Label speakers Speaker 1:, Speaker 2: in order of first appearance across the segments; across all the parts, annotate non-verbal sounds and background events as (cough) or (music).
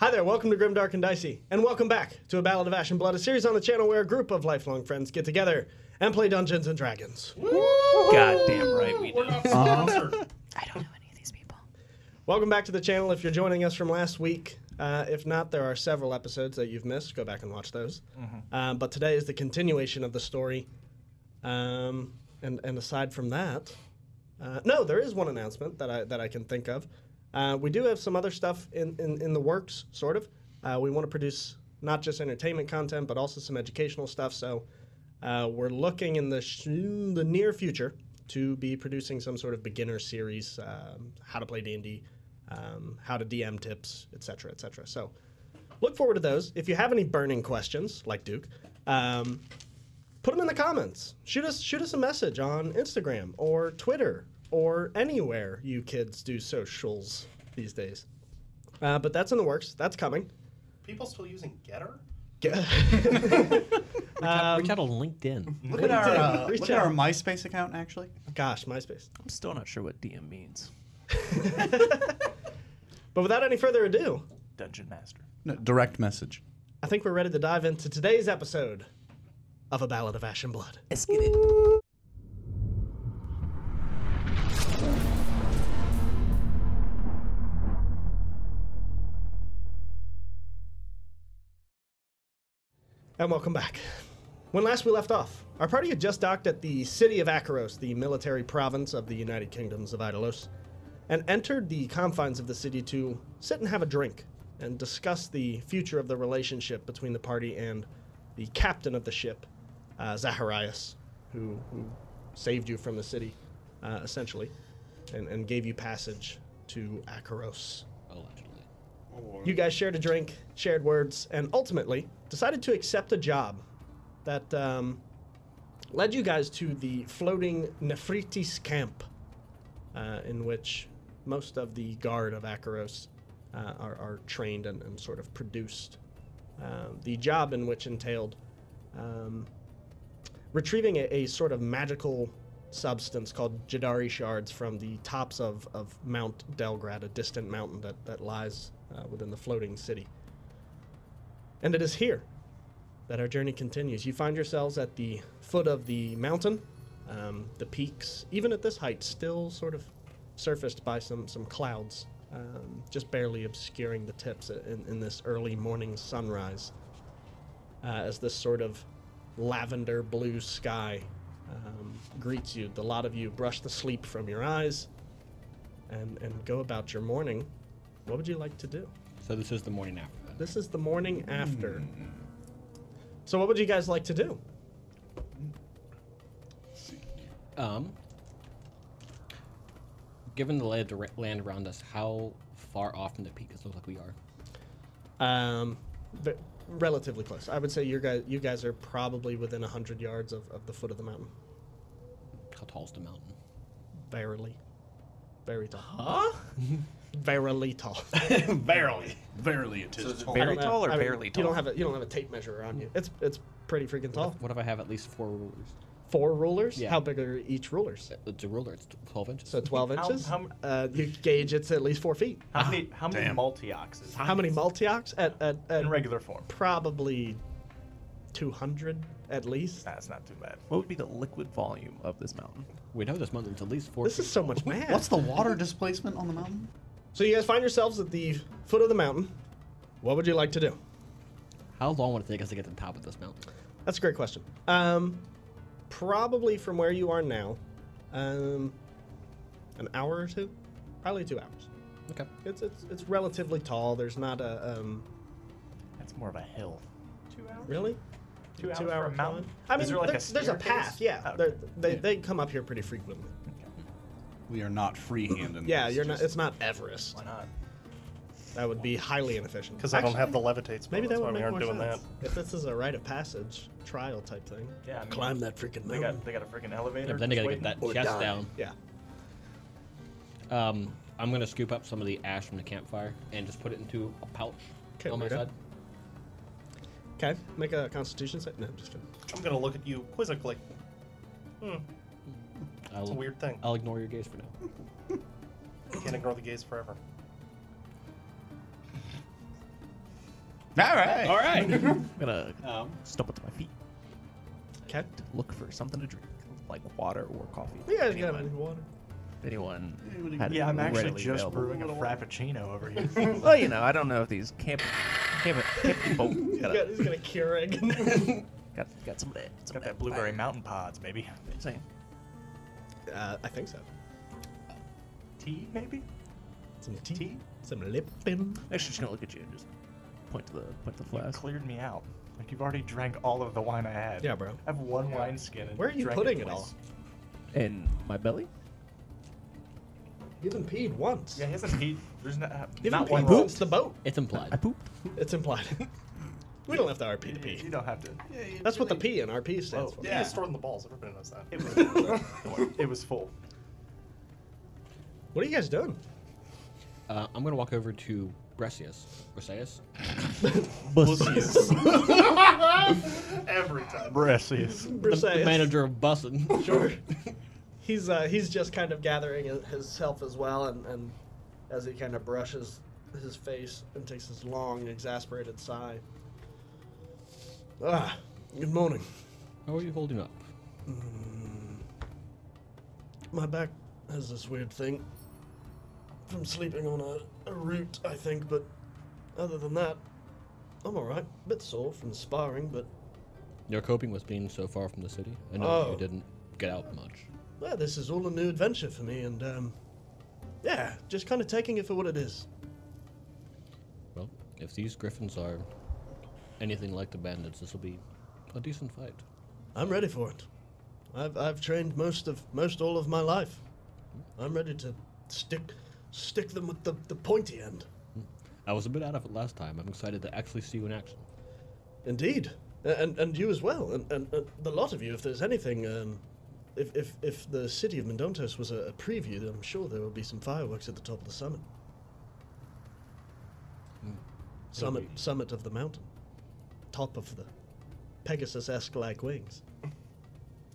Speaker 1: Hi there, welcome to Grim, Dark, and Dicey, and welcome back to A Ballad of Ash and Blood, a series on the channel where a group of lifelong friends get together and play Dungeons and Dragons.
Speaker 2: God damn right we do.
Speaker 3: I don't know any of these people.
Speaker 1: Welcome back to the channel if you're joining us from last week. Uh, if not, there are several episodes that you've missed. Go back and watch those. Uh, but today is the continuation of the story. Um, and, and aside from that, uh, no, there is one announcement that I, that I can think of. Uh, we do have some other stuff in, in, in the works, sort of. Uh, we want to produce not just entertainment content, but also some educational stuff. So uh, we're looking in the, sh- the near future to be producing some sort of beginner series, um, how to play D&D, um, how to DM tips, etc., etc. So look forward to those. If you have any burning questions, like Duke, um, put them in the comments. Shoot us shoot us a message on Instagram or Twitter or anywhere you kids do socials these days. Uh, but that's in the works. That's coming.
Speaker 4: People still using
Speaker 5: (laughs)
Speaker 4: Getter?
Speaker 1: G- (laughs)
Speaker 2: Reach out on LinkedIn.
Speaker 4: Look at our uh,
Speaker 1: Reach
Speaker 4: look at our
Speaker 1: out.
Speaker 4: MySpace account actually.
Speaker 1: Gosh, MySpace.
Speaker 2: I'm still not sure what DM means.
Speaker 1: But without any further ado,
Speaker 2: Dungeon Master.
Speaker 4: No, direct message.
Speaker 1: I think we're ready to dive into today's episode of A Ballad of Ash and Blood.
Speaker 2: Let's get it.
Speaker 1: And welcome back. When last we left off, our party had just docked at the city of Akaros, the military province of the United Kingdoms of Idalos, and entered the confines of the city to sit and have a drink and discuss the future of the relationship between the party and the captain of the ship, uh, Zacharias, who, who saved you from the city, uh, essentially, and, and gave you passage to Akaros.
Speaker 6: Allegedly.
Speaker 1: You guys shared a drink, shared words, and ultimately decided to accept a job that um, led you guys to the floating Nefritis camp, uh, in which most of the guard of Akaros uh, are, are trained and, and sort of produced. Um, the job in which entailed um, retrieving a, a sort of magical substance called Jadari shards from the tops of, of Mount Delgrad, a distant mountain that, that lies uh, within the floating city. And it is here that our journey continues. You find yourselves at the foot of the mountain, um, the peaks, even at this height, still sort of surfaced by some, some clouds, um, just barely obscuring the tips in, in this early morning sunrise uh, as this sort of lavender blue sky um, greets you. The lot of you brush the sleep from your eyes and, and go about your morning. What would you like to do?
Speaker 6: So this is the morning after. Then.
Speaker 1: This is the morning after. So, what would you guys like to do?
Speaker 6: Um, given the lay of the ra- land around us, how far off from the peak does it look like we are?
Speaker 1: Um, but relatively close. I would say you guys, you guys are probably within 100 yards of, of the foot of the mountain.
Speaker 6: How tall is the mountain?
Speaker 1: Verily. Very tall. Verily tall. (laughs)
Speaker 2: Barely.
Speaker 4: Barely it is.
Speaker 1: I
Speaker 2: Very
Speaker 1: don't have-
Speaker 2: tall or
Speaker 1: I mean,
Speaker 2: barely
Speaker 1: You
Speaker 2: tall?
Speaker 1: don't have a you don't have a tape measure on you. It's it's pretty freaking tall.
Speaker 6: What if I have at least four rulers?
Speaker 1: Four rulers.
Speaker 6: Yeah.
Speaker 1: How big are each rulers?
Speaker 6: It's a ruler. It's tw- twelve inches.
Speaker 1: So 12
Speaker 2: How-
Speaker 1: inches.
Speaker 2: how m-
Speaker 1: uh, you gauge it's at least four feet.
Speaker 2: How many, how many
Speaker 4: Damn.
Speaker 2: multi-ox is
Speaker 1: How many multiox? At at, at
Speaker 2: in regular form?
Speaker 1: probably 200 at least.
Speaker 2: That's not too bad. What would be the liquid volume of this mountain?
Speaker 6: we know this mountain's at least four.
Speaker 1: This is so much math.
Speaker 4: What's the water displacement on the mountain?
Speaker 1: So you guys find yourselves at the foot of the mountain. What would you like to do?
Speaker 6: How long would it take us to get to the top of this mountain?
Speaker 1: That's a great question. Um, probably from where you are now, um, an hour or two, probably two hours.
Speaker 6: Okay.
Speaker 1: It's it's it's relatively tall. There's not a um,
Speaker 2: That's more of a hill. Two hours?
Speaker 1: really.
Speaker 2: Two hours
Speaker 1: Two-hour
Speaker 2: for a
Speaker 1: climb?
Speaker 2: mountain?
Speaker 1: I mean,
Speaker 2: Is there like a
Speaker 1: there's, there's a
Speaker 2: staircase?
Speaker 1: path. Yeah,
Speaker 2: Oh, okay.
Speaker 1: They're- they they come up here pretty frequently.
Speaker 4: We are not freehanding.
Speaker 1: Yeah,
Speaker 4: this,
Speaker 1: you're not.
Speaker 4: just-
Speaker 1: It's not Everest.
Speaker 2: Why not?
Speaker 1: That would be highly inefficient.
Speaker 5: Because I don't
Speaker 1: Actually,
Speaker 5: have the levitate spell.
Speaker 1: Maybe that
Speaker 5: That's
Speaker 1: would
Speaker 5: why we
Speaker 1: make
Speaker 5: aren't
Speaker 1: more
Speaker 5: doing
Speaker 1: sense. If this is a rite of passage trial type thing.
Speaker 2: Yeah, I mean,
Speaker 1: Climb that freaking
Speaker 2: They
Speaker 1: mountain.
Speaker 2: got, they got a freaking elevator.
Speaker 6: Yeah, but then I
Speaker 2: just
Speaker 6: gotta get that
Speaker 2: waiting.
Speaker 6: chest down.
Speaker 1: Yeah.
Speaker 6: Um, I'm gonna scoop up some of the ash from the campfire and just put it into a pouch
Speaker 1: Okay,
Speaker 6: on my
Speaker 1: weirdo.
Speaker 6: side.
Speaker 1: Okay. Make a Constitution save. No, I'm just kidding.
Speaker 5: that. I'm gonna look at you quizzically.
Speaker 6: I'll,
Speaker 5: It's a weird thing.
Speaker 6: I'll ignore your gaze for now.
Speaker 5: You can't ignore the gaze forever.
Speaker 4: All right.
Speaker 6: All right.
Speaker 2: I'm gonna
Speaker 7: Um,
Speaker 1: Oh.
Speaker 2: stumble to my feet
Speaker 1: Okay.
Speaker 2: to look for something to drink, like water or coffee.
Speaker 1: You guys got any
Speaker 2: anyone,
Speaker 1: water?
Speaker 2: if anyone
Speaker 4: Anybody-
Speaker 2: had
Speaker 5: Yeah, I'm actually
Speaker 2: readily
Speaker 5: just
Speaker 2: available.
Speaker 5: brewing a frappuccino (laughs) over here.
Speaker 2: Well, you know, I don't know if these camp camp, camp people
Speaker 1: He's
Speaker 2: got,
Speaker 1: got,
Speaker 2: a,
Speaker 1: he's got a Keurig.
Speaker 2: got got some of that. Some
Speaker 5: Got
Speaker 2: of
Speaker 5: that blueberry
Speaker 2: fire.
Speaker 5: mountain pods, maybe.
Speaker 2: Same.
Speaker 1: (laughs) uh, I think so.
Speaker 5: Tea, maybe.
Speaker 1: Some tea,
Speaker 5: Tea?
Speaker 1: some Lipton.
Speaker 2: Actually, just gonna look at you and just point to the point to the
Speaker 5: You
Speaker 2: flask.
Speaker 5: cleared me out. Like you've already drank all of the wine I had.
Speaker 1: Yeah, bro.
Speaker 5: I have one wine skin. And
Speaker 1: Where are you
Speaker 5: drank
Speaker 1: putting it
Speaker 5: twice.
Speaker 1: all?
Speaker 2: In my belly?
Speaker 1: You haven't peed once.
Speaker 5: Yeah, he hasn't peed. There's not, uh,
Speaker 1: You
Speaker 5: not
Speaker 1: haven't
Speaker 5: one
Speaker 1: peed
Speaker 5: lump.
Speaker 1: since the boat.
Speaker 6: It's
Speaker 2: I
Speaker 6: implied.
Speaker 2: pooped.
Speaker 1: It's implied. (laughs) we don't have to RP to
Speaker 5: You, you
Speaker 1: pee.
Speaker 5: don't have to.
Speaker 1: That's what the P in RP stands
Speaker 5: Oh,
Speaker 1: for.
Speaker 7: Yeah.
Speaker 5: yeah.
Speaker 7: stored in the balls. Everybody knows that.
Speaker 5: It was, (laughs) it was full.
Speaker 1: What are you guys doing?
Speaker 6: Uh, I'm gonna walk over to Bresius. Bresius.
Speaker 7: Every time.
Speaker 5: (laughs) Bressius.
Speaker 6: The, the
Speaker 1: Briseis.
Speaker 6: manager of (laughs) busing.
Speaker 1: Sure. (laughs) he's uh, he's just kind of gathering his- himself as well, and, and as he kind of brushes his face and takes his long, exasperated sigh. Ah, good morning.
Speaker 6: How are you holding up?
Speaker 1: My back has this weird thing from sleeping on a, a root, I think, but other than that, I'm alright. Bit sore from sparring, but
Speaker 6: Your coping was being so far from the city. I know
Speaker 1: Oh.
Speaker 6: you didn't get out much.
Speaker 1: well, this is all a new adventure for me, and um, yeah, just kind of taking it for what it is.
Speaker 6: Well, if these griffins are anything like the bandits, this will be a decent fight.
Speaker 1: I'm ready for it. I've I've trained most of most all of my life. I'm ready to stick stick them with the, the pointy end.
Speaker 6: I was a bit out of it last time. I'm excited to actually see you in action.
Speaker 1: Indeed, A- and and you as well, and and, and the lot of you. If there's anything, um, if if if the city of Mendontos was a, a preview, then I'm sure there will be some fireworks at the top of the summit. Hmm. Summit summit of the mountain, top of the Pegasus-esque like wings.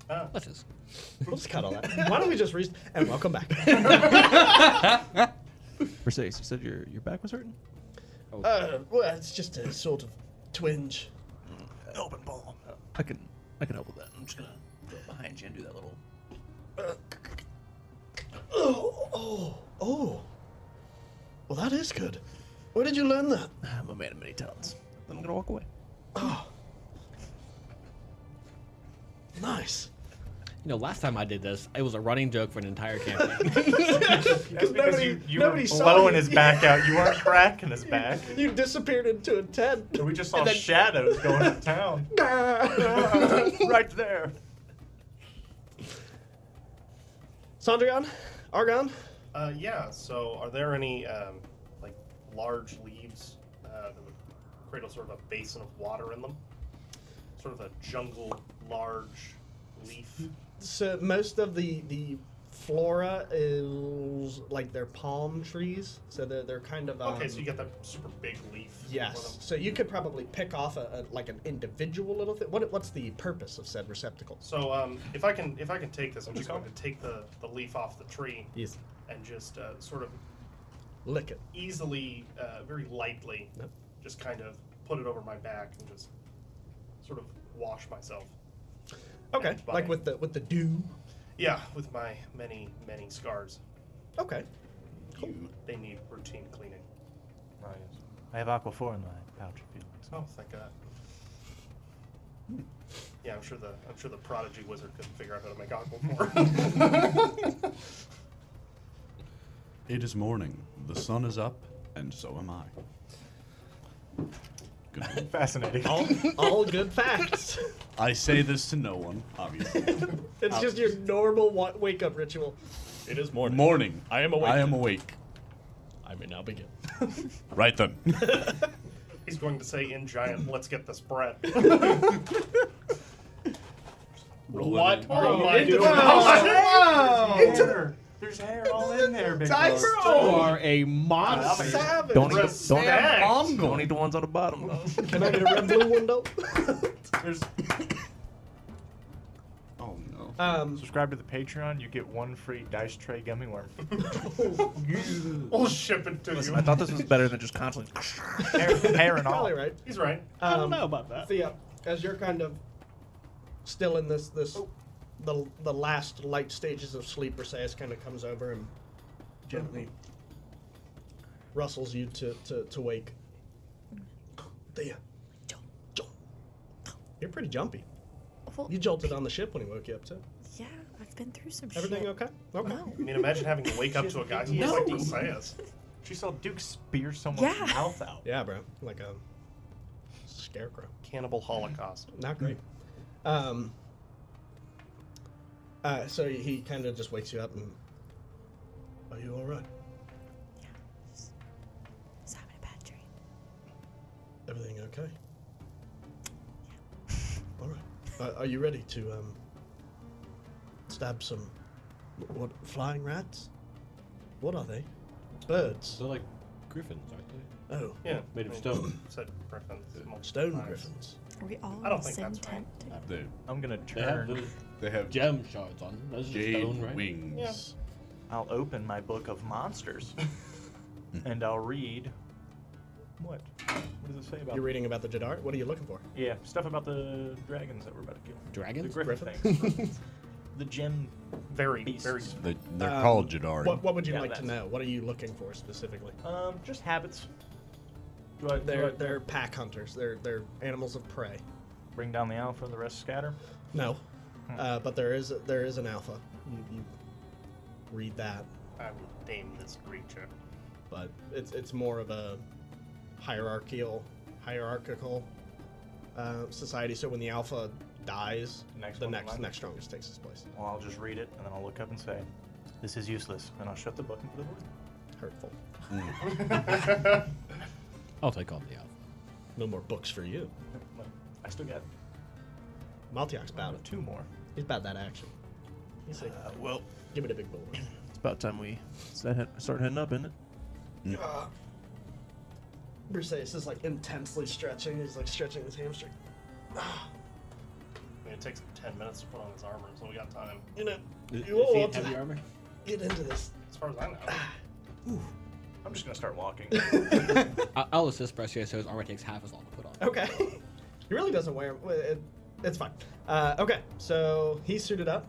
Speaker 6: Let us.
Speaker 1: (laughs) We'll just cut all that. (laughs) Why don't we just re- and welcome back.
Speaker 2: Mercedes, you said your your back was hurting?
Speaker 1: (laughs) Uh, well, it's just a sort of twinge.
Speaker 5: Open ball.
Speaker 2: I can I can help with that. I'm just gonna go behind you and do that little
Speaker 1: Oh, oh, oh. Well, that is good. Where did you learn that?
Speaker 2: I'm a man of many talents. Then I'm gonna walk away.
Speaker 1: Nice.
Speaker 6: You know, last time I did this, it was a running joke for an entire campaign.
Speaker 5: That's because
Speaker 1: nobody-
Speaker 5: you, you
Speaker 1: nobody
Speaker 5: were
Speaker 1: saw
Speaker 5: blowing
Speaker 1: you.
Speaker 5: his back out.
Speaker 1: (laughs)
Speaker 5: You weren't cracking his back.
Speaker 1: You disappeared into a
Speaker 7: (laughs)
Speaker 1: tent.
Speaker 5: We just saw shadows going to town. (laughs) right there.
Speaker 1: Sandrian, Argon,
Speaker 7: Uh, yeah. So, are there any um, like large leaves uh, that would cradle sort of a basin of water in them? Sort of a jungle large leaf.
Speaker 1: Um, so most of the the flora is like they're palm trees, so they're they're kind of um,
Speaker 7: Okay, so you get that super big leaf. one
Speaker 1: Yes,
Speaker 7: of them.
Speaker 1: so you could probably pick off a, a like an individual little thing. What, what's the purpose of said receptacles?
Speaker 7: So um, if I can if I can take this, I'm just going to take the, the leaf off the tree
Speaker 1: Yes,
Speaker 7: and just uh, sort of
Speaker 1: lick it.
Speaker 7: easily, uh, very lightly,
Speaker 1: Yep.
Speaker 7: just kind of put it over my back and just sort of wash myself.
Speaker 1: Okay,
Speaker 7: And by-
Speaker 1: like with the with the dew.
Speaker 7: yeah, with my many many scars, (laughs)
Speaker 1: Okay,
Speaker 7: you, they need routine cleaning.
Speaker 5: I have aquaphor in my pouch. If you like
Speaker 7: Oh, thank God. Hmm. Yeah, I'm sure the I'm sure the prodigy wizard couldn't figure out how to make aquaphor.
Speaker 4: It is morning. The sun is up, and so am I. Good morning.
Speaker 1: (laughs)
Speaker 5: Fascinating.
Speaker 1: all, all good
Speaker 7: (laughs)
Speaker 1: facts.
Speaker 4: I say this to no one,
Speaker 1: (laughs)
Speaker 4: obviously.
Speaker 1: It's just your normal wa- wake up ritual.
Speaker 7: it is morning.
Speaker 4: morning.
Speaker 7: I am awake.
Speaker 4: I am awake.
Speaker 1: I may now begin.
Speaker 4: Right
Speaker 1: (laughs)
Speaker 4: then.
Speaker 7: (laughs) He's going to say in giant, "Let's get this bread." (laughs)
Speaker 4: Roll it in.
Speaker 7: Roll Oh my
Speaker 1: into
Speaker 7: doing-
Speaker 5: hair. There's hair all in there, big
Speaker 1: Dice
Speaker 5: fella.
Speaker 1: roll. You
Speaker 6: are a monster.
Speaker 1: Savage.
Speaker 2: Don't
Speaker 7: Red
Speaker 2: eat, the, don't,
Speaker 7: snag.
Speaker 2: eat, don't eat the ones on the bottom. though.
Speaker 1: (laughs) Can I get a red blue one though?
Speaker 7: There's
Speaker 4: Oh no.
Speaker 1: Um,
Speaker 5: Subscribe to the Patreon, you get one free dice tray
Speaker 1: (laughs)
Speaker 5: gummy worm.
Speaker 7: We'll ship it to
Speaker 2: Listen,
Speaker 7: you.
Speaker 2: I thought this was better than just constantly. (laughs)
Speaker 5: Hair, hair and all.
Speaker 1: probably right.
Speaker 7: He's right.
Speaker 1: Um,
Speaker 2: about that.
Speaker 1: Thea, as you're kind of still in this this the the last light stages of sleep, Perseus kind of comes over and gently rustles you to to, to wake. Thea,
Speaker 3: Jump.
Speaker 1: jump. You're pretty jumpy.
Speaker 3: Well,
Speaker 1: You jolted on the ship when he woke you up too.
Speaker 3: yeah, I've been through some
Speaker 1: Everything
Speaker 3: shit.
Speaker 1: okay? Okay.
Speaker 3: No.
Speaker 7: I mean, imagine having to wake up to a guy who looks like Messias.
Speaker 5: She saw Duke spear someone's
Speaker 3: Yeah.
Speaker 5: mouth out.
Speaker 1: Yeah, bro. Like a scarecrow.
Speaker 7: Cannibal Holocaust.
Speaker 1: Not great. Um. Uh, so he kind of just wakes you up and. Are you all right?
Speaker 3: Just having a bad dream.
Speaker 1: Everything okay? All right. Uh, are you ready to um, stab some what flying rats? What are they? Birds.
Speaker 6: (laughs) They're like griffins, aren't they?
Speaker 1: Oh,
Speaker 7: Yeah.
Speaker 6: Made of
Speaker 7: I
Speaker 6: stone.
Speaker 7: Said griffins. multiple
Speaker 1: stone
Speaker 7: times.
Speaker 1: griffins.
Speaker 3: Are we all
Speaker 7: I
Speaker 3: in
Speaker 7: don't
Speaker 3: the
Speaker 7: think
Speaker 3: same
Speaker 7: that's right.
Speaker 3: tent? together?
Speaker 4: They,
Speaker 5: I'm gonna
Speaker 6: They have
Speaker 5: turn.
Speaker 6: little
Speaker 4: they have
Speaker 6: gem shards on them. Those are
Speaker 4: jade
Speaker 6: stone, right?
Speaker 4: wings.
Speaker 5: I'll open my book of
Speaker 1: (laughs)
Speaker 5: monsters, and I'll read. What? What does it say about?
Speaker 1: You're reading about the Jadar. What are you looking for?
Speaker 5: yeah, stuff about the dragons that we're about to kill. The
Speaker 6: Dragons?
Speaker 5: griffin
Speaker 1: Griffins?
Speaker 5: (laughs) things. the gem.
Speaker 7: Very,
Speaker 5: Beasts.
Speaker 7: very.
Speaker 4: They, they're
Speaker 1: Um,
Speaker 4: called Jadari.
Speaker 1: What, what would you
Speaker 5: Yeah,
Speaker 1: like to
Speaker 5: that's-
Speaker 1: know? What are you looking for specifically?
Speaker 5: Um, just habits. Do I, do
Speaker 1: They're
Speaker 5: I
Speaker 1: they're pack hunters. They're they're animals of prey.
Speaker 5: bring down the alpha, the rest scatter?
Speaker 1: No, uh, but there is there is an alpha. You, you read that,
Speaker 7: I would name this creature.
Speaker 1: but it's it's more of a hierarchical hierarchical uh, society. So when the alpha dies,
Speaker 5: Next
Speaker 1: the
Speaker 5: one in
Speaker 1: next
Speaker 5: line.
Speaker 1: next strongest takes its place.
Speaker 5: Well, I'll just read it, and then I'll look up and say, "This is useless," and I'll shut the book and put it away.
Speaker 1: Hurtful.
Speaker 6: I'll take on the alpha.
Speaker 1: No more books for you.
Speaker 5: Look, I still got
Speaker 1: Maltiak's about it.
Speaker 5: two more.
Speaker 1: He's about that action. He's like,
Speaker 2: well,
Speaker 1: give it a big bull. rush."
Speaker 2: it's about time we start start heading up, isn't it?
Speaker 1: Briseis is like intensely stretching. He's like stretching his hamstring.
Speaker 7: I mean, it takes him 10 minutes to put on his armor, so we got time.
Speaker 1: You know,
Speaker 6: Is,
Speaker 1: you all
Speaker 6: he in
Speaker 1: want
Speaker 6: heavy
Speaker 1: to
Speaker 6: armor?
Speaker 1: get into this.
Speaker 7: As far as (sighs) I know.
Speaker 5: I'm just gonna start (laughs) walking.
Speaker 6: (laughs) I- I'll assist Brescia so his armor takes half as long to put on.
Speaker 1: Okay. (laughs) he really doesn't wear well, it. It's fine. Uh, okay, so he's suited up.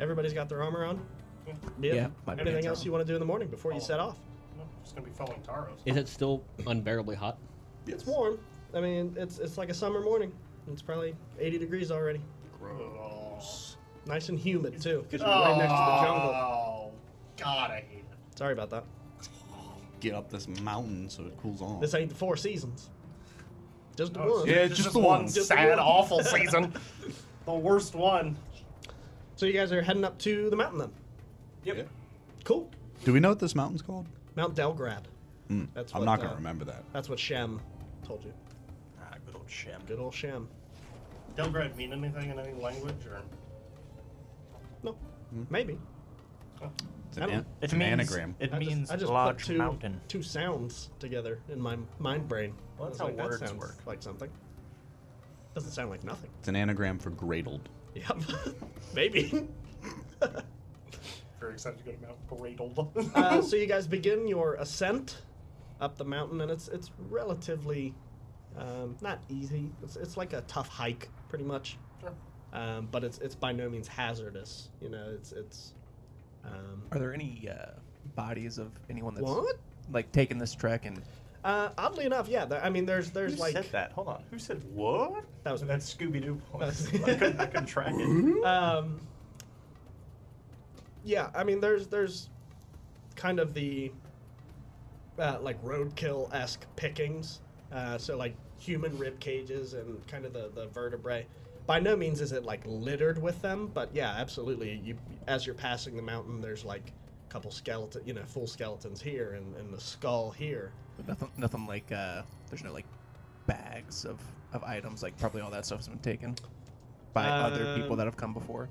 Speaker 1: Everybody's got their armor on. Yep.
Speaker 2: Yeah, my
Speaker 1: Anything
Speaker 2: pants
Speaker 1: else
Speaker 2: are
Speaker 1: you want to do in the morning before you
Speaker 4: Oh.
Speaker 1: set off?
Speaker 7: I'm just going to be following Taros.
Speaker 6: Is it still unbearably hot?
Speaker 1: It's warm. I mean, it's it's like a summer morning. It's probably 80 degrees already.
Speaker 7: Gross.
Speaker 1: Nice and humid too, because
Speaker 7: Oh,
Speaker 1: you're right next to the jungle.
Speaker 7: God, I hate it.
Speaker 1: Sorry about that.
Speaker 4: Get up this mountain so it cools off.
Speaker 1: This ain't the four seasons. Just the
Speaker 7: No,
Speaker 1: one.
Speaker 4: Yeah,
Speaker 7: it's
Speaker 4: just the one.
Speaker 7: one
Speaker 4: Just
Speaker 1: the
Speaker 7: sad,
Speaker 1: one.
Speaker 7: (laughs) awful season. the worst one.
Speaker 1: So you guys are heading up to the mountain then.
Speaker 5: yep.
Speaker 4: Yeah.
Speaker 1: Cool.
Speaker 4: Do we know what this mountain's called?
Speaker 1: Mount Delgrad.
Speaker 4: Mm,
Speaker 1: That's
Speaker 4: I'm
Speaker 1: what,
Speaker 4: not
Speaker 1: uh,
Speaker 4: gonna remember that.
Speaker 1: That's what Shem told you.
Speaker 5: Ah, good old sham.
Speaker 1: Good old Shem.
Speaker 7: Delgrad mean anything in any language? or
Speaker 1: No, maybe.
Speaker 4: It's
Speaker 1: I
Speaker 4: an,
Speaker 1: don't-
Speaker 4: an, it's an anagram.
Speaker 5: It
Speaker 1: I just-
Speaker 5: means
Speaker 1: I just
Speaker 5: large
Speaker 1: put two,
Speaker 5: mountain.
Speaker 1: two sounds together in my mind brain.
Speaker 5: Well, that's
Speaker 1: I was
Speaker 5: how
Speaker 1: that
Speaker 5: words
Speaker 1: sounds
Speaker 5: work.
Speaker 1: Like something. Doesn't sound like nothing. (laughs)
Speaker 4: It's an anagram for cradled.
Speaker 1: Yep. (laughs) Maybe.
Speaker 7: Very excited to go to Mount (laughs) Cradled.
Speaker 1: Uh, so you guys begin your ascent up the mountain, and it's it's relatively um, not easy. It's, it's like a tough hike, pretty much.
Speaker 7: Sure.
Speaker 1: Um, but it's it's by no means hazardous. You know, it's it's. Um,
Speaker 2: Are there any uh, bodies of anyone that's
Speaker 1: what?
Speaker 2: like taking this trek and
Speaker 1: Uh, oddly enough, yeah. There, I mean, there's there's
Speaker 5: Who
Speaker 1: like
Speaker 5: said that? Hold on. Who said what?
Speaker 1: That was me.
Speaker 5: that Scooby Doo. I
Speaker 1: was-
Speaker 5: couldn't I couldn't track (laughs) it.
Speaker 1: um, yeah, I mean, there's there's kind of the uh, like roadkill esque pickings. Uh, so like human rib cages and kind of the, the vertebrae. By no means is it like littered with them, but yeah, absolutely. You as you're passing the mountain, there's like a couple skeleton, you know, full skeletons here and, and the skull here.
Speaker 2: but nothing? Nothing like uh, there's no like bags of of items like probably all that stuff's been taken by other people
Speaker 1: Um,
Speaker 2: that have come before.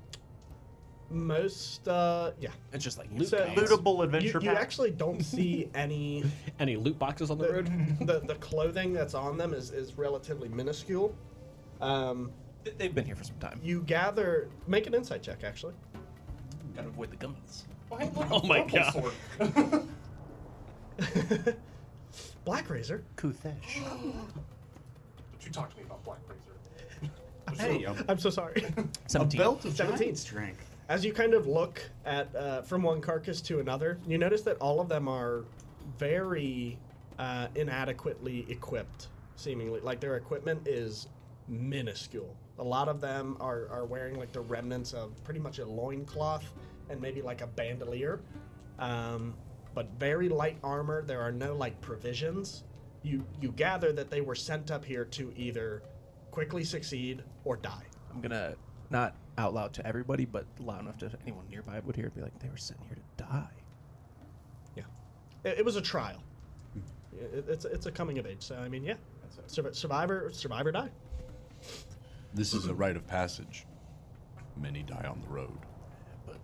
Speaker 1: Most, uh, yeah.
Speaker 2: It's just like
Speaker 6: Loot
Speaker 1: So-
Speaker 6: boxes.
Speaker 5: Lootable
Speaker 1: You,
Speaker 5: adventure
Speaker 1: you
Speaker 5: pack.
Speaker 1: actually don't
Speaker 5: (laughs)
Speaker 1: see any
Speaker 6: Any loot boxes on
Speaker 1: (laughs)
Speaker 6: the road?
Speaker 1: the, the the clothing that's on them is, is relatively minuscule. Um,
Speaker 2: They- They've been here for some time.
Speaker 1: You gather. Make an insight check, actually.
Speaker 2: Gotta avoid the gummies.
Speaker 7: Oh, hey, look,
Speaker 6: Oh
Speaker 7: a
Speaker 6: my
Speaker 7: purple
Speaker 6: God.
Speaker 7: sword.
Speaker 1: Black Razor.
Speaker 2: Kuthesh.
Speaker 7: Don't you talk to me about Black Razor.
Speaker 4: Hey, a,
Speaker 1: I'm so sorry. (laughs)
Speaker 4: a
Speaker 2: Seventeen.
Speaker 4: belt of
Speaker 1: 17.
Speaker 4: giant strength.
Speaker 1: As you kind of look at uh, from one carcass to another, you notice that all of them are very uh, inadequately equipped. Seemingly, like their equipment is minuscule. A lot of them are, are wearing like the remnants of pretty much a loincloth and maybe like a bandolier, um, but very light armor. There are no like provisions. You you gather that they were sent up here to either quickly succeed or die.
Speaker 2: I'm gonna not out loud to everybody, but loud enough to anyone nearby would hear. it, Be like, they were sent here to die.
Speaker 1: Yeah, it, it was a trial. It, it's it's a coming of age. So I mean, yeah, Survi- survivor survivor die.
Speaker 4: This
Speaker 2: Mm-hmm.
Speaker 4: is a rite of passage. Many die on the road.
Speaker 2: but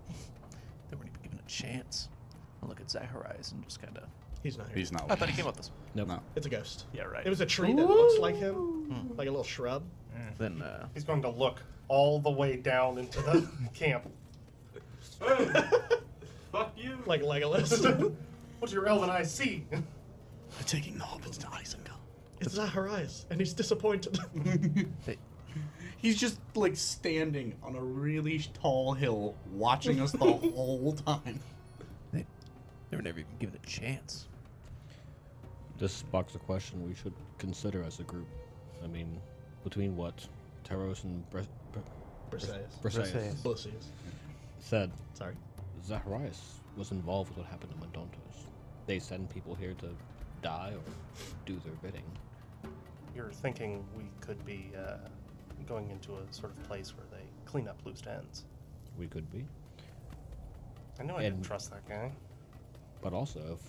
Speaker 2: they weren't even given a chance. I look at Zacharias and just kind of.
Speaker 1: He's not here.
Speaker 4: He's not.
Speaker 2: I thought he came up this.
Speaker 6: Nope.
Speaker 4: No.
Speaker 1: It's a ghost.
Speaker 2: Yeah, right.
Speaker 1: It was a tree that looks like him, like a little shrub.
Speaker 2: Then uh,
Speaker 7: He's going to look all the way down into (laughs) the camp.
Speaker 8: Fuck you.
Speaker 1: Like
Speaker 2: (laughs)
Speaker 1: Legolas.
Speaker 7: What's your elven eye see? (laughs)
Speaker 4: They're taking the hobbits to Isengard.
Speaker 1: it's Zacharias, and he's
Speaker 2: (laughs)
Speaker 1: disappointed.
Speaker 2: they,
Speaker 4: He's just like standing on a really tall hill,
Speaker 2: (laughs)
Speaker 4: watching us the whole time.
Speaker 2: they they were never even given a chance.
Speaker 6: This sparks a question we should consider as a group. I mean, between what Taros and Bre- Bre-
Speaker 1: Briseis.
Speaker 6: Briseis
Speaker 1: Briseis.
Speaker 6: said,
Speaker 1: Sorry.
Speaker 6: Zacharias was involved with what happened to Mendontos. They send people here to die or do their bidding.
Speaker 7: You're thinking we could be uh, going into a sort of place where they clean up loose ends.
Speaker 6: We could be.
Speaker 7: I know I didn't
Speaker 6: And-
Speaker 7: trust that guy.
Speaker 6: But also, if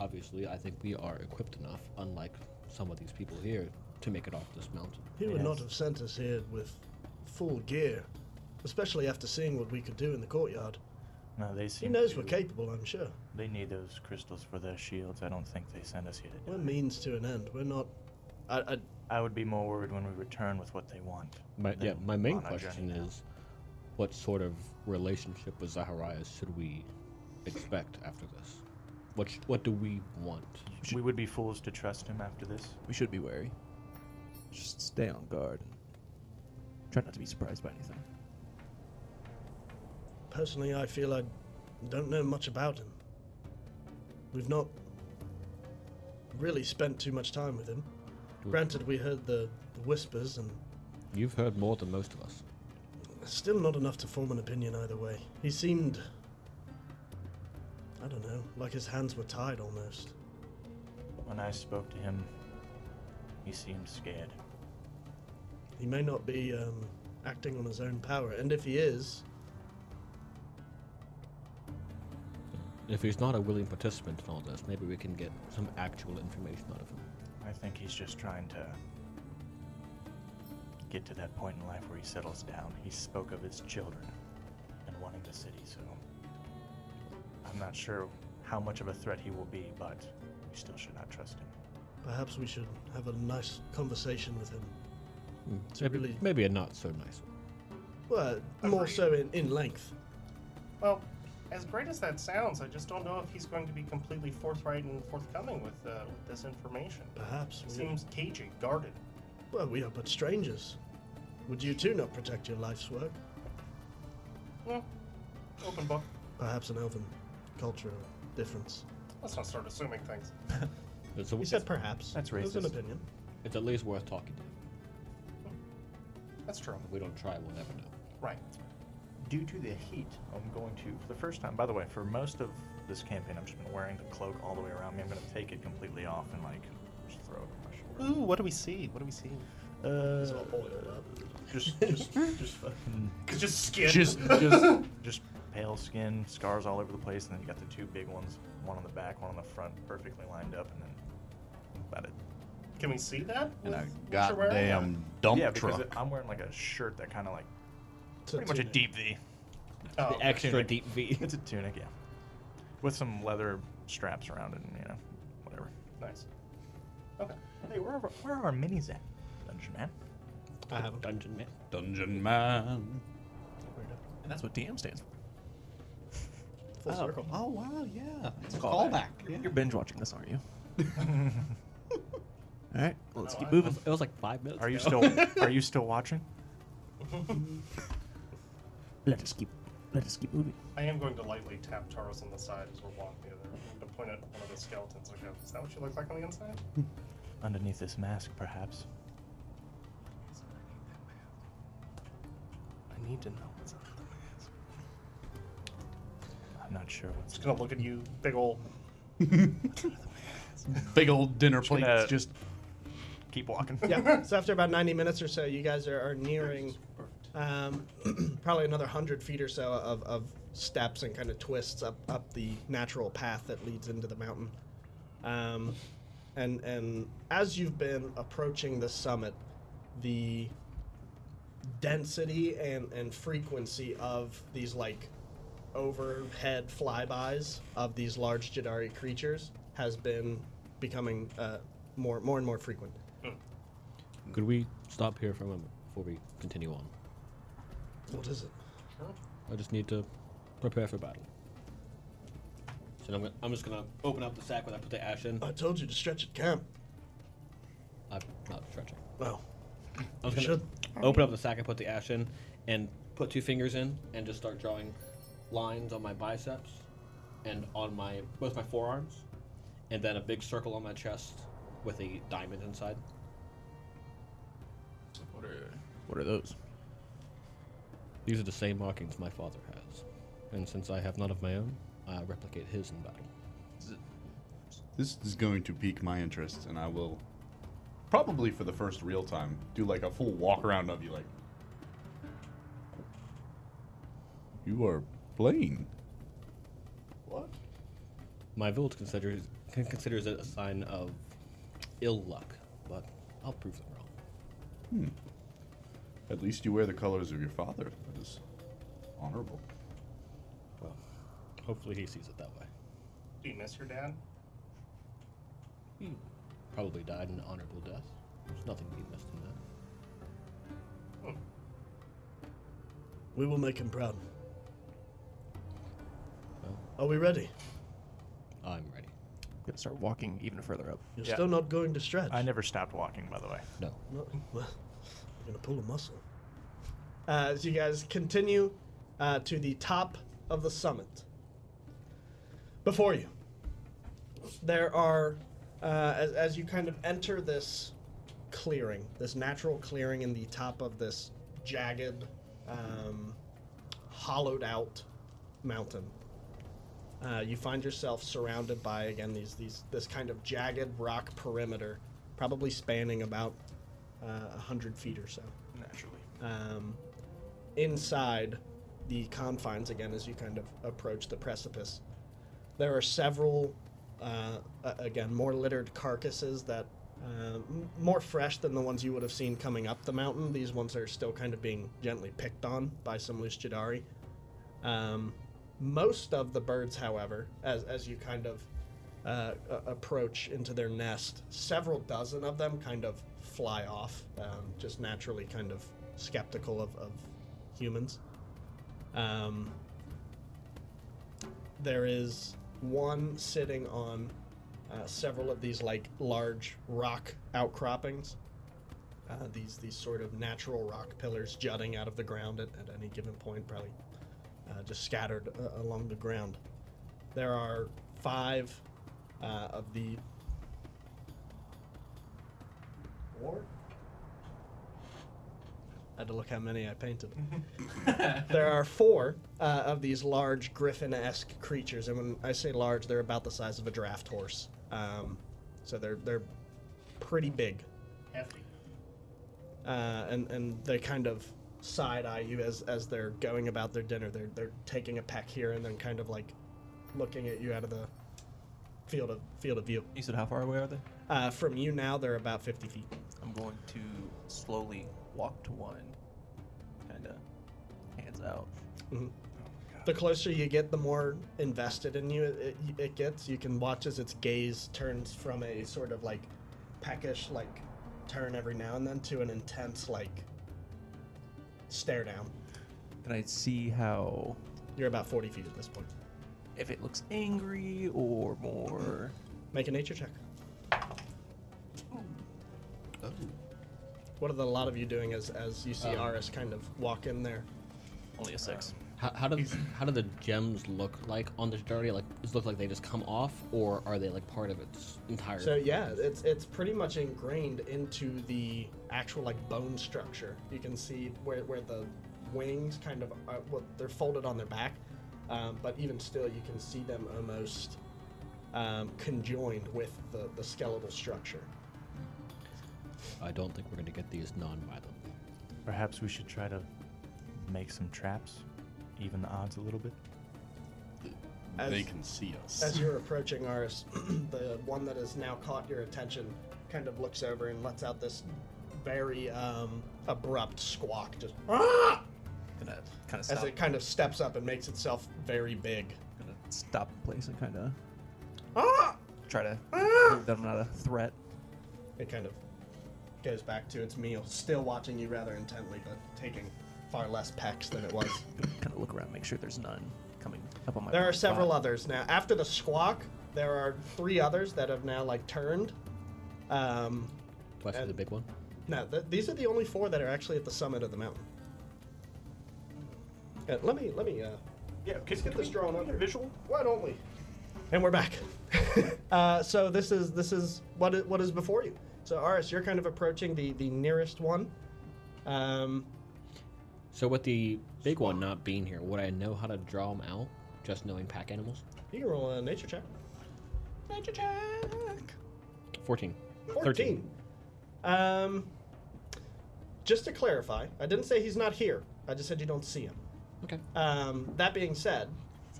Speaker 6: obviously, I think we are equipped enough, unlike some of these people here, to make it off this mountain.
Speaker 1: He would not have sent us here with full gear, especially after seeing what we could do in the courtyard.
Speaker 5: No, they
Speaker 1: He
Speaker 5: seem
Speaker 1: knows
Speaker 5: to-
Speaker 1: we're capable, I'm sure.
Speaker 5: They need those crystals for their shields. I don't think they sent us here to
Speaker 1: We're
Speaker 5: die.
Speaker 1: means to an end. We're not. I, I,
Speaker 5: I would be more worried when we return with what they want.
Speaker 6: My, yeah,
Speaker 5: than
Speaker 6: my main
Speaker 5: on our journey
Speaker 6: question
Speaker 5: now.
Speaker 6: is what sort of relationship with Zacharias should we expect after this? What, sh- what do we want?
Speaker 5: We would be fools to trust him after this.
Speaker 2: We should be wary. Just stay on guard. and Try not to be surprised by anything.
Speaker 1: Personally, I feel I don't know much about him. We've not really spent too much time with him. Granted, we heard the, the whispers, and
Speaker 6: You've heard more than most of us.
Speaker 1: still not enough to form an opinion either way. He seemed. I don't know, like his hands were tied almost.
Speaker 5: When I spoke to him, he seemed scared.
Speaker 1: He may not be um, acting on his own power, and if he is,
Speaker 6: If he's not a willing participant in all this, maybe we can get some actual information out of him.
Speaker 5: I think he's just trying to get to that point in life where he settles down. He spoke of his children and wanting the city, so I'm not sure how much of a threat he will be, but we still should not trust him.
Speaker 1: perhaps we should have a nice conversation with him. So
Speaker 6: Maybe,
Speaker 1: really-
Speaker 6: maybe a not so nice one.
Speaker 1: Well, more so in, in length.
Speaker 7: Well, as great as that sounds, I just don't know if he's going to be completely forthright and forthcoming with, uh, with this information.
Speaker 1: Perhaps.
Speaker 7: He
Speaker 1: we-
Speaker 7: seems cagey, guarded.
Speaker 1: Well, we are but strangers. Would you too not protect your life's work?
Speaker 7: Well, open book.
Speaker 1: Perhaps an elven cultural difference.
Speaker 7: Let's not start assuming things.
Speaker 6: It's, a,
Speaker 1: He said perhaps.
Speaker 5: That's
Speaker 1: It was an
Speaker 5: racist.
Speaker 1: opinion.
Speaker 6: it's at least worth talking to him.
Speaker 7: That's true.
Speaker 6: If we don't try, we'll never know.
Speaker 7: Right.
Speaker 5: Due to the heat, I'm going to, for the first time, by the way, for most of this campaign, I've just been wearing the cloak all the way around me. I'm going to take it completely off and, like, just throw it on my shoulder.
Speaker 7: Ooh, what do we see? What do we see?
Speaker 1: It's
Speaker 5: Uh,
Speaker 1: all oiled up.
Speaker 5: just, just, just fucking
Speaker 7: It's just skin.
Speaker 5: just,
Speaker 2: (laughs)
Speaker 5: just, just pale skin, scars all over the place, and then you got the two big ones, one on the back, one on the front, perfectly lined up, and then about it.
Speaker 7: Can we see that?
Speaker 4: And
Speaker 7: with
Speaker 4: a
Speaker 7: what you're wearing?
Speaker 4: goddamn dump
Speaker 5: yeah, because
Speaker 4: truck.
Speaker 5: it- I'm wearing like a shirt that kind of like
Speaker 1: It's
Speaker 5: pretty much a
Speaker 1: tunic.
Speaker 5: deep V.
Speaker 7: Oh,
Speaker 6: The extra (laughs)
Speaker 5: tunic.
Speaker 6: deep V.
Speaker 5: It's a tunic, yeah, with some leather straps around it, and you know, whatever.
Speaker 7: nice. Okay.
Speaker 5: Hey, where are, where are our minis at, Dungeon Man?
Speaker 1: I haven't.
Speaker 6: Dungeon man.
Speaker 4: Dungeon man.
Speaker 2: And that's what DM stands for.
Speaker 1: Full
Speaker 2: oh.
Speaker 1: circle.
Speaker 2: Oh, wow, yeah. It's a
Speaker 4: Callback. Yeah.
Speaker 2: You're binge watching this, (laughs) aren't you? All right, well, let's
Speaker 7: No,
Speaker 2: keep
Speaker 7: I-
Speaker 2: moving.
Speaker 6: It was like five minutes.
Speaker 5: Are you
Speaker 6: ago.
Speaker 5: still Are you still watching?
Speaker 2: Let us keep. Let us keep moving.
Speaker 7: I am going to lightly tap Taros on the side as we're walking the other. I'm going to point at one of the skeletons and go, "Is that what she looks like on the inside?"
Speaker 5: Underneath this mask, perhaps.
Speaker 7: I need to know what's under the mask.
Speaker 5: I'm not sure what's.
Speaker 7: Just gonna look at you, big old.
Speaker 4: Big old dinner
Speaker 5: gonna-
Speaker 4: plates just
Speaker 5: Keep walking.
Speaker 1: yeah. So after about 90 minutes or so, you guys are, are nearing um, (clears throat) probably another 100 feet or so of, of steps and kind of twists up, up the natural path that leads into the mountain. Um, and, and as you've been approaching the summit, the density and, and frequency of these like overhead flybys of these large Jadari creatures has been becoming uh, more more and more frequent.
Speaker 6: Could we stop here for a moment before we continue on?
Speaker 1: What is it?
Speaker 6: I just need to prepare for battle. So I'm, gonna, I'm just gonna open up the sack when I put the ash in.
Speaker 1: I told you to stretch it, camp.
Speaker 6: I'm not stretching.
Speaker 1: Oh, You
Speaker 6: I'm just gonna open up the sack and put the ash in, and put two fingers in, and just start drawing lines on my biceps, and on my both my forearms, and then a big circle on my chest with a diamond inside.
Speaker 2: What are, what are those?
Speaker 6: These are the same markings my father has, and since I have none of my own, I replicate his in battle.
Speaker 4: This is going to pique my interest, and I will probably for the first real time do like a full walk around of you, like. You are Blaine. What?
Speaker 6: My village considers con- considers it a sign of ill luck, but I'll prove them wrong.
Speaker 4: At least you wear the colors of your father. That is honorable.
Speaker 6: Well, hopefully he sees it that way.
Speaker 7: Do you miss your dad?
Speaker 6: He probably died an honorable death. There's nothing to be missed in that.
Speaker 1: We will make him proud.
Speaker 6: Well.
Speaker 1: Are we ready?
Speaker 6: I'm ready.
Speaker 2: gonna start walking even further up.
Speaker 1: You're
Speaker 5: Yeah.
Speaker 1: still not going to stretch.
Speaker 5: I never stopped walking, by the way.
Speaker 6: No.
Speaker 1: No, well, you're gonna pull a muscle. Uh, as you guys continue uh, to the top of the summit, before you, there are, uh, as, as you kind of enter this clearing, this natural clearing in the top of this jagged, um, hollowed out mountain. Uh, you find yourself surrounded by again these these this kind of jagged rock perimeter, probably spanning about uh, a hundred feet or so.
Speaker 5: Naturally.
Speaker 1: Um, inside the confines, again as you kind of approach the precipice, there are several, uh, a- again more littered carcasses that. Uh, m- more fresh than the ones you would have seen coming up the mountain. These ones are still kind of being gently picked on by some loose Jadari. Um, most of the birds, however, as, as you kind of uh, a- approach into their nest, several dozen of them kind of fly off, um, just naturally kind of skeptical of, of humans. Um, there is one sitting on uh, several of these like large rock outcroppings. Uh, these these sort of natural rock pillars jutting out of the ground at, at any given point, probably uh, just scattered uh, along the ground. There are five uh, of the. Four? I had to look how many I painted. there are four uh, of these large griffin esque creatures, and when I say large, they're about the size of a draft horse. Um, so they're, they're pretty big
Speaker 7: Hefty.
Speaker 1: uh, and and they kind of side eye you as as they're going about their dinner. They're they're taking a peck here and then kind of like looking at you out of the field of field of view.
Speaker 2: You said how far away are they?
Speaker 1: Uh, from you now, they're about fifty feet.
Speaker 2: I'm going to slowly walk to one, kind of hands out.
Speaker 1: The closer you get, the more invested in you it, it, it gets. You can watch as its gaze turns from a sort of like peckish like turn every now and then to an intense like stare down.
Speaker 2: Can I see how
Speaker 1: You're about 40 feet at this point.
Speaker 2: if it looks angry or (clears throat) more?
Speaker 1: Make a nature check.
Speaker 4: Oh.
Speaker 1: What are the, a lot of you doing as, as you see
Speaker 6: Um,
Speaker 1: Aris kind of walk in there?
Speaker 2: Only a six.
Speaker 6: How, how do how do the gems look like on the dirty? Like, does it look like they just come off, or are they like part of its entire?
Speaker 1: So yeah, it's it's pretty much ingrained into the actual like bone structure. You can see where, where the wings kind of are, well, they're folded on their back, um, but even still, you can see them almost um, conjoined with the, the skeletal structure.
Speaker 6: I don't think we're gonna get these non-violent.
Speaker 5: Perhaps we should try to make some traps, even the odds a little bit.
Speaker 1: As-
Speaker 4: they can see us.
Speaker 1: As you're approaching Aris, (clears throat) the one that has now caught your attention kind of looks over and lets out this very um, abrupt squawk, just "Ah!"
Speaker 2: Gonna kind of
Speaker 1: as
Speaker 2: stop.
Speaker 1: it kind of steps up and makes itself very big.
Speaker 2: Gonna stop in place and kind of
Speaker 1: Ah!
Speaker 2: try to prove that I'm not a threat.
Speaker 1: It kind of goes back to its meal, still watching you rather intently, but taking far less pecks than it was.
Speaker 2: Kind of look around, make sure there's none coming up on my.
Speaker 1: there are
Speaker 2: blind
Speaker 1: several
Speaker 2: spot.
Speaker 1: others now. After the squawk, there are three others that have now like turned. Um,
Speaker 6: Do I see
Speaker 1: And-
Speaker 6: the big one?
Speaker 1: No, th- these are the only four that are actually at the summit of the mountain. Uh, let me, let me, uh,
Speaker 7: Yeah,
Speaker 1: let's get this drawn up. here.
Speaker 7: Visual?
Speaker 1: Why don't we? And we're back. (laughs) uh, so this is this is what is, what is before you. So Aris, you're kind of approaching the the nearest one. Um,
Speaker 6: So with the big one not being here, would I know how to draw them out? Just knowing pack animals.
Speaker 1: you can roll a nature check. Nature check.
Speaker 6: 14.
Speaker 1: 14. Um, just to clarify, I didn't say he's not here. I just said you don't see him.
Speaker 6: Okay.
Speaker 1: Um, that being said,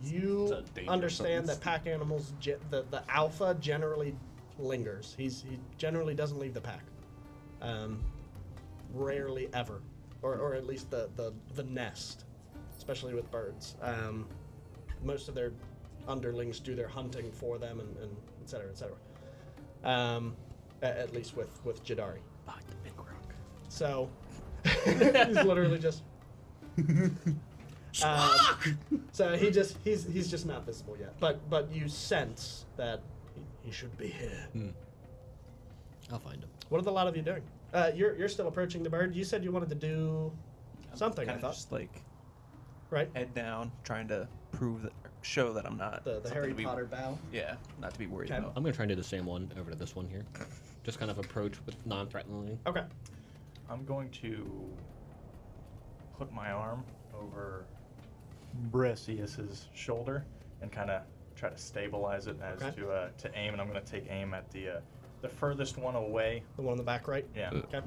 Speaker 1: you
Speaker 4: a dangerous
Speaker 1: understand that
Speaker 4: sentence.
Speaker 1: pack animals, ge- the, the alpha generally lingers. He's, he generally doesn't leave the pack. Um, rarely ever. Or, or at least the, the, the nest, especially with birds. Um, most of their underlings do their hunting for them and, and et cetera, et cetera. Um, a- at least with, with Jadari.
Speaker 6: Behind the big rock.
Speaker 1: So (laughs) he's literally just. Um, so he just he's he's just not visible yet, but but you sense that he- he should be here.
Speaker 6: I'll find them.
Speaker 1: What are the lot of you doing? Uh, you're you're still approaching the bird. You said you wanted to do something. I
Speaker 2: Kinda
Speaker 1: thought
Speaker 2: Just like
Speaker 1: right.
Speaker 2: head down, trying to prove that, show that I'm not
Speaker 1: The the
Speaker 2: something
Speaker 1: Harry
Speaker 2: to be-
Speaker 1: Potter bow.
Speaker 2: Yeah, not to be worried
Speaker 1: Okay.
Speaker 2: about.
Speaker 6: I'm gonna try and do the same one over to this one here. Just kind of approach with non-threateningly.
Speaker 1: Okay.
Speaker 5: I'm going to put my arm over Brasius's shoulder and kind of try to stabilize it as
Speaker 1: Okay.
Speaker 5: to uh, to aim, and I'm going to take aim at the uh, the furthest one away.
Speaker 1: The one on the back right.
Speaker 5: Yeah,
Speaker 1: Okay.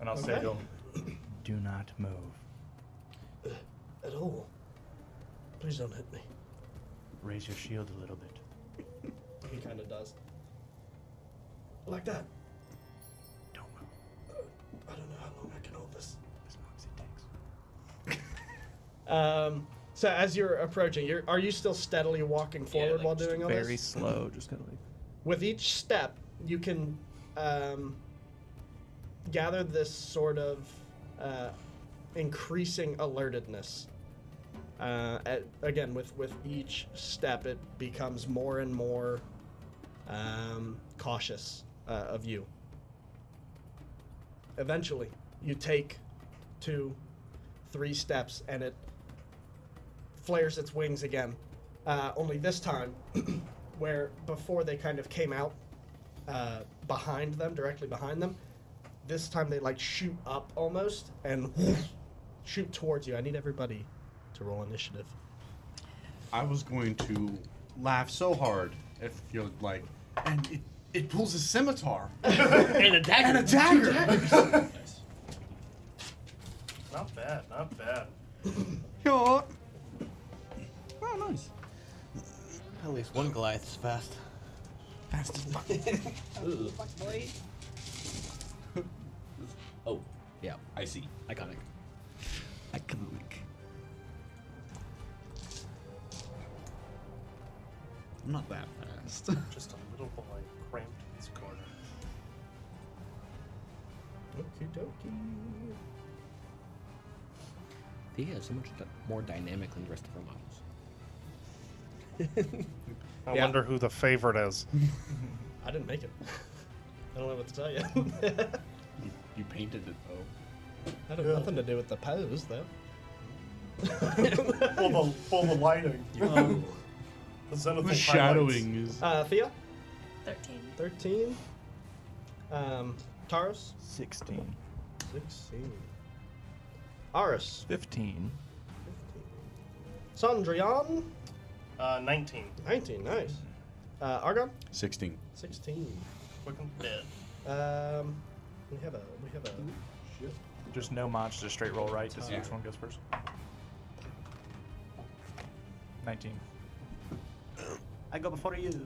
Speaker 5: and I'll say to
Speaker 1: Okay.
Speaker 5: him, (clears throat) "Do not move."
Speaker 1: At all. Please don't hit me.
Speaker 5: Raise your shield a little bit.
Speaker 1: He kind of does. Like that.
Speaker 5: Don't move
Speaker 1: I don't know how long I can hold this.
Speaker 5: as long as it takes.
Speaker 1: Um, so as you're approaching, you're, are you still steadily walking forward
Speaker 2: like,
Speaker 1: while
Speaker 2: just
Speaker 1: doing all
Speaker 2: very
Speaker 1: this?
Speaker 2: slow, just kind of like
Speaker 1: With each step, you can um, gather this sort of uh, increasing alertedness. Uh, at, again, with, with each step, it becomes more and more um, cautious uh, of you. Eventually, you take two, three steps, and it flares its wings again. Uh, only this time, (clears throat) where before they kind of came out uh, behind them, directly behind them, this time they like shoot up almost and (sniffs) shoot towards you. I need everybody to roll initiative.
Speaker 4: I was going to laugh so hard if you're like, and it, it pulls a scimitar
Speaker 6: And a
Speaker 4: (laughs) and
Speaker 6: dagger.
Speaker 4: a dagger.
Speaker 7: Not bad, not bad.
Speaker 4: Yo. Oh, nice.
Speaker 6: At least one Goliath is fast.
Speaker 4: Fast as
Speaker 6: (laughs)
Speaker 4: fuck. (laughs)
Speaker 6: Oh, yeah,
Speaker 4: I see.
Speaker 6: iconic.
Speaker 4: Iconic. I'm not that fast. (laughs)
Speaker 7: Just a little boy cramped in his corner.
Speaker 1: Okie dokie.
Speaker 6: He is so much d- more dynamic than the rest of our models.
Speaker 7: I
Speaker 1: Yeah.
Speaker 7: wonder who the favorite is.
Speaker 1: I didn't make it. (laughs) I don't know what to tell you. (laughs)
Speaker 4: You painted it though.
Speaker 1: That had nothing to do with the pose, though.
Speaker 7: Pull the, pull the lighting.
Speaker 1: Um,
Speaker 7: The zenithal
Speaker 4: The
Speaker 7: highlights.
Speaker 4: shadowing is.
Speaker 1: (laughs) uh, Thea,
Speaker 3: 13.
Speaker 1: 13. Um, Taurus,
Speaker 5: 16.
Speaker 1: 16. Aris,
Speaker 5: 15.
Speaker 1: 15. Sandrian,
Speaker 7: Uh, 19.
Speaker 1: 19. Nice. Uh, Argon,
Speaker 4: 16.
Speaker 1: 16.
Speaker 7: Quick and dead.
Speaker 1: Um, we have a we have a
Speaker 5: Just no mods, just straight roll right to see
Speaker 4: Yeah.
Speaker 5: which one goes first. 19. I go before you.
Speaker 6: This is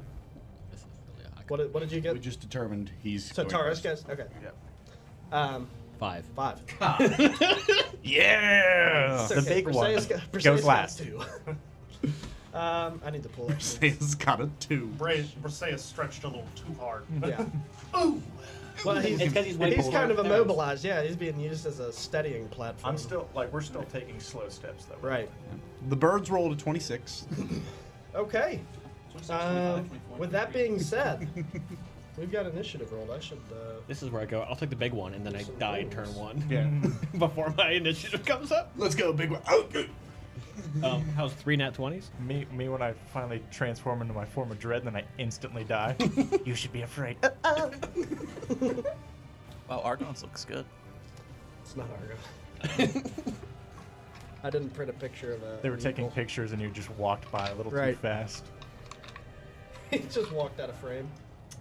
Speaker 6: really high.
Speaker 1: what did, what did you
Speaker 4: We
Speaker 1: get?
Speaker 4: just determined he's.
Speaker 1: So
Speaker 4: going
Speaker 1: Taurus guess
Speaker 4: first.
Speaker 1: okay.
Speaker 5: Yep.
Speaker 1: Um,
Speaker 6: Five.
Speaker 5: (laughs)
Speaker 1: five.
Speaker 5: Yeah!
Speaker 4: (laughs)
Speaker 5: The
Speaker 1: Okay,
Speaker 5: big one
Speaker 1: Perseus got- Perseus
Speaker 5: goes
Speaker 1: got
Speaker 5: last.
Speaker 1: two. (laughs) um, I need to pull. up.
Speaker 4: Says got a two.
Speaker 7: Bray, Briseis stretched a little too hard.
Speaker 1: Yeah.
Speaker 5: (laughs)
Speaker 7: Ooh!
Speaker 1: Well, he's,
Speaker 6: It's 'cause he's way
Speaker 1: he's
Speaker 6: bolder.
Speaker 1: kind of
Speaker 6: There it is.
Speaker 1: immobilized. Yeah, he's being used as a steadying platform.
Speaker 5: I'm still, like, we're still taking slow steps, though.
Speaker 1: right.
Speaker 4: The birds rolled a 26.
Speaker 1: Okay. Um, with that being said,
Speaker 2: (laughs)
Speaker 1: we've got initiative rolled. I should. Uh,
Speaker 6: This is where I go. I'll take the big one, and then I
Speaker 1: Some
Speaker 6: die in
Speaker 1: rolls.
Speaker 6: turn one
Speaker 4: yeah.
Speaker 6: (laughs) before my initiative comes up.
Speaker 4: Let's go, big one. Oh, good.
Speaker 6: Um, how's three nat twenties?
Speaker 5: Me, me when I finally transform into my form of dread, then I instantly die. you should be afraid.
Speaker 2: Wow, Argonauts looks good.
Speaker 1: it's not Argo.
Speaker 2: (laughs)
Speaker 1: I didn't print a picture of a.
Speaker 5: They were
Speaker 1: an
Speaker 5: taking
Speaker 1: eagle.
Speaker 5: pictures, and you just walked by a little
Speaker 1: Right.
Speaker 5: too fast.
Speaker 1: (laughs) he just walked out of frame.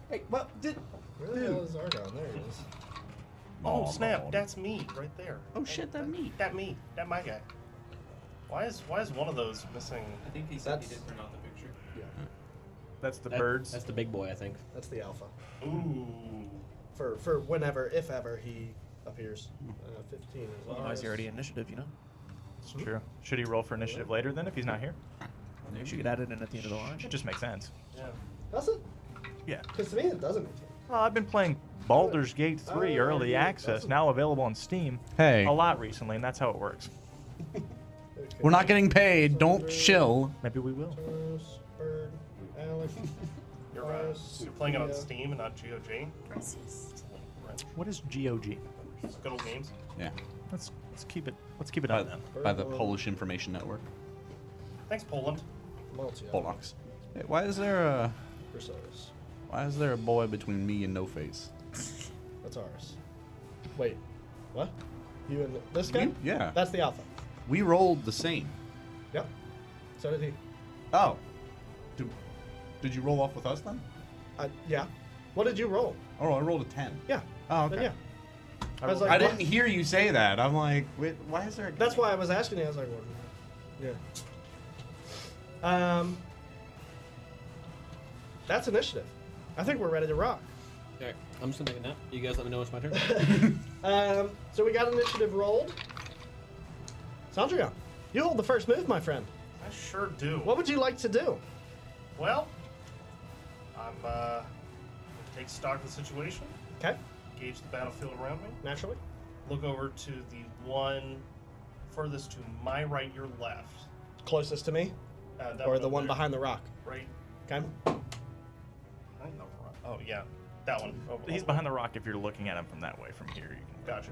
Speaker 2: Hey, well, did
Speaker 1: Where the hell is Argon? There he is.
Speaker 7: Oh, snap. That's me right there.
Speaker 2: oh shit, that me.
Speaker 7: That me. That my guy. Why is why is one of those missing?
Speaker 8: I think he said
Speaker 1: That's-
Speaker 8: he did print out the picture.
Speaker 5: That's the birds.
Speaker 6: That's the big boy, I think.
Speaker 1: That's the alpha.
Speaker 7: Ooh.
Speaker 1: For for whenever, if ever, he appears.
Speaker 5: Hmm.
Speaker 1: Uh, Fifteen is.
Speaker 2: Otherwise,
Speaker 1: ours.
Speaker 2: you're already initiative, you know.
Speaker 5: That's true. Should he roll for initiative later then if he's not here?
Speaker 2: You should get added in at the end of the line.
Speaker 5: It just makes sense.
Speaker 7: Yeah.
Speaker 1: Does it?
Speaker 5: Yeah.
Speaker 1: Because to me, it doesn't. make sense.
Speaker 5: Well, I've been playing Baldur's Gate 3
Speaker 1: Oh,
Speaker 5: early
Speaker 1: yeah,
Speaker 5: access,
Speaker 1: that's-
Speaker 5: now available on Steam,
Speaker 2: Hey,
Speaker 5: a lot recently, and that's how it works.
Speaker 1: Okay.
Speaker 4: We're not getting paid. Don't chill.
Speaker 5: Maybe we will.
Speaker 1: Taurus, Bird, Alex.
Speaker 5: (laughs)
Speaker 7: You're, uh,
Speaker 1: Taurus,
Speaker 7: you're playing it on
Speaker 1: Thea.
Speaker 7: Steam and not GOG.
Speaker 3: Perseus.
Speaker 5: What is GOG?
Speaker 7: It's good old games.
Speaker 4: Yeah.
Speaker 5: Let's let's keep it let's keep it on them.
Speaker 4: by the Polish Information Network.
Speaker 7: Thanks, Poland.
Speaker 1: Multi.
Speaker 4: Bollocks. Hey, why is there a
Speaker 1: Perseus.
Speaker 4: why is there a boy between me and No Face?
Speaker 1: That's ours. Wait, what? You and this guy?
Speaker 4: You- yeah.
Speaker 1: That's the alpha.
Speaker 4: We rolled the same.
Speaker 1: Yep. So did he.
Speaker 4: Oh. Did, did you roll off with us then?
Speaker 1: Uh, yeah. What did you roll?
Speaker 4: Oh, I rolled a ten.
Speaker 1: Yeah.
Speaker 4: Oh,
Speaker 1: Then
Speaker 4: okay.
Speaker 1: yeah. I was
Speaker 5: rolled-
Speaker 1: like,
Speaker 4: I
Speaker 1: what?
Speaker 4: didn't hear you say that. I'm like, wait, why is there? A
Speaker 1: That's why I was asking. you. I was like, what? Yeah. Um. That's initiative. I think we're ready to rock.
Speaker 6: All right, I'm just gonna take a nap. You guys, let me know when it's my turn.
Speaker 1: Um. So we got initiative rolled. Sandria, you hold the first move, my friend.
Speaker 7: I sure do.
Speaker 1: What would you like to do?
Speaker 7: Well, I'm uh, take stock of the situation,
Speaker 1: Okay.
Speaker 7: gauge the battlefield around me,
Speaker 1: Naturally.
Speaker 7: look over to the one furthest to my right, your left,
Speaker 1: Closest to me,
Speaker 7: uh, that
Speaker 1: or
Speaker 7: up
Speaker 1: the one
Speaker 7: there,
Speaker 1: behind the rock.
Speaker 7: Right.
Speaker 1: Okay.
Speaker 7: I don't know where I- Oh yeah, that one. Over
Speaker 5: He's behind the rock if you're looking at him from that way from here. You can
Speaker 7: Gotcha.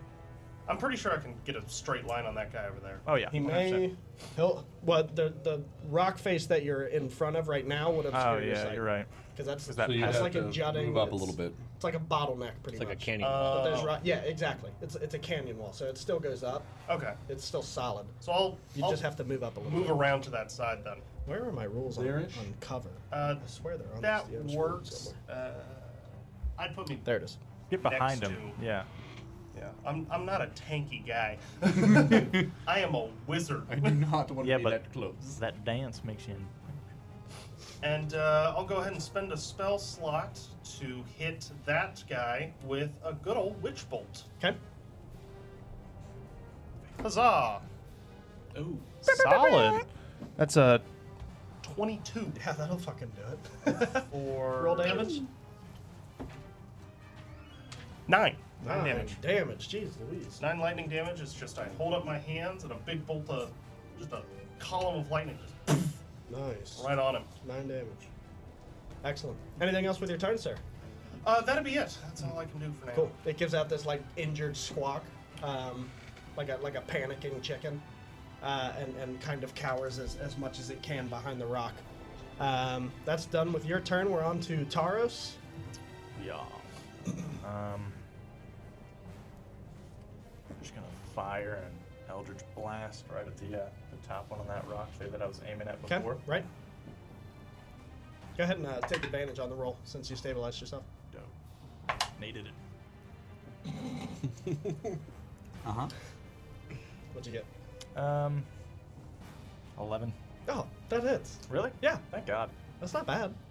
Speaker 7: I'm pretty sure I can get a straight line on that guy over there.
Speaker 5: Oh yeah.
Speaker 1: He
Speaker 5: 100%.
Speaker 1: may. He'll. Well, the the rock face that you're in front of right now would obscure
Speaker 5: Oh
Speaker 1: your
Speaker 5: yeah,
Speaker 1: sight.
Speaker 5: you're right.
Speaker 1: Because that's
Speaker 5: Is that So you'd
Speaker 1: that's
Speaker 5: have
Speaker 1: like a jutting.
Speaker 4: move up a
Speaker 1: it's-
Speaker 4: little bit.
Speaker 1: It's like a bottleneck, pretty
Speaker 6: It's like a
Speaker 1: much.
Speaker 6: canyon.
Speaker 1: But there's
Speaker 7: Oh,
Speaker 1: ro- yeah, exactly. It's it's a canyon wall, so it still goes up.
Speaker 7: Okay.
Speaker 1: It's still solid.
Speaker 7: So I'll,
Speaker 1: You
Speaker 7: I'll
Speaker 1: just have to move up a little.
Speaker 7: Oh. move
Speaker 1: bit.
Speaker 7: around to that side then.
Speaker 1: Where are my rules on,
Speaker 4: There-ish?
Speaker 1: on cover?
Speaker 7: Uh,
Speaker 1: I swear they're on
Speaker 7: that
Speaker 1: this damn screen
Speaker 7: works.
Speaker 1: somewhere.
Speaker 7: Uh, I'd put me
Speaker 1: There it is.
Speaker 5: Get behind
Speaker 7: Next
Speaker 5: him.
Speaker 7: to-
Speaker 5: Yeah.
Speaker 4: Yeah.
Speaker 7: I'm, I'm not a tanky
Speaker 5: (laughs)
Speaker 7: guy. I am a wizard.
Speaker 4: I do (laughs) not want to
Speaker 5: Yeah,
Speaker 4: be
Speaker 5: but-
Speaker 4: that close.
Speaker 5: That dance makes you.
Speaker 7: And uh, I'll go ahead and spend a spell slot to hit that guy with a good old witch bolt.
Speaker 1: Okay.
Speaker 7: Huzzah!
Speaker 6: Ooh.
Speaker 5: Solid. That's a
Speaker 7: 22
Speaker 1: Yeah, that'll fucking (laughs) do it.
Speaker 7: for
Speaker 1: Roll damage.
Speaker 7: Nine. Nine damage.
Speaker 1: Damage, jeez Louise.
Speaker 7: It's nine lightning damage. It's just I hold up my hands and a big bolt of just a column of lightning just (laughs)
Speaker 1: Nice.
Speaker 7: right on him.
Speaker 1: Nine damage. Excellent. Anything else with your turn, sir?
Speaker 7: Uh, that'd be it. That's all I can do for now.
Speaker 1: Cool. It gives out this like injured squawk, um, like a like a panicking chicken, uh, and and kind of cowers as, as much as it can behind the rock. Um, that's done with your turn. We're on to Taros.
Speaker 5: Yeah. Um. I'm just gonna fire an Eldritch Blast right at the uh, the top one on that rock there that I was aiming at
Speaker 1: Okay.
Speaker 5: before.
Speaker 1: Right. Go ahead and uh, take advantage on the roll since you stabilized yourself.
Speaker 5: Dope. Needed it.
Speaker 4: Uh huh.
Speaker 1: What'd you get?
Speaker 5: Um, 11.
Speaker 1: Oh, that hits.
Speaker 5: Really?
Speaker 1: Yeah,
Speaker 5: Thank God.
Speaker 1: that's not bad.
Speaker 6: (laughs)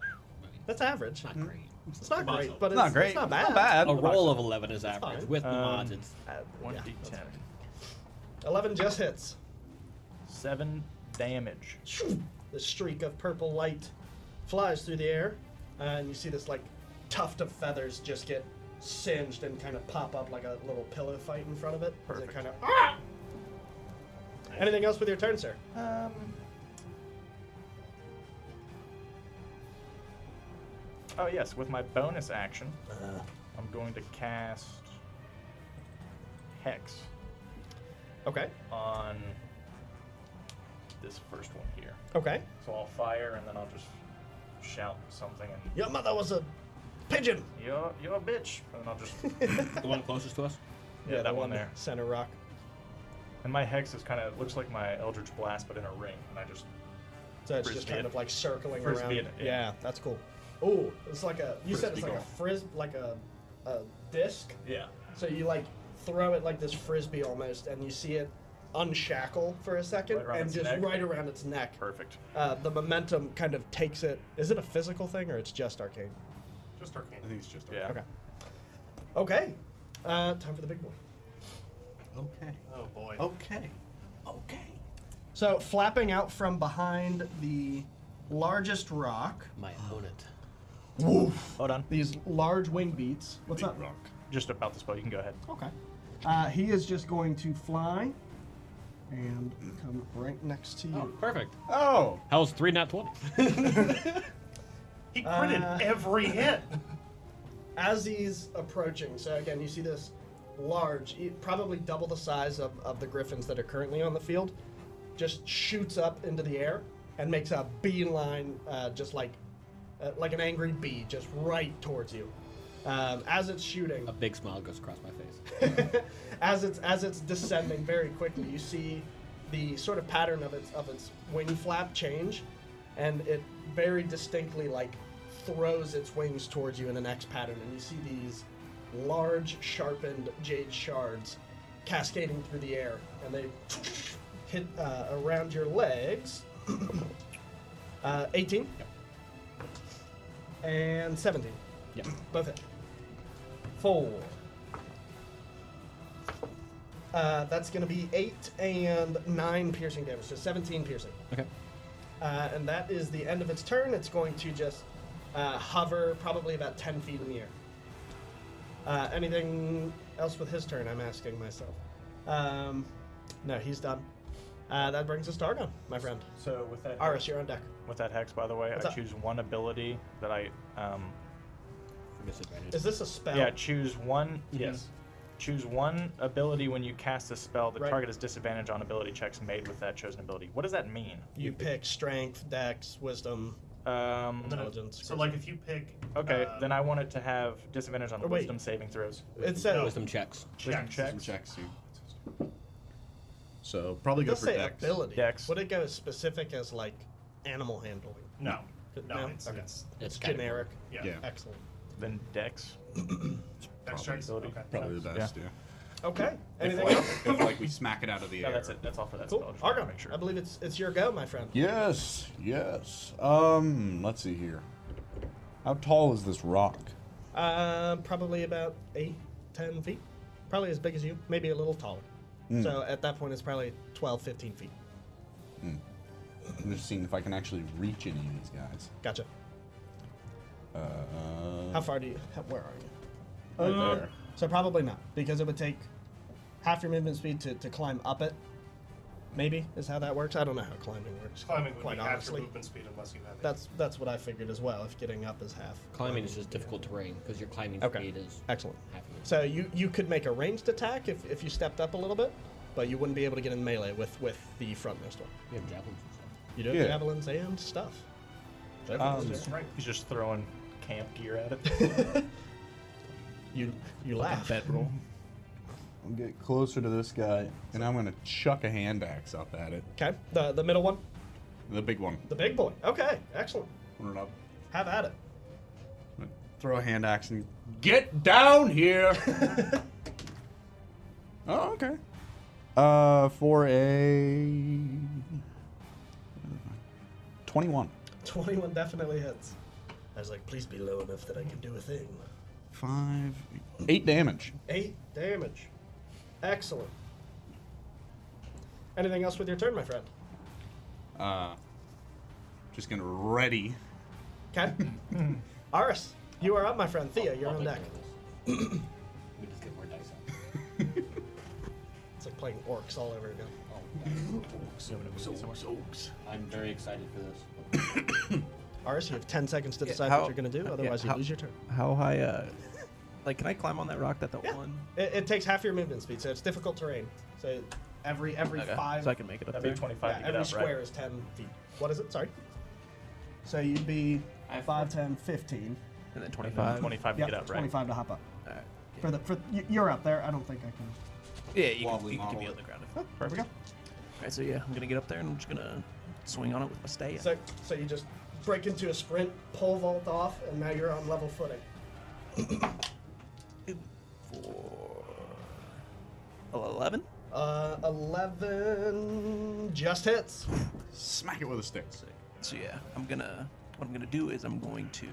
Speaker 1: That's average.
Speaker 6: Not great.
Speaker 1: It's not great,
Speaker 6: Muscle.
Speaker 1: but it's,
Speaker 4: Not great.
Speaker 1: It's hmm. not bad.
Speaker 4: Not bad.
Speaker 5: Oh.
Speaker 6: A roll of 11 is
Speaker 1: fine.
Speaker 6: average. With the
Speaker 5: Um,
Speaker 6: mods, it's
Speaker 1: Uh,
Speaker 5: One
Speaker 1: yeah.
Speaker 5: d ten.
Speaker 1: Eleven just hits.
Speaker 5: Seven damage.
Speaker 1: The streak of purple light flies through the air, uh, and you see this like tuft of feathers just get singed and kind of pop up like a little pillow fight in front of it. As It
Speaker 5: Perfect.
Speaker 1: kind of. Ah! Anything else with your turn, sir?
Speaker 5: Um. Oh yes, with my bonus action, I'm going to cast hex
Speaker 1: Okay.
Speaker 5: on this first one here.
Speaker 1: Okay.
Speaker 5: So I'll fire and then I'll just shout something and
Speaker 1: Your mother was a pigeon.
Speaker 5: you're you're a bitch, and then I'll (laughs) just
Speaker 6: the one closest to us.
Speaker 5: yeah,
Speaker 1: the
Speaker 5: that one there.
Speaker 1: Center rock.
Speaker 5: And my hex is kind of looks like my Eldritch Blast, but in a ring, and I just
Speaker 1: So it's just
Speaker 5: Frisbee
Speaker 1: kind
Speaker 5: it.
Speaker 1: of like circling
Speaker 5: Frisbee
Speaker 1: around.
Speaker 5: it,
Speaker 1: yeah.
Speaker 5: yeah.
Speaker 1: that's cool. Oh, it's like a. You said it's
Speaker 5: Frisbee
Speaker 1: like a
Speaker 5: golf.
Speaker 1: fris, like a, a disc.
Speaker 5: yeah.
Speaker 1: So you like throw it like this frisbee almost, and you see it unshackle for a second,
Speaker 5: Right around
Speaker 1: and
Speaker 5: its
Speaker 1: just
Speaker 5: neck?
Speaker 1: right around its neck.
Speaker 5: Perfect.
Speaker 1: Uh, the momentum kind of takes it. Is it a physical thing or it's just arcane?
Speaker 7: Just arcane.
Speaker 4: I think it's just.
Speaker 5: Yeah.
Speaker 1: Okay. Okay. Uh, time for the big boy.
Speaker 2: Okay.
Speaker 7: Oh boy.
Speaker 2: Okay. Okay.
Speaker 1: So flapping out from behind the largest rock,
Speaker 6: My opponent.
Speaker 5: Hold on.
Speaker 1: these large wing beats. What's
Speaker 4: Big
Speaker 1: up?
Speaker 4: rock.
Speaker 5: Just about the spell. You can go ahead.
Speaker 1: Okay. Uh, he is just going to fly and come right next to
Speaker 6: Oh,
Speaker 1: you.
Speaker 6: perfect.
Speaker 4: Oh.
Speaker 6: How's three not 20?
Speaker 7: He critted
Speaker 1: Uh, (laughs)
Speaker 7: every hit.
Speaker 1: As he's approaching, so again, you see this large, e- probably double the size of, of the griffins that are currently on the field, just shoots up into the air and makes a beeline, uh, just like uh, like an angry bee, just right towards you. Um, as it's shooting,
Speaker 6: (laughs) a big smile goes across my (laughs) face.
Speaker 1: as it's as it's descending very quickly, you see the sort of pattern of its of its wing flap change, and it very distinctly like throws its wings towards you in an X pattern, and you see these large sharpened jade shards cascading through the air, and they hit uh, around your legs. (coughs) uh, 18 and 17,
Speaker 6: Yeah.
Speaker 1: both hit. Four. Uh, that's going to be 8 and 9 piercing damage, so 17 piercing.
Speaker 6: Okay.
Speaker 1: Uh, and that is the end of its turn. It's going to just uh, hover probably about 10 feet in the air. Uh, anything else with his turn, I'm asking myself. Um, no, he's done. Uh, that brings us to Argon, my friend.
Speaker 5: So with that
Speaker 1: Aris, you're on deck.
Speaker 5: with that hex, by the way,
Speaker 1: What's
Speaker 5: I
Speaker 1: up?
Speaker 5: choose one ability that I um
Speaker 6: For disadvantage.
Speaker 1: Is this a spell?
Speaker 5: yeah choose one
Speaker 1: Yes.
Speaker 5: choose one ability when you cast a spell. The
Speaker 1: Right.
Speaker 5: target is disadvantage on ability checks made with that chosen ability. What does that mean?
Speaker 1: You pick strength, dex, wisdom.
Speaker 5: Um.
Speaker 7: Then if-
Speaker 1: Intelligence.
Speaker 7: So like if you pick.
Speaker 5: Okay,
Speaker 7: uh,
Speaker 5: then I want it to have disadvantage on
Speaker 1: Oh, wait.
Speaker 5: wisdom saving throws.
Speaker 1: It says
Speaker 6: Wisdom checks.
Speaker 5: Wisdom
Speaker 7: Checks.
Speaker 4: Some
Speaker 5: checks.
Speaker 4: checks too. So probably
Speaker 1: it
Speaker 4: go
Speaker 1: does
Speaker 4: for
Speaker 1: say
Speaker 4: dex.
Speaker 1: ability.
Speaker 5: Dex.
Speaker 1: Would it go as specific as like animal handling?
Speaker 7: No. No.
Speaker 1: No?
Speaker 7: It's,
Speaker 1: Okay.
Speaker 7: it's
Speaker 1: It's
Speaker 6: kinda-
Speaker 1: generic.
Speaker 7: yeah.
Speaker 4: Yeah.
Speaker 1: Excellent.
Speaker 5: Then dex.
Speaker 7: Next
Speaker 4: Probably
Speaker 7: checks.
Speaker 5: ability.
Speaker 7: Okay.
Speaker 4: Probably the best. Yeah.
Speaker 1: Okay. Anything
Speaker 5: like-
Speaker 1: else? Oh,
Speaker 4: If, like we smack it out of the
Speaker 1: (laughs)
Speaker 5: No,
Speaker 4: air.
Speaker 5: that's it. That's all for that spell.
Speaker 1: Cool.
Speaker 5: Just wanted to
Speaker 1: Argo,
Speaker 5: make sure.
Speaker 1: I believe it's it's your go, my friend.
Speaker 4: Yes. Yes. Um. Let's see here. How tall is this rock?
Speaker 1: Uh, probably about eight, ten feet. Probably as big as you, maybe a little taller.
Speaker 5: Hmm.
Speaker 1: So at that point, it's probably 12, 15 feet.
Speaker 4: I'm just seeing if I can actually reach any of these guys.
Speaker 1: Gotcha.
Speaker 4: Uh,
Speaker 5: Uh,
Speaker 1: How far do you? How, where are you? Uh,
Speaker 4: right there.
Speaker 1: So probably not, because it would take half your movement speed to, to climb up it. Maybe is how that works. I don't know how climbing works.
Speaker 7: Climbing would
Speaker 1: quite
Speaker 7: be half your
Speaker 1: honestly.
Speaker 7: movement speed unless you have it.
Speaker 1: That's that's what I figured as well. If getting up is half.
Speaker 6: Climbing is just difficult terrain because your climbing
Speaker 1: Okay.
Speaker 6: speed is
Speaker 1: Excellent.
Speaker 6: half of it.
Speaker 1: So you you could make a ranged attack if, if you stepped up a little bit, but you wouldn't be able to get in melee with with the frontmost one.
Speaker 6: You have javelins and stuff.
Speaker 1: You do have
Speaker 4: Yeah.
Speaker 1: javelins and stuff.
Speaker 7: That's
Speaker 1: Javelins
Speaker 7: just
Speaker 1: there.
Speaker 7: right.
Speaker 5: He's just throwing camp gear at
Speaker 1: (laughs)
Speaker 5: it.
Speaker 1: you you laugh.
Speaker 2: bedroll.
Speaker 4: I'll get closer to this guy, and I'm gonna chuck a hand axe up at it.
Speaker 1: Okay. The the middle one,
Speaker 4: The big one.
Speaker 1: the big boy. Okay. Excellent.
Speaker 4: Run up.
Speaker 1: Have at it.
Speaker 4: I'm gonna Throw a hand axe and get down here. (laughs) oh, okay. Uh, for a twenty-one.
Speaker 1: 21 definitely hits. I was like, please be low enough that I can do a thing.
Speaker 4: Five, eight damage.
Speaker 1: Eight damage. Excellent. Anything else with your turn, my friend?
Speaker 4: Uh, just gonna ready.
Speaker 1: Okay. (laughs) Aris, you are up, my friend. Thea, you're
Speaker 6: I'll
Speaker 1: on
Speaker 6: take
Speaker 1: deck.
Speaker 6: care of this. (clears throat) we just get more dice out.
Speaker 1: It's like playing orcs all over again.
Speaker 6: I'm very excited for this.
Speaker 1: Aris, you have 10 seconds to
Speaker 2: Yeah,
Speaker 1: decide
Speaker 2: how-
Speaker 1: what you're going to do,
Speaker 2: uh, yeah,
Speaker 1: otherwise,
Speaker 2: how-
Speaker 1: you lose your turn.
Speaker 2: How high? Uh, like, can I climb on that rock? That the
Speaker 1: Yeah.
Speaker 2: one.
Speaker 1: It, it takes half your movement speed, so it's difficult terrain. So every every
Speaker 2: Okay,
Speaker 1: five.
Speaker 2: So I can make it up
Speaker 5: That'd be
Speaker 2: there.
Speaker 5: 25
Speaker 1: yeah,
Speaker 5: to get
Speaker 1: every
Speaker 5: up,
Speaker 1: square
Speaker 5: right?
Speaker 1: is 10 feet. What is it? Sorry. So you'd be
Speaker 6: I have
Speaker 1: 5, 10, 15.
Speaker 2: And then
Speaker 5: And
Speaker 2: 25.
Speaker 5: then 25 to
Speaker 1: Yep,
Speaker 5: get up, right?
Speaker 1: 25 to hop up.
Speaker 2: All right.
Speaker 1: For the for y- you're up there. I don't think I can.
Speaker 2: Yeah, you can,
Speaker 4: Wobbly
Speaker 2: you can
Speaker 4: model
Speaker 2: be
Speaker 4: it.
Speaker 2: on the ground.
Speaker 1: Oh, there we go.
Speaker 2: All right, so yeah, I'm gonna get up there and I'm just gonna swing on it with my stay.
Speaker 1: So so you just break into a sprint, pole vault off, and now you're on level footing.
Speaker 2: for eleven.
Speaker 1: Uh, eleven just hits.
Speaker 4: Smack it with a stick.
Speaker 2: So yeah, I'm gonna. What I'm gonna do is I'm going to,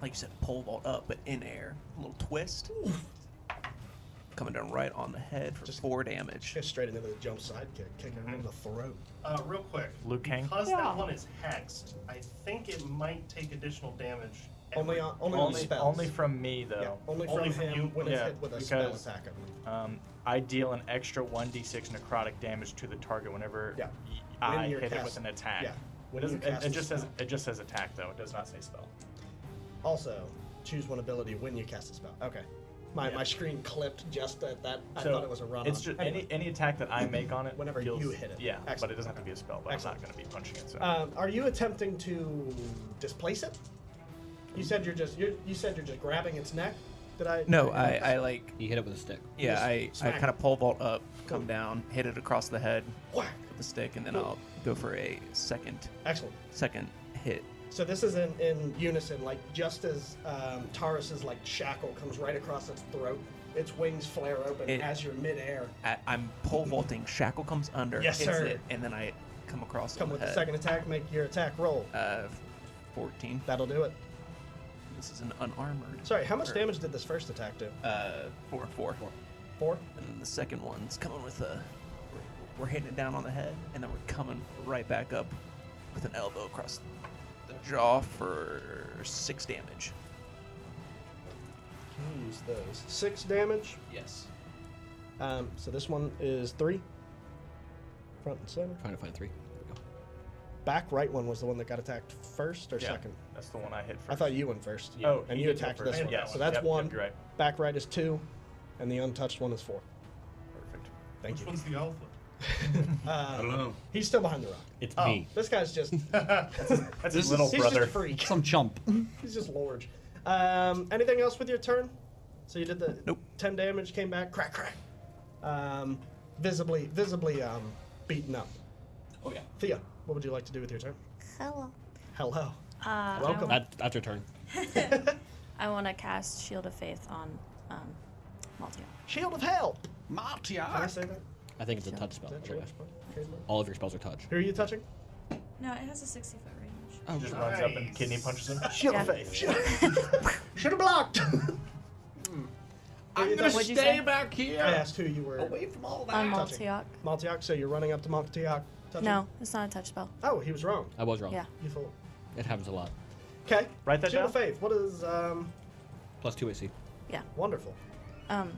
Speaker 2: like you said, pole vault up, but in air, a little twist, coming down right on the head for
Speaker 1: Just-
Speaker 2: four damage.
Speaker 1: Just straight into the jump sidekick, kick her in the throat.
Speaker 7: Uh, real quick,
Speaker 5: Liu Kang?
Speaker 7: because that one is hexed, I think it might take additional damage.
Speaker 1: Only
Speaker 7: every-
Speaker 1: on only, on
Speaker 5: Only,
Speaker 1: spells.
Speaker 5: only from me,
Speaker 1: yeah,
Speaker 5: though.
Speaker 1: only from
Speaker 7: Only from
Speaker 1: him
Speaker 7: you?
Speaker 1: when it's
Speaker 5: Yeah,
Speaker 1: hit with a spell
Speaker 5: because-
Speaker 1: attack. I believe.
Speaker 5: Um, I deal an extra 1d6 necrotic damage to the target whenever
Speaker 1: Yeah.
Speaker 5: y-
Speaker 1: When
Speaker 5: I
Speaker 1: you're
Speaker 5: hit it with
Speaker 1: cast-
Speaker 5: an attack.
Speaker 1: yeah.
Speaker 5: It,
Speaker 1: When you
Speaker 5: doesn't, it,
Speaker 1: cast
Speaker 5: it
Speaker 1: a
Speaker 5: just says
Speaker 1: spell.
Speaker 5: it just says attack though. It does not say spell.
Speaker 1: Also, choose one ability when you cast a spell. Okay. My,
Speaker 5: Yeah.
Speaker 1: my screen clipped just at that. I thought it was a run.
Speaker 5: It's
Speaker 1: on.
Speaker 5: just
Speaker 1: Anyway.
Speaker 5: any any attack that I make on it.
Speaker 1: Whenever
Speaker 5: deals-
Speaker 1: you hit it.
Speaker 5: Yeah, but
Speaker 1: Excellent.
Speaker 5: it doesn't have to be a spell. But
Speaker 1: Excellent.
Speaker 5: I'm not going to be punching it. So.
Speaker 1: Um, are you attempting to displace it? You said you're just you're, you said you're just grabbing its neck. Did I?
Speaker 2: No,
Speaker 1: did get
Speaker 2: I, I
Speaker 1: this?
Speaker 2: like.
Speaker 6: You hit it with a stick.
Speaker 2: Yeah,
Speaker 1: Just
Speaker 2: I, I
Speaker 1: smack.
Speaker 2: kind of pole vault up, come down, hit it across the head
Speaker 1: whack.
Speaker 2: with the stick, and then I'll go for a second
Speaker 1: Excellent.
Speaker 2: second hit.
Speaker 1: So this is in, in unison, like just as um, Taurus's like shackle comes right across its throat, its wings flare open
Speaker 2: It-
Speaker 1: as you're midair.
Speaker 2: I, I'm pole vaulting. Shackle comes under,
Speaker 1: Yes,
Speaker 2: hits
Speaker 1: sir.
Speaker 2: it, and then I come across.
Speaker 1: Come
Speaker 2: on
Speaker 1: with
Speaker 2: the
Speaker 1: the
Speaker 2: head.
Speaker 1: second attack. Make your attack roll.
Speaker 2: Uh, 14.
Speaker 1: That'll do it.
Speaker 2: This is an unarmored.
Speaker 1: Sorry, how much
Speaker 2: Or,
Speaker 1: damage did this first attack do?
Speaker 2: Uh, four, four.
Speaker 1: Four.
Speaker 2: And then the second one's coming with a. we're- We're hitting it down on the head, and then we're coming right back up with an elbow across the jaw for six damage.
Speaker 1: Can you Use those six damage.
Speaker 6: Yes.
Speaker 1: Um, so this one is three. Front and center.
Speaker 6: trying to find three. There we go.
Speaker 1: Back right one was the one that got attacked first or
Speaker 5: yeah,
Speaker 1: second.
Speaker 5: that's the one I hit first.
Speaker 1: I thought you went first.
Speaker 5: Yeah. Oh,
Speaker 1: and
Speaker 5: he
Speaker 1: you
Speaker 5: did go
Speaker 1: attacked
Speaker 5: first.
Speaker 1: this
Speaker 5: I
Speaker 1: one.
Speaker 5: did that
Speaker 1: So
Speaker 5: one.
Speaker 1: that's
Speaker 5: Yep, yep,
Speaker 1: one.
Speaker 5: you're right.
Speaker 1: Back right is two, and the untouched one is four.
Speaker 5: Perfect.
Speaker 1: Thank
Speaker 7: Which
Speaker 1: you.
Speaker 7: one's the alpha?
Speaker 4: I don't know.
Speaker 1: He's still behind the rock.
Speaker 6: It's
Speaker 7: Oh.
Speaker 6: me.
Speaker 1: This guy's
Speaker 5: (laughs)
Speaker 1: just he's
Speaker 5: That's his little
Speaker 1: just
Speaker 5: brother.
Speaker 1: a freak.
Speaker 4: Some chump.
Speaker 1: He's just large. Um, anything else with your turn? So you did the
Speaker 2: Nope.
Speaker 1: ten damage, came back, crack crack. Um, visibly visibly um, beaten up.
Speaker 6: Oh yeah.
Speaker 1: Thea, what would you like to do with your turn?
Speaker 3: Hello.
Speaker 1: Hello.
Speaker 3: Uh,
Speaker 1: Welcome.
Speaker 3: I,
Speaker 6: That, that's your turn.
Speaker 3: want to cast Shield of Faith on um, Maltia.
Speaker 1: Shield of Hell. Can I
Speaker 4: Martia.
Speaker 1: say that? Is
Speaker 6: I think it's a touch spell.
Speaker 1: that
Speaker 6: anyway.
Speaker 1: trademark? Trademark?
Speaker 6: All of your spells are touch.
Speaker 1: Who are you touching?
Speaker 3: No, it has a 60 foot range.
Speaker 6: Oh,
Speaker 5: Just runs up and
Speaker 7: Nice.
Speaker 5: kidney
Speaker 1: (laughs)
Speaker 5: punches him.
Speaker 1: Shield
Speaker 3: Yeah.
Speaker 1: of
Speaker 3: (laughs)
Speaker 1: Faith. Should have (laughs) blocked.
Speaker 4: I'm gonna
Speaker 3: What'd you
Speaker 4: stay
Speaker 3: say?
Speaker 4: back here.
Speaker 1: I asked who you were.
Speaker 4: Away from all that.
Speaker 3: On
Speaker 1: touching.
Speaker 3: Maltiok.
Speaker 1: Maltiok, so you're running up to Maltiok. touching-
Speaker 3: No, it's not a touch spell.
Speaker 1: Oh, he was wrong.
Speaker 6: I was wrong.
Speaker 3: Yeah.
Speaker 1: You fool.
Speaker 6: It happens a lot.
Speaker 1: Okay.
Speaker 5: Write that
Speaker 1: Shield of
Speaker 5: down.
Speaker 1: Faith. What is um
Speaker 6: Plus two AC.
Speaker 3: Yeah.
Speaker 1: wonderful.
Speaker 3: Um,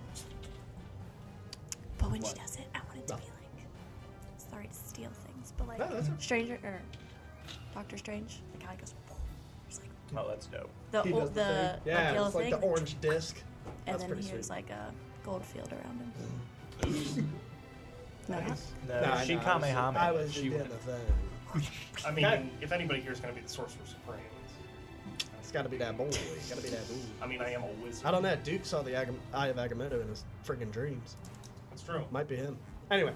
Speaker 3: but when
Speaker 6: What?
Speaker 3: she does it, I want it to
Speaker 1: No.
Speaker 3: be like, sorry to steal things, but like
Speaker 1: No, that's okay.
Speaker 3: Stranger or Doctor Strange, the guy goes. It's like
Speaker 5: Oh, that's dope.
Speaker 3: the
Speaker 1: He
Speaker 3: old
Speaker 1: does
Speaker 3: the,
Speaker 1: thing.
Speaker 3: like,
Speaker 1: yeah,
Speaker 3: yellow
Speaker 1: it's like
Speaker 3: thing,
Speaker 1: the orange disc.
Speaker 3: and
Speaker 1: That's
Speaker 3: then
Speaker 1: pretty
Speaker 3: here's
Speaker 1: sweet.
Speaker 3: like a gold field around him. (laughs) no,
Speaker 5: No,
Speaker 1: Uh, Nah,
Speaker 5: Uh, she
Speaker 1: nah, I was-
Speaker 5: Kamehameha.
Speaker 1: I was
Speaker 5: she
Speaker 1: doing
Speaker 5: went-
Speaker 1: the thing.
Speaker 7: I mean,
Speaker 1: That-
Speaker 7: if anybody here is going to be the Sorcerer Supreme,
Speaker 1: It's gotta be that boy. It's gotta be that boy.
Speaker 7: I mean, I am a wizard.
Speaker 1: I don't know. Duke saw the Agam- Eye of Agamotto in his friggin' dreams.
Speaker 7: That's true.
Speaker 1: Might be him. Anyway,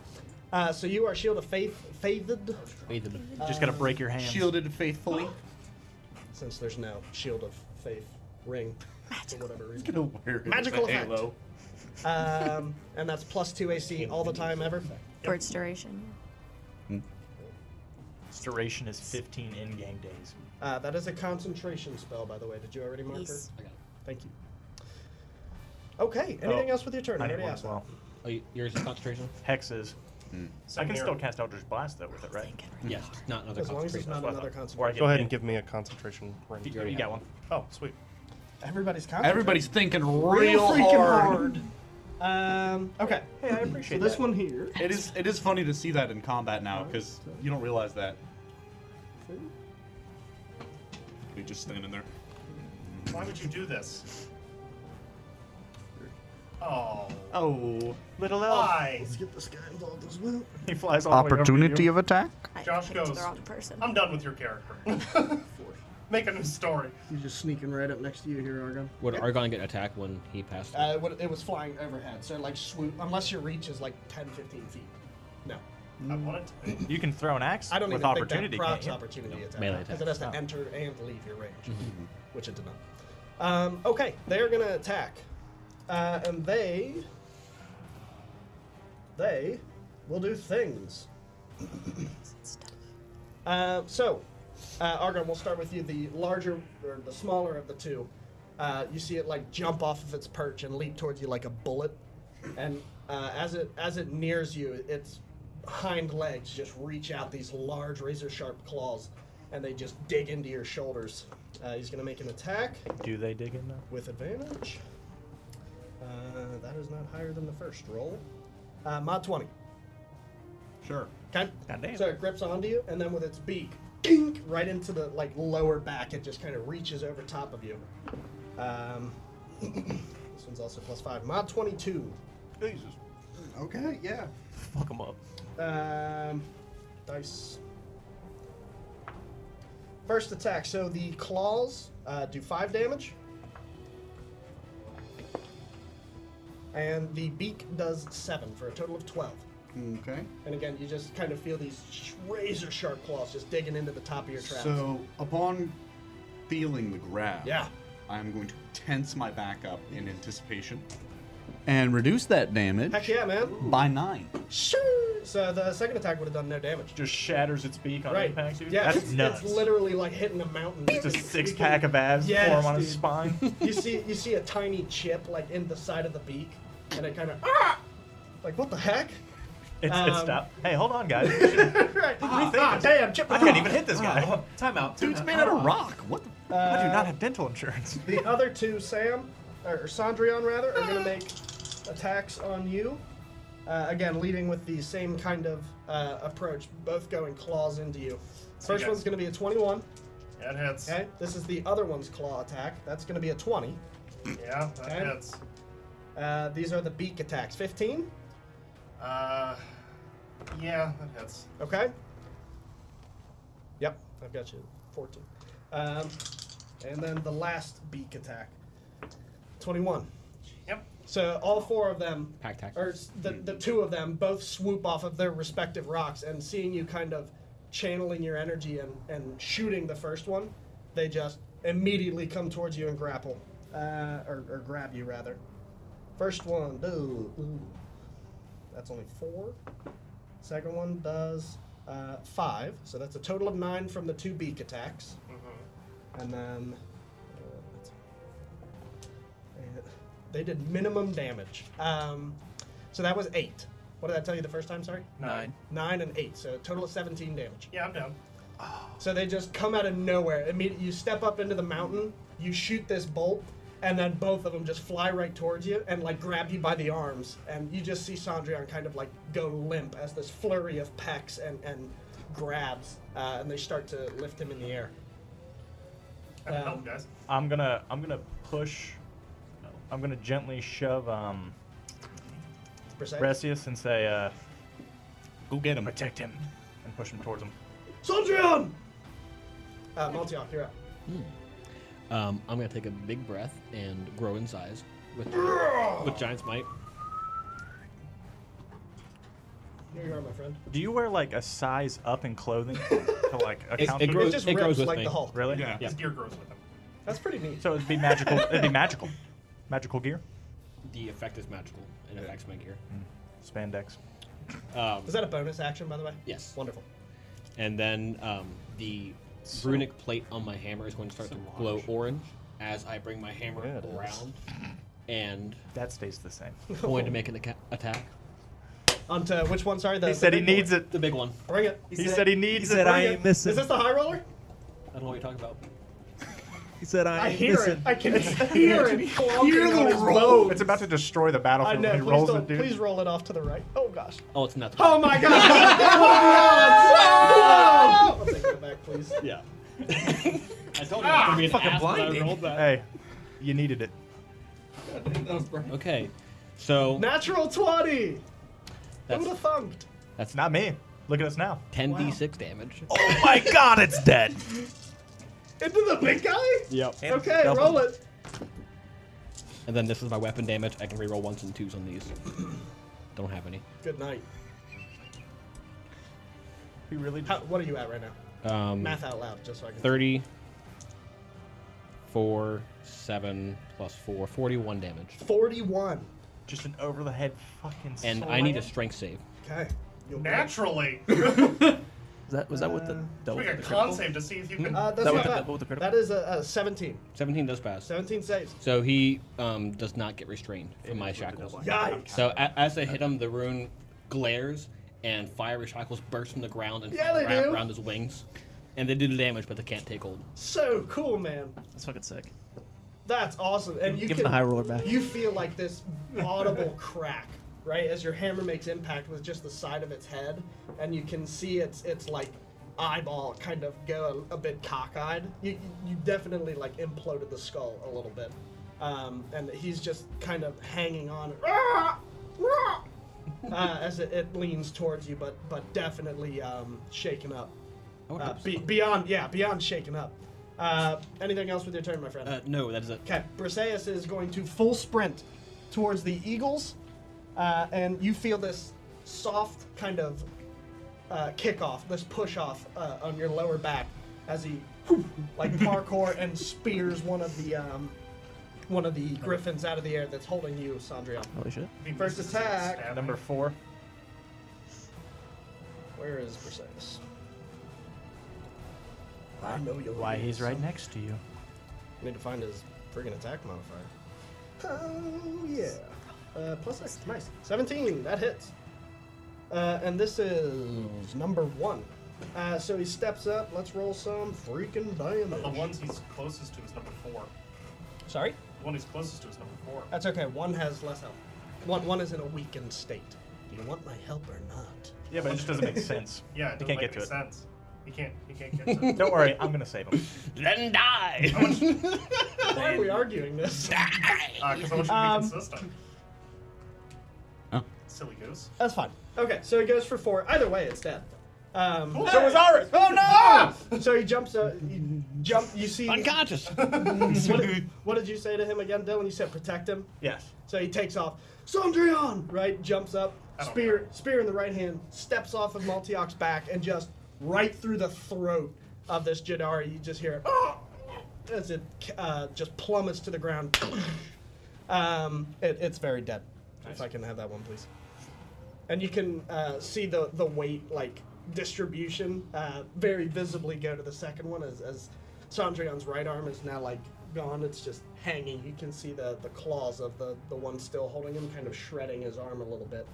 Speaker 1: uh, so you are Shield of Faith, favored,
Speaker 5: Just gotta break
Speaker 1: Um,
Speaker 5: your hands.
Speaker 4: Shielded faithfully. (laughs)
Speaker 1: since there's no Shield of Faith ring for whatever reason.
Speaker 4: gonna wear it as
Speaker 1: Magical
Speaker 4: a
Speaker 1: effect.
Speaker 4: halo.
Speaker 1: Um, and that's plus two AC all the time ever.
Speaker 3: for its duration.
Speaker 5: Its duration is 15 in-game days.
Speaker 1: Uh, that is a concentration spell, by the way. Did you already mark her?
Speaker 3: Yes.
Speaker 6: I got it.
Speaker 1: Thank you. Okay. Anything
Speaker 5: Oh,
Speaker 1: else with your turn?
Speaker 5: I
Speaker 1: I
Speaker 5: need
Speaker 1: already
Speaker 5: one as
Speaker 1: asked.
Speaker 5: well.
Speaker 6: Oh, y- yours is concentration?
Speaker 5: Hexes. I can
Speaker 7: Samir,
Speaker 5: still cast Eldritch Blast though with it, right?
Speaker 3: Thinking
Speaker 6: Yes, just not another
Speaker 1: As long as it's
Speaker 6: concentration.
Speaker 1: not
Speaker 5: That's what I
Speaker 1: another
Speaker 5: thought.
Speaker 1: concentration.
Speaker 5: Or I
Speaker 7: Go
Speaker 5: can-
Speaker 7: ahead and give me a concentration ring.
Speaker 5: You, you got one.
Speaker 7: Oh, sweet.
Speaker 1: Everybody's concentrating.
Speaker 4: Everybody's thinking real hard.
Speaker 1: Um, okay. Hey, I appreciate so this one here.
Speaker 4: It is it is funny to see that in combat now because you don't realize that. They just standing there.
Speaker 7: Why would you do this? Oh.
Speaker 4: Oh,
Speaker 5: Little
Speaker 7: Why?
Speaker 1: Let's get this guy involved as well.
Speaker 5: Ah, He flies all Opportunity the way over to you.
Speaker 4: of attack.
Speaker 3: I
Speaker 7: Josh
Speaker 3: picked
Speaker 7: goes,
Speaker 3: the wrong person.
Speaker 7: I'm done with your character. (laughs) Make a new story.
Speaker 1: He's just sneaking right up next to you here, Argon.
Speaker 6: Would Argon get attacked when he passed?
Speaker 1: Uh, it, would- it was flying overhead, so like swoop, unless your reach is like 10, 15 feet. No.
Speaker 7: I want it. to-
Speaker 5: You can throw an axe
Speaker 1: I don't
Speaker 5: with
Speaker 1: even think that
Speaker 5: opportunity.
Speaker 1: procs
Speaker 5: can't you?
Speaker 1: opportunity attack.
Speaker 6: melee
Speaker 1: Because it
Speaker 6: attack.
Speaker 1: has to enter and leave your range, which it did not. Um, okay, they're going to attack. Uh, and they. They will do things. Uh, so, uh, Argon, we'll start with you. The larger or the smaller of the two, uh, you see it like jump off of its perch and leap towards you like a bullet. And uh, as it as it nears you, its hind legs just reach out these large razor sharp claws, and they just dig into your shoulders. Uh, he's gonna make an attack
Speaker 5: Do they dig in though?
Speaker 1: with advantage. Uh, that is not higher than the first roll. Uh, mod twenty.
Speaker 4: sure.
Speaker 1: Okay.
Speaker 5: Goddamn.
Speaker 1: So it grips onto you, and then with its beak, dink, right into the like lower back, it just kind of reaches over top of you. Um, (clears throat) this one's also plus five. Mod twenty-two.
Speaker 4: Jesus. Okay, yeah.
Speaker 5: Fuck him up.
Speaker 1: Um, dice. First attack. So the claws uh, do five damage, and the beak does seven for a total of twelve.
Speaker 4: Okay.
Speaker 1: And again, you just kind of feel these sh- razor sharp claws just digging into the top of your trap.
Speaker 4: So upon feeling the grab,
Speaker 1: Yeah.
Speaker 4: I'm going to tense my back up in anticipation and reduce that damage
Speaker 1: Heck yeah, man.
Speaker 4: by nine.
Speaker 1: Shoo! So the second attack would have done no damage.
Speaker 5: Just shatters its beak on
Speaker 1: Right.
Speaker 5: impact, dude.
Speaker 1: Yeah,
Speaker 5: That's
Speaker 1: it's,
Speaker 5: nuts.
Speaker 1: it's literally like hitting a mountain.
Speaker 5: Just a six pack of abs
Speaker 1: Yes,
Speaker 5: form on his
Speaker 1: dude.
Speaker 5: spine.
Speaker 1: you see you see a tiny chip like in the side of the beak, and it kind of ah! like what the heck? (laughs)
Speaker 5: It's, it's
Speaker 1: Um,
Speaker 5: stop. Hey, hold
Speaker 1: (laughs)
Speaker 5: on, guys. I
Speaker 1: right. Ah, ah, damn, chip.
Speaker 5: can't even hit this guy.
Speaker 2: Time out.
Speaker 4: Dude's made out of rock. What the?
Speaker 5: I do not
Speaker 1: Uh,
Speaker 5: have dental insurance.
Speaker 1: The other two, Sam or Sandrion rather, are gonna make attacks on you. Uh, again, leading with the same kind of uh, approach, both going claws into you. First
Speaker 7: guys-
Speaker 1: one's gonna be a 21.
Speaker 7: That hits.
Speaker 1: Okay, this is the other one's claw attack. That's gonna be a 20.
Speaker 7: Yeah, that
Speaker 1: Okay.
Speaker 7: hits.
Speaker 1: Uh, these are the beak attacks. 15.
Speaker 7: Uh, yeah, that hits.
Speaker 1: Okay. Yep, I've got you. 14. Um, and then the last beak attack. 21.
Speaker 7: Yep.
Speaker 1: So all four of them,
Speaker 6: Pack tactics.
Speaker 1: or s- the, the two of them, both swoop off of their respective rocks, and seeing you kind of channeling your energy and, and shooting the first one, they just immediately come towards you and grapple, uh, or, or grab you rather. First one, do ooh, that's only four. Second one does uh, five, so that's a total of nine from the two beak attacks,
Speaker 7: Mm-hmm.
Speaker 1: and then. Uh, that's and They did minimum damage. Um, so that was eight. What did I tell you the first time? Sorry,
Speaker 2: Nine.
Speaker 1: nine and eight. So a total of seventeen damage.
Speaker 7: Yeah, I'm down.
Speaker 1: So they just come out of nowhere. Immediately, you step up into the mountain. You shoot this bolt, and then both of them just fly right towards you and like grab you by the arms, and you just see Sandrian kind of like go limp as this flurry of pecks and and grabs, uh, and they start to lift him in the air.
Speaker 7: I can help,
Speaker 1: Um,
Speaker 7: guys.
Speaker 5: I'm gonna I'm gonna push. I'm gonna gently shove um,
Speaker 1: Brissette?
Speaker 5: Bressius and say, uh,
Speaker 4: Go get him.
Speaker 5: protect him, and push him towards him.
Speaker 1: Sandrian. Uh, Maltiok, you're up.
Speaker 6: Um, I'm gonna take a big breath and grow in size with with Giant's Might.
Speaker 1: Here you are, my friend.
Speaker 5: Do you wear like a size up in clothing to like account
Speaker 6: it
Speaker 5: for
Speaker 1: It
Speaker 6: grows-
Speaker 5: this?
Speaker 1: just
Speaker 6: it
Speaker 1: rips
Speaker 6: grows with
Speaker 1: like
Speaker 6: me.
Speaker 1: the Hulk.
Speaker 5: Really?
Speaker 4: Yeah.
Speaker 7: His gear grows with him.
Speaker 1: That's pretty neat.
Speaker 5: So it'd be magical. It'd be magical. Magical gear.
Speaker 6: The effect is magical. It affects my gear.
Speaker 5: Spandex.
Speaker 6: Um,
Speaker 1: Is that a bonus action, by the way?
Speaker 6: Yes.
Speaker 1: Wonderful.
Speaker 6: and then um, the runic plate on my hammer is going to start to glow orange as I bring my hammer
Speaker 5: Yeah, it is.
Speaker 6: around
Speaker 1: (laughs)
Speaker 6: and
Speaker 5: That stays the same.
Speaker 6: going to make an aca- attack.
Speaker 1: On to which one? Sorry, the,
Speaker 5: He
Speaker 1: the
Speaker 5: said he
Speaker 1: big boy.
Speaker 5: needs it.
Speaker 6: The big one.
Speaker 1: Bring it.
Speaker 5: He said he needs
Speaker 2: He said
Speaker 5: it.
Speaker 2: I ain't missing.
Speaker 1: Is this the high roller?
Speaker 6: I don't know what you're talking about.
Speaker 2: he said I ain't
Speaker 1: I hear
Speaker 2: missing.
Speaker 1: it. I can (laughs) hear it.
Speaker 4: Hear
Speaker 1: Hear
Speaker 4: the roll.
Speaker 5: Oh, it's about to destroy the
Speaker 1: I
Speaker 5: battlefield.
Speaker 1: know.
Speaker 5: when he
Speaker 1: Please,
Speaker 5: rolls
Speaker 1: don't-
Speaker 5: it, dude.
Speaker 1: please roll it off to the right. Oh gosh.
Speaker 6: Oh, it's not.
Speaker 1: Oh (laughs) my gosh. oh, no. I'll take that back, please.
Speaker 6: (laughs) Yeah. I told you ah, it's gonna be an ass when I rolled that.
Speaker 5: Hey, you needed it.
Speaker 6: Okay, so
Speaker 1: Natural twenty. Who
Speaker 6: That's-
Speaker 1: would have thumped?
Speaker 5: It's not me. Look at us now.
Speaker 6: 10d6 damage.
Speaker 5: Oh my god, it's dead.
Speaker 1: Into the big guy?
Speaker 6: Yep.
Speaker 1: Okay,
Speaker 5: double.
Speaker 1: roll it.
Speaker 6: And then this is my weapon damage. I can reroll ones and twos on these. (clears throat) Don't have any.
Speaker 1: Good night.
Speaker 5: We really
Speaker 1: How,
Speaker 5: just
Speaker 1: what are you at right now?
Speaker 6: Um,
Speaker 1: Math out loud, just so I can.
Speaker 6: 30, 4, 7, plus 4, 41 damage.
Speaker 1: Forty-one.
Speaker 5: just an over the head fucking.
Speaker 6: And I
Speaker 5: slam.
Speaker 6: need a strength save.
Speaker 1: Okay. You'll get it.
Speaker 7: Naturally. we
Speaker 2: Was that, was that with the double?
Speaker 7: got
Speaker 2: the
Speaker 7: con
Speaker 2: critical?
Speaker 7: save to see if you
Speaker 5: Hmm?
Speaker 7: can.
Speaker 1: Uh, that's
Speaker 2: That
Speaker 1: not
Speaker 2: with the-
Speaker 1: bad.
Speaker 2: with the critical?
Speaker 1: that is a, a 17.
Speaker 6: 17 does pass.
Speaker 1: 17 saves.
Speaker 6: So he um, does not get restrained from my shackles.
Speaker 1: Yikes.
Speaker 6: So a- as I hit him, the rune glares and fiery shackles burst from the ground and
Speaker 1: Yeah, they
Speaker 6: wrap
Speaker 1: do.
Speaker 6: around his wings. And they do the damage, but they can't take hold.
Speaker 1: So cool, man.
Speaker 2: That's fucking sick.
Speaker 1: That's awesome. And you
Speaker 2: Give him
Speaker 1: can,
Speaker 2: the high roller back.
Speaker 1: You feel like this audible crack, right? As your hammer makes impact with just the side of its head, and you can see its its like eyeball kind of go a, a bit cockeyed. You, you you definitely like imploded the skull a little bit, um, and he's just kind of hanging on. "Ah! Ah!" Uh, as it, it leans towards you, but but definitely um, shaken up. Uh, be, beyond, yeah, beyond shaken up. Uh, anything else with your turn, my friend?
Speaker 6: Uh, no, that is it.
Speaker 1: Okay, Briseis is going to full sprint towards the Eagles, uh, and you feel this soft kind of uh, kickoff, this push off uh, on your lower back as he (laughs) whoop, like parkour and spears one of the um, one of the griffins out of the air that's holding you, Sandria.
Speaker 2: Holy shit.
Speaker 1: First attack.
Speaker 7: Stab
Speaker 5: number four.
Speaker 1: Where is Briseis? I know you'll
Speaker 5: Why
Speaker 1: need
Speaker 5: he's
Speaker 1: some-
Speaker 5: right next to you.
Speaker 1: I need to find his friggin' attack modifier. Oh yeah. Uh, plus six, nice. Seventeen, that hits. Uh, and this is number one. Uh, so he steps up. Let's roll some freaking damage.
Speaker 7: The ones he's closest to is number four.
Speaker 1: Sorry,
Speaker 7: The one he's closest to is number four.
Speaker 1: that's okay. One has less health. One one is in a weakened state. Do you want my help or not?
Speaker 5: Yeah, but it just doesn't make sense.
Speaker 7: Yeah, it doesn't
Speaker 5: you
Speaker 7: make
Speaker 5: can't get
Speaker 7: any
Speaker 5: to it.
Speaker 7: sense. He can't. He can't get to
Speaker 1: (laughs)
Speaker 7: it.
Speaker 5: Don't worry, I'm gonna save him.
Speaker 6: Then die!
Speaker 1: Why are we arguing this?
Speaker 7: Because I want Uh, you to be
Speaker 1: Um,
Speaker 7: consistent.
Speaker 4: Oh.
Speaker 7: Silly goose.
Speaker 1: That's fine. Okay, so he goes for four. Either way, it's dead. Um,
Speaker 7: So was ours.
Speaker 1: Oh
Speaker 5: Ah!
Speaker 1: no! so he jumps. Uh, you jump. You see.
Speaker 6: Unconscious!
Speaker 1: (laughs) what, did, what did you say to him again, Dylan? You said protect him.
Speaker 5: Yes.
Speaker 1: So he takes off. Sondrion! Right, jumps up,
Speaker 7: I don't
Speaker 1: spear,
Speaker 7: know.
Speaker 1: spear in the right hand, steps off of Maltiok's back, and just right through the throat of this Jadari. You just hear it "Ah!" as it uh, just plummets to the ground. (clears throat) um, it, it's very dead. If I can have that one, please. And you can uh, see the the weight like distribution uh, very visibly go to the second one as as Sandrian's right arm is now like gone. It's just hanging. You can see the the claws of the the one still holding him, kind of shredding his arm a little bit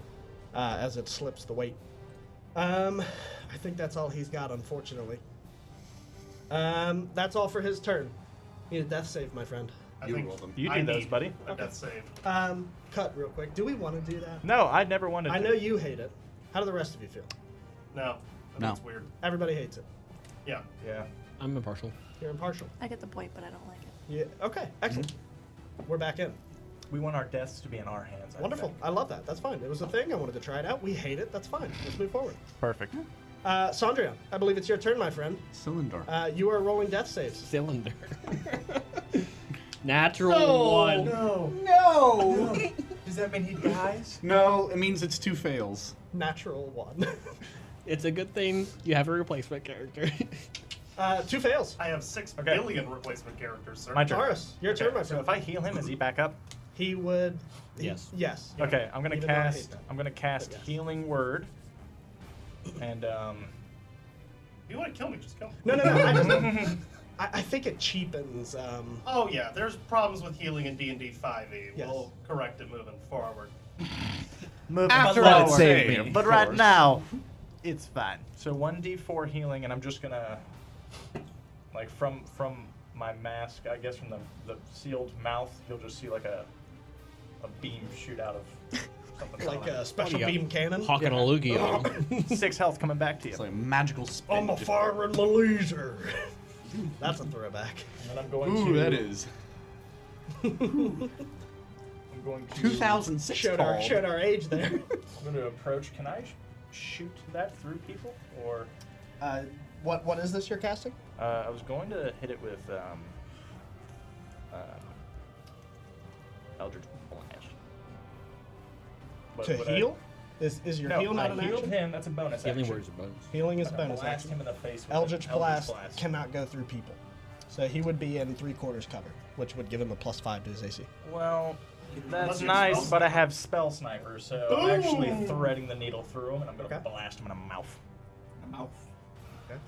Speaker 1: uh, as it slips the weight. Um, I think that's all he's got, unfortunately. Um, that's all for his turn. Need a death save, my friend.
Speaker 7: I
Speaker 4: You
Speaker 7: think
Speaker 4: roll them.
Speaker 5: You
Speaker 7: I
Speaker 5: do those,
Speaker 7: need
Speaker 5: buddy.
Speaker 7: A death save.
Speaker 1: Um, cut real quick. Do we want to do that?
Speaker 5: No, I never wanted.
Speaker 1: I
Speaker 5: to.
Speaker 1: know you hate it. How do the rest of you feel?
Speaker 7: No,
Speaker 4: No.
Speaker 7: that's weird.
Speaker 1: Everybody hates it.
Speaker 7: Yeah,
Speaker 5: Yeah.
Speaker 6: I'm impartial.
Speaker 1: You're impartial.
Speaker 3: I get the point, but I don't like it.
Speaker 1: Yeah. Okay. Excellent. We're back in.
Speaker 5: We want our deaths to be in our hands. I
Speaker 1: Wonderful.
Speaker 5: think.
Speaker 1: I love that. That's fine. It was a thing. I wanted to try it out. We hate it. That's fine. Let's move forward.
Speaker 5: Perfect.
Speaker 1: Uh, Sandria, I believe it's your turn, my friend.
Speaker 4: Cylinder.
Speaker 1: Uh, you are rolling death saves.
Speaker 6: Cylinder.
Speaker 1: (laughs)
Speaker 6: Natural one.
Speaker 5: No.
Speaker 1: (laughs)
Speaker 4: no.
Speaker 5: Does that mean he dies?
Speaker 4: no, it means it's two fails.
Speaker 1: Natural one. (laughs)
Speaker 6: It's a good thing you have a replacement character.
Speaker 1: uh, two fails.
Speaker 7: I have six billion
Speaker 5: Okay.
Speaker 7: replacement characters, sir.
Speaker 5: My turn.
Speaker 1: Taurus, your turn, my
Speaker 5: (laughs)
Speaker 1: friend.
Speaker 5: so if I heal him, is he back up?
Speaker 1: He would. he-
Speaker 6: Yes.
Speaker 1: Yes.
Speaker 5: Okay, I'm gonna
Speaker 1: Even though I hate
Speaker 5: cast.
Speaker 1: that.
Speaker 5: I'm gonna cast
Speaker 1: But yes.
Speaker 5: healing word. And um,
Speaker 7: If you want to kill me, just kill me.
Speaker 1: No, no, no. I, just, I, I think it cheapens. Um,
Speaker 7: Oh yeah, there's problems with healing in D and D 5e.
Speaker 1: Yes.
Speaker 7: We'll correct it moving forward.
Speaker 5: move
Speaker 8: After
Speaker 5: but
Speaker 8: I
Speaker 5: lower.
Speaker 8: save
Speaker 4: Hey,
Speaker 8: me.
Speaker 4: of
Speaker 8: But right
Speaker 4: course.
Speaker 8: now, it's fine.
Speaker 5: So one D4 healing, and I'm just gonna, like from from my mask, I guess from the, the sealed mouth, you'll just see like a a beam shoot out of something.
Speaker 1: like a
Speaker 6: What do
Speaker 1: special
Speaker 6: you got?
Speaker 1: beam cannon.
Speaker 6: Hawking a
Speaker 1: (laughs)
Speaker 6: loogie on him.
Speaker 5: six health coming back to you.
Speaker 4: It's like magical spin.
Speaker 1: I'm a
Speaker 4: Just-
Speaker 1: farmer and a loser. (laughs) That's a throwback.
Speaker 5: and then I'm going
Speaker 4: Ooh,
Speaker 5: to.
Speaker 4: that is.
Speaker 5: I'm going to.
Speaker 4: 2006
Speaker 1: Showed our,
Speaker 4: called.
Speaker 1: showed our age
Speaker 4: (laughs)
Speaker 1: there.
Speaker 5: I'm going to approach. Can I sh- shoot that through people, or
Speaker 1: Uh, what what is this you're casting?
Speaker 5: uh, I was going to hit it with um, um Eldritch Blast. But
Speaker 1: To
Speaker 5: would I-
Speaker 1: heal? Is is your
Speaker 5: no,
Speaker 1: heal not
Speaker 5: I
Speaker 1: an
Speaker 5: healed
Speaker 1: action?
Speaker 5: him. That's a bonus
Speaker 6: Healing
Speaker 5: action.
Speaker 6: words are bonus.
Speaker 1: Healing is a
Speaker 5: I'm gonna
Speaker 1: bonus
Speaker 5: blast
Speaker 1: action.
Speaker 5: him in the face with an
Speaker 1: Eldritch, blast,
Speaker 5: Blast.
Speaker 1: cannot go through people, so he would be in three quarters cover, which would give him a plus five to his AC.
Speaker 5: Well,
Speaker 7: Unless
Speaker 5: that's
Speaker 7: you're
Speaker 5: nice,
Speaker 7: spell
Speaker 5: but I have Spell Sniper, so I'm actually
Speaker 7: Ooh.
Speaker 5: threading the needle through him, and I'm going to
Speaker 1: Okay.
Speaker 5: blast him in the mouth.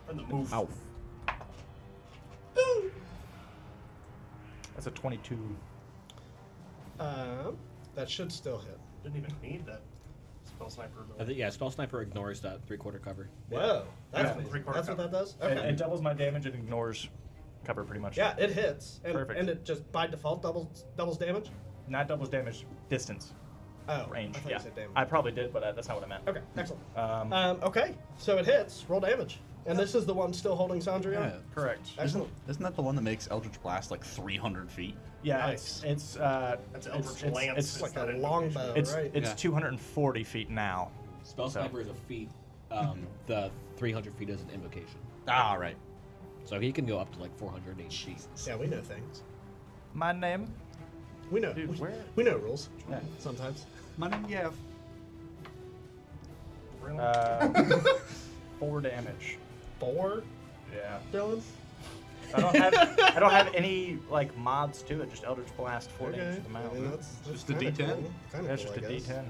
Speaker 7: Or the move.
Speaker 5: That's a 22.
Speaker 1: Um, that should still hit.
Speaker 7: Didn't even need that spell sniper. ability.
Speaker 6: I think, yeah, spell sniper ignores that three quarter cover.
Speaker 1: Whoa, that's
Speaker 5: Yeah.
Speaker 1: amazing.
Speaker 7: Three-quarter
Speaker 1: That's what that
Speaker 7: cover.
Speaker 1: does.
Speaker 5: It,
Speaker 1: Okay.
Speaker 5: it doubles my damage and ignores cover pretty much.
Speaker 1: yeah, it hits, and,
Speaker 5: Perfect.
Speaker 1: and it just by default doubles doubles damage.
Speaker 5: Not doubles damage, distance,
Speaker 1: Oh,
Speaker 5: range.
Speaker 1: I thought
Speaker 5: yeah.
Speaker 1: you said damage.
Speaker 5: I probably did, but uh, that's not what I meant.
Speaker 1: Okay, excellent.
Speaker 5: Um,
Speaker 1: Um, okay, so it hits. Roll damage, and this is the one still holding Sandria.
Speaker 4: Yeah.
Speaker 5: correct.
Speaker 1: Excellent.
Speaker 4: Isn't that the one that makes Eldritch Blast like 300 feet?
Speaker 5: Yeah,
Speaker 1: Nice.
Speaker 5: it's, it's, uh,
Speaker 7: That's
Speaker 5: it's-
Speaker 7: Eldritch
Speaker 5: it's,
Speaker 7: Lance.
Speaker 5: It's,
Speaker 7: It's
Speaker 1: Like
Speaker 7: not
Speaker 1: a
Speaker 7: an
Speaker 1: longbow,
Speaker 5: it's,
Speaker 1: right?
Speaker 5: it's
Speaker 4: Yeah.
Speaker 5: 240 feet now.
Speaker 6: Spell
Speaker 5: So-
Speaker 6: sniper is a feat.
Speaker 1: (laughs)
Speaker 6: Um, the 300 feet is an invocation.
Speaker 4: Ah, right.
Speaker 6: So he can go up to like 480 feet.
Speaker 1: yeah, we know things.
Speaker 5: My name?
Speaker 1: We know.
Speaker 5: Dude,
Speaker 1: we,
Speaker 5: where-
Speaker 1: we know rules.
Speaker 4: Yeah.
Speaker 1: Sometimes.
Speaker 4: My name Yev.
Speaker 7: Really?
Speaker 5: Uh, four damage.
Speaker 1: Four,
Speaker 5: Yeah.
Speaker 1: Dylan.
Speaker 5: I don't have I don't have any like mods to it. Just Eldritch Blast four damage to the
Speaker 1: I mean,
Speaker 5: mouth.
Speaker 1: that's, that's
Speaker 4: Just a
Speaker 1: kinda
Speaker 4: D10?
Speaker 1: Cool. Kinda
Speaker 5: That's
Speaker 1: cool,
Speaker 5: just a
Speaker 1: I guess.
Speaker 5: D10.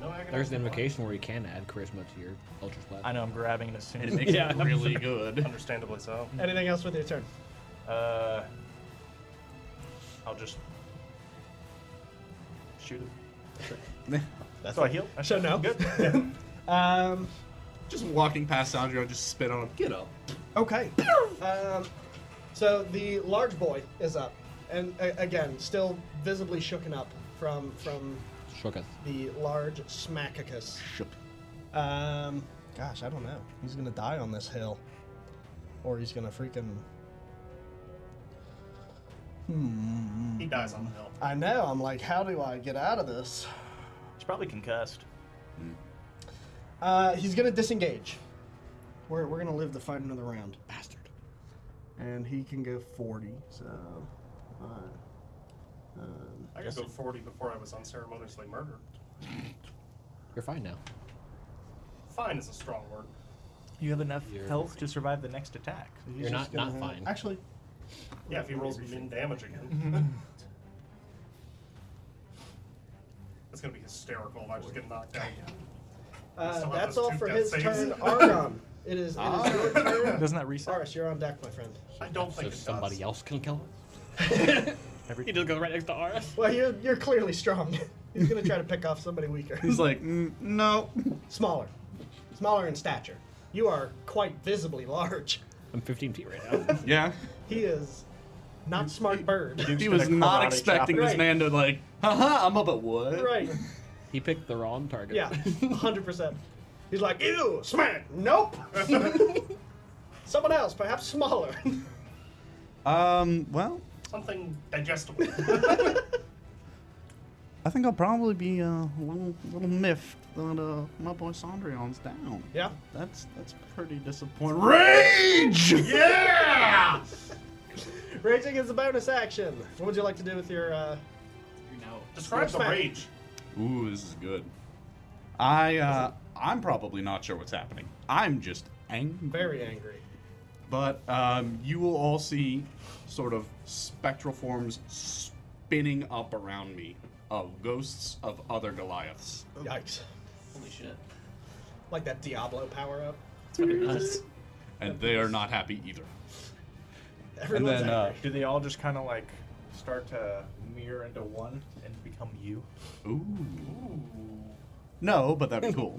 Speaker 7: no, I
Speaker 6: There's an invocation where you can add charisma to your ultra blast.
Speaker 5: I know I'm grabbing it as soon
Speaker 4: And
Speaker 5: as
Speaker 1: (laughs)
Speaker 4: it makes
Speaker 6: Yeah.
Speaker 4: it really good.
Speaker 7: Understandably so.
Speaker 1: Anything else with your turn?
Speaker 5: Uh, I'll just shoot him. (laughs)
Speaker 1: That's
Speaker 5: So I heal. I
Speaker 1: So no.
Speaker 5: Good.
Speaker 1: Um.
Speaker 4: just walking past Sandra, I just spit on him. Get up.
Speaker 1: Okay. (coughs) um. So the large boy is up, and uh, again, still visibly shooken up from from
Speaker 6: Shooketh.
Speaker 1: the large smackicus. Um. Gosh, I don't know. He's gonna die on this hill, or he's gonna freaking.
Speaker 7: He dies on the hill.
Speaker 1: I know. I'm like, how do I get out of this?
Speaker 5: He's probably concussed.
Speaker 1: Uh, he's gonna disengage. We're, we're gonna live to fight another round.
Speaker 6: Bastard.
Speaker 1: And he can go 40, so. Uh, um,
Speaker 7: I could go 40 before I was unceremoniously murdered.
Speaker 6: You're fine now.
Speaker 7: Fine is a strong word.
Speaker 5: You have enough
Speaker 6: You're-
Speaker 5: health to survive the next (laughs) attack.
Speaker 1: he's
Speaker 6: You're
Speaker 1: just
Speaker 6: not-
Speaker 1: gonna
Speaker 6: not
Speaker 1: have-
Speaker 6: fine.
Speaker 1: Actually,
Speaker 7: Yeah, if he rolls min damage again.
Speaker 6: (laughs)
Speaker 7: That's gonna be hysterical if I just get knocked out.
Speaker 1: uh,
Speaker 7: still have
Speaker 1: that's
Speaker 7: those
Speaker 1: all
Speaker 7: two
Speaker 1: for
Speaker 7: death
Speaker 1: his
Speaker 7: saves. (laughs)
Speaker 1: turn. Argon. It is, it is your turn.
Speaker 5: Doesn't that reset
Speaker 1: Taurus, you're on deck, my friend.
Speaker 7: I don't
Speaker 6: So
Speaker 7: think it
Speaker 6: somebody
Speaker 7: does.
Speaker 6: else can kill him?
Speaker 5: every?
Speaker 6: He just goes right next to Aris.
Speaker 1: Well, you're, you're clearly strong. (laughs) he's gonna try to pick off somebody weaker.
Speaker 4: He's like, mm, (laughs) no.
Speaker 1: (laughs) Smaller. Smaller in stature. You are quite visibly large.
Speaker 6: I'm 15 feet right now.
Speaker 4: Yeah.
Speaker 1: He is Not smart bird.
Speaker 4: He was
Speaker 5: gonna
Speaker 4: not
Speaker 5: karate
Speaker 4: expecting
Speaker 5: chop
Speaker 4: this
Speaker 1: Right.
Speaker 4: man to like, haha, I'm up at
Speaker 1: (laughs)
Speaker 4: what?
Speaker 1: right.
Speaker 6: (laughs) He picked the wrong target.
Speaker 1: Yeah. 100%. He's like, ew, smack. Nope. Someone else, perhaps smaller. (laughs)
Speaker 4: Um, well,
Speaker 7: Something
Speaker 6: (laughs)
Speaker 7: digestible.
Speaker 4: I think I'll probably be uh, a little little miffed that uh, my boy Sondrion's down.
Speaker 1: yeah.
Speaker 4: That's that's pretty disappointing. Rage! Yeah!
Speaker 1: Raging is a bonus action. What would you like to do with your. Uh,
Speaker 9: You know.
Speaker 7: Describe the
Speaker 1: Smack.
Speaker 7: rage.
Speaker 4: Ooh, this is good. I uh, I'm probably not sure what's happening. I'm just angry.
Speaker 1: very angry.
Speaker 4: But um, you will all see sort of spectral forms spinning up around me of ghosts of other Goliaths.
Speaker 1: Yikes.
Speaker 9: Holy shit.
Speaker 1: Like that Diablo power up.
Speaker 4: And they are not happy either.
Speaker 1: Everyone's
Speaker 4: then, uh,
Speaker 1: angry.
Speaker 5: Do they all just kind of like start to mirror into one and become you?
Speaker 4: Ooh. No, but that'd be (laughs) cool.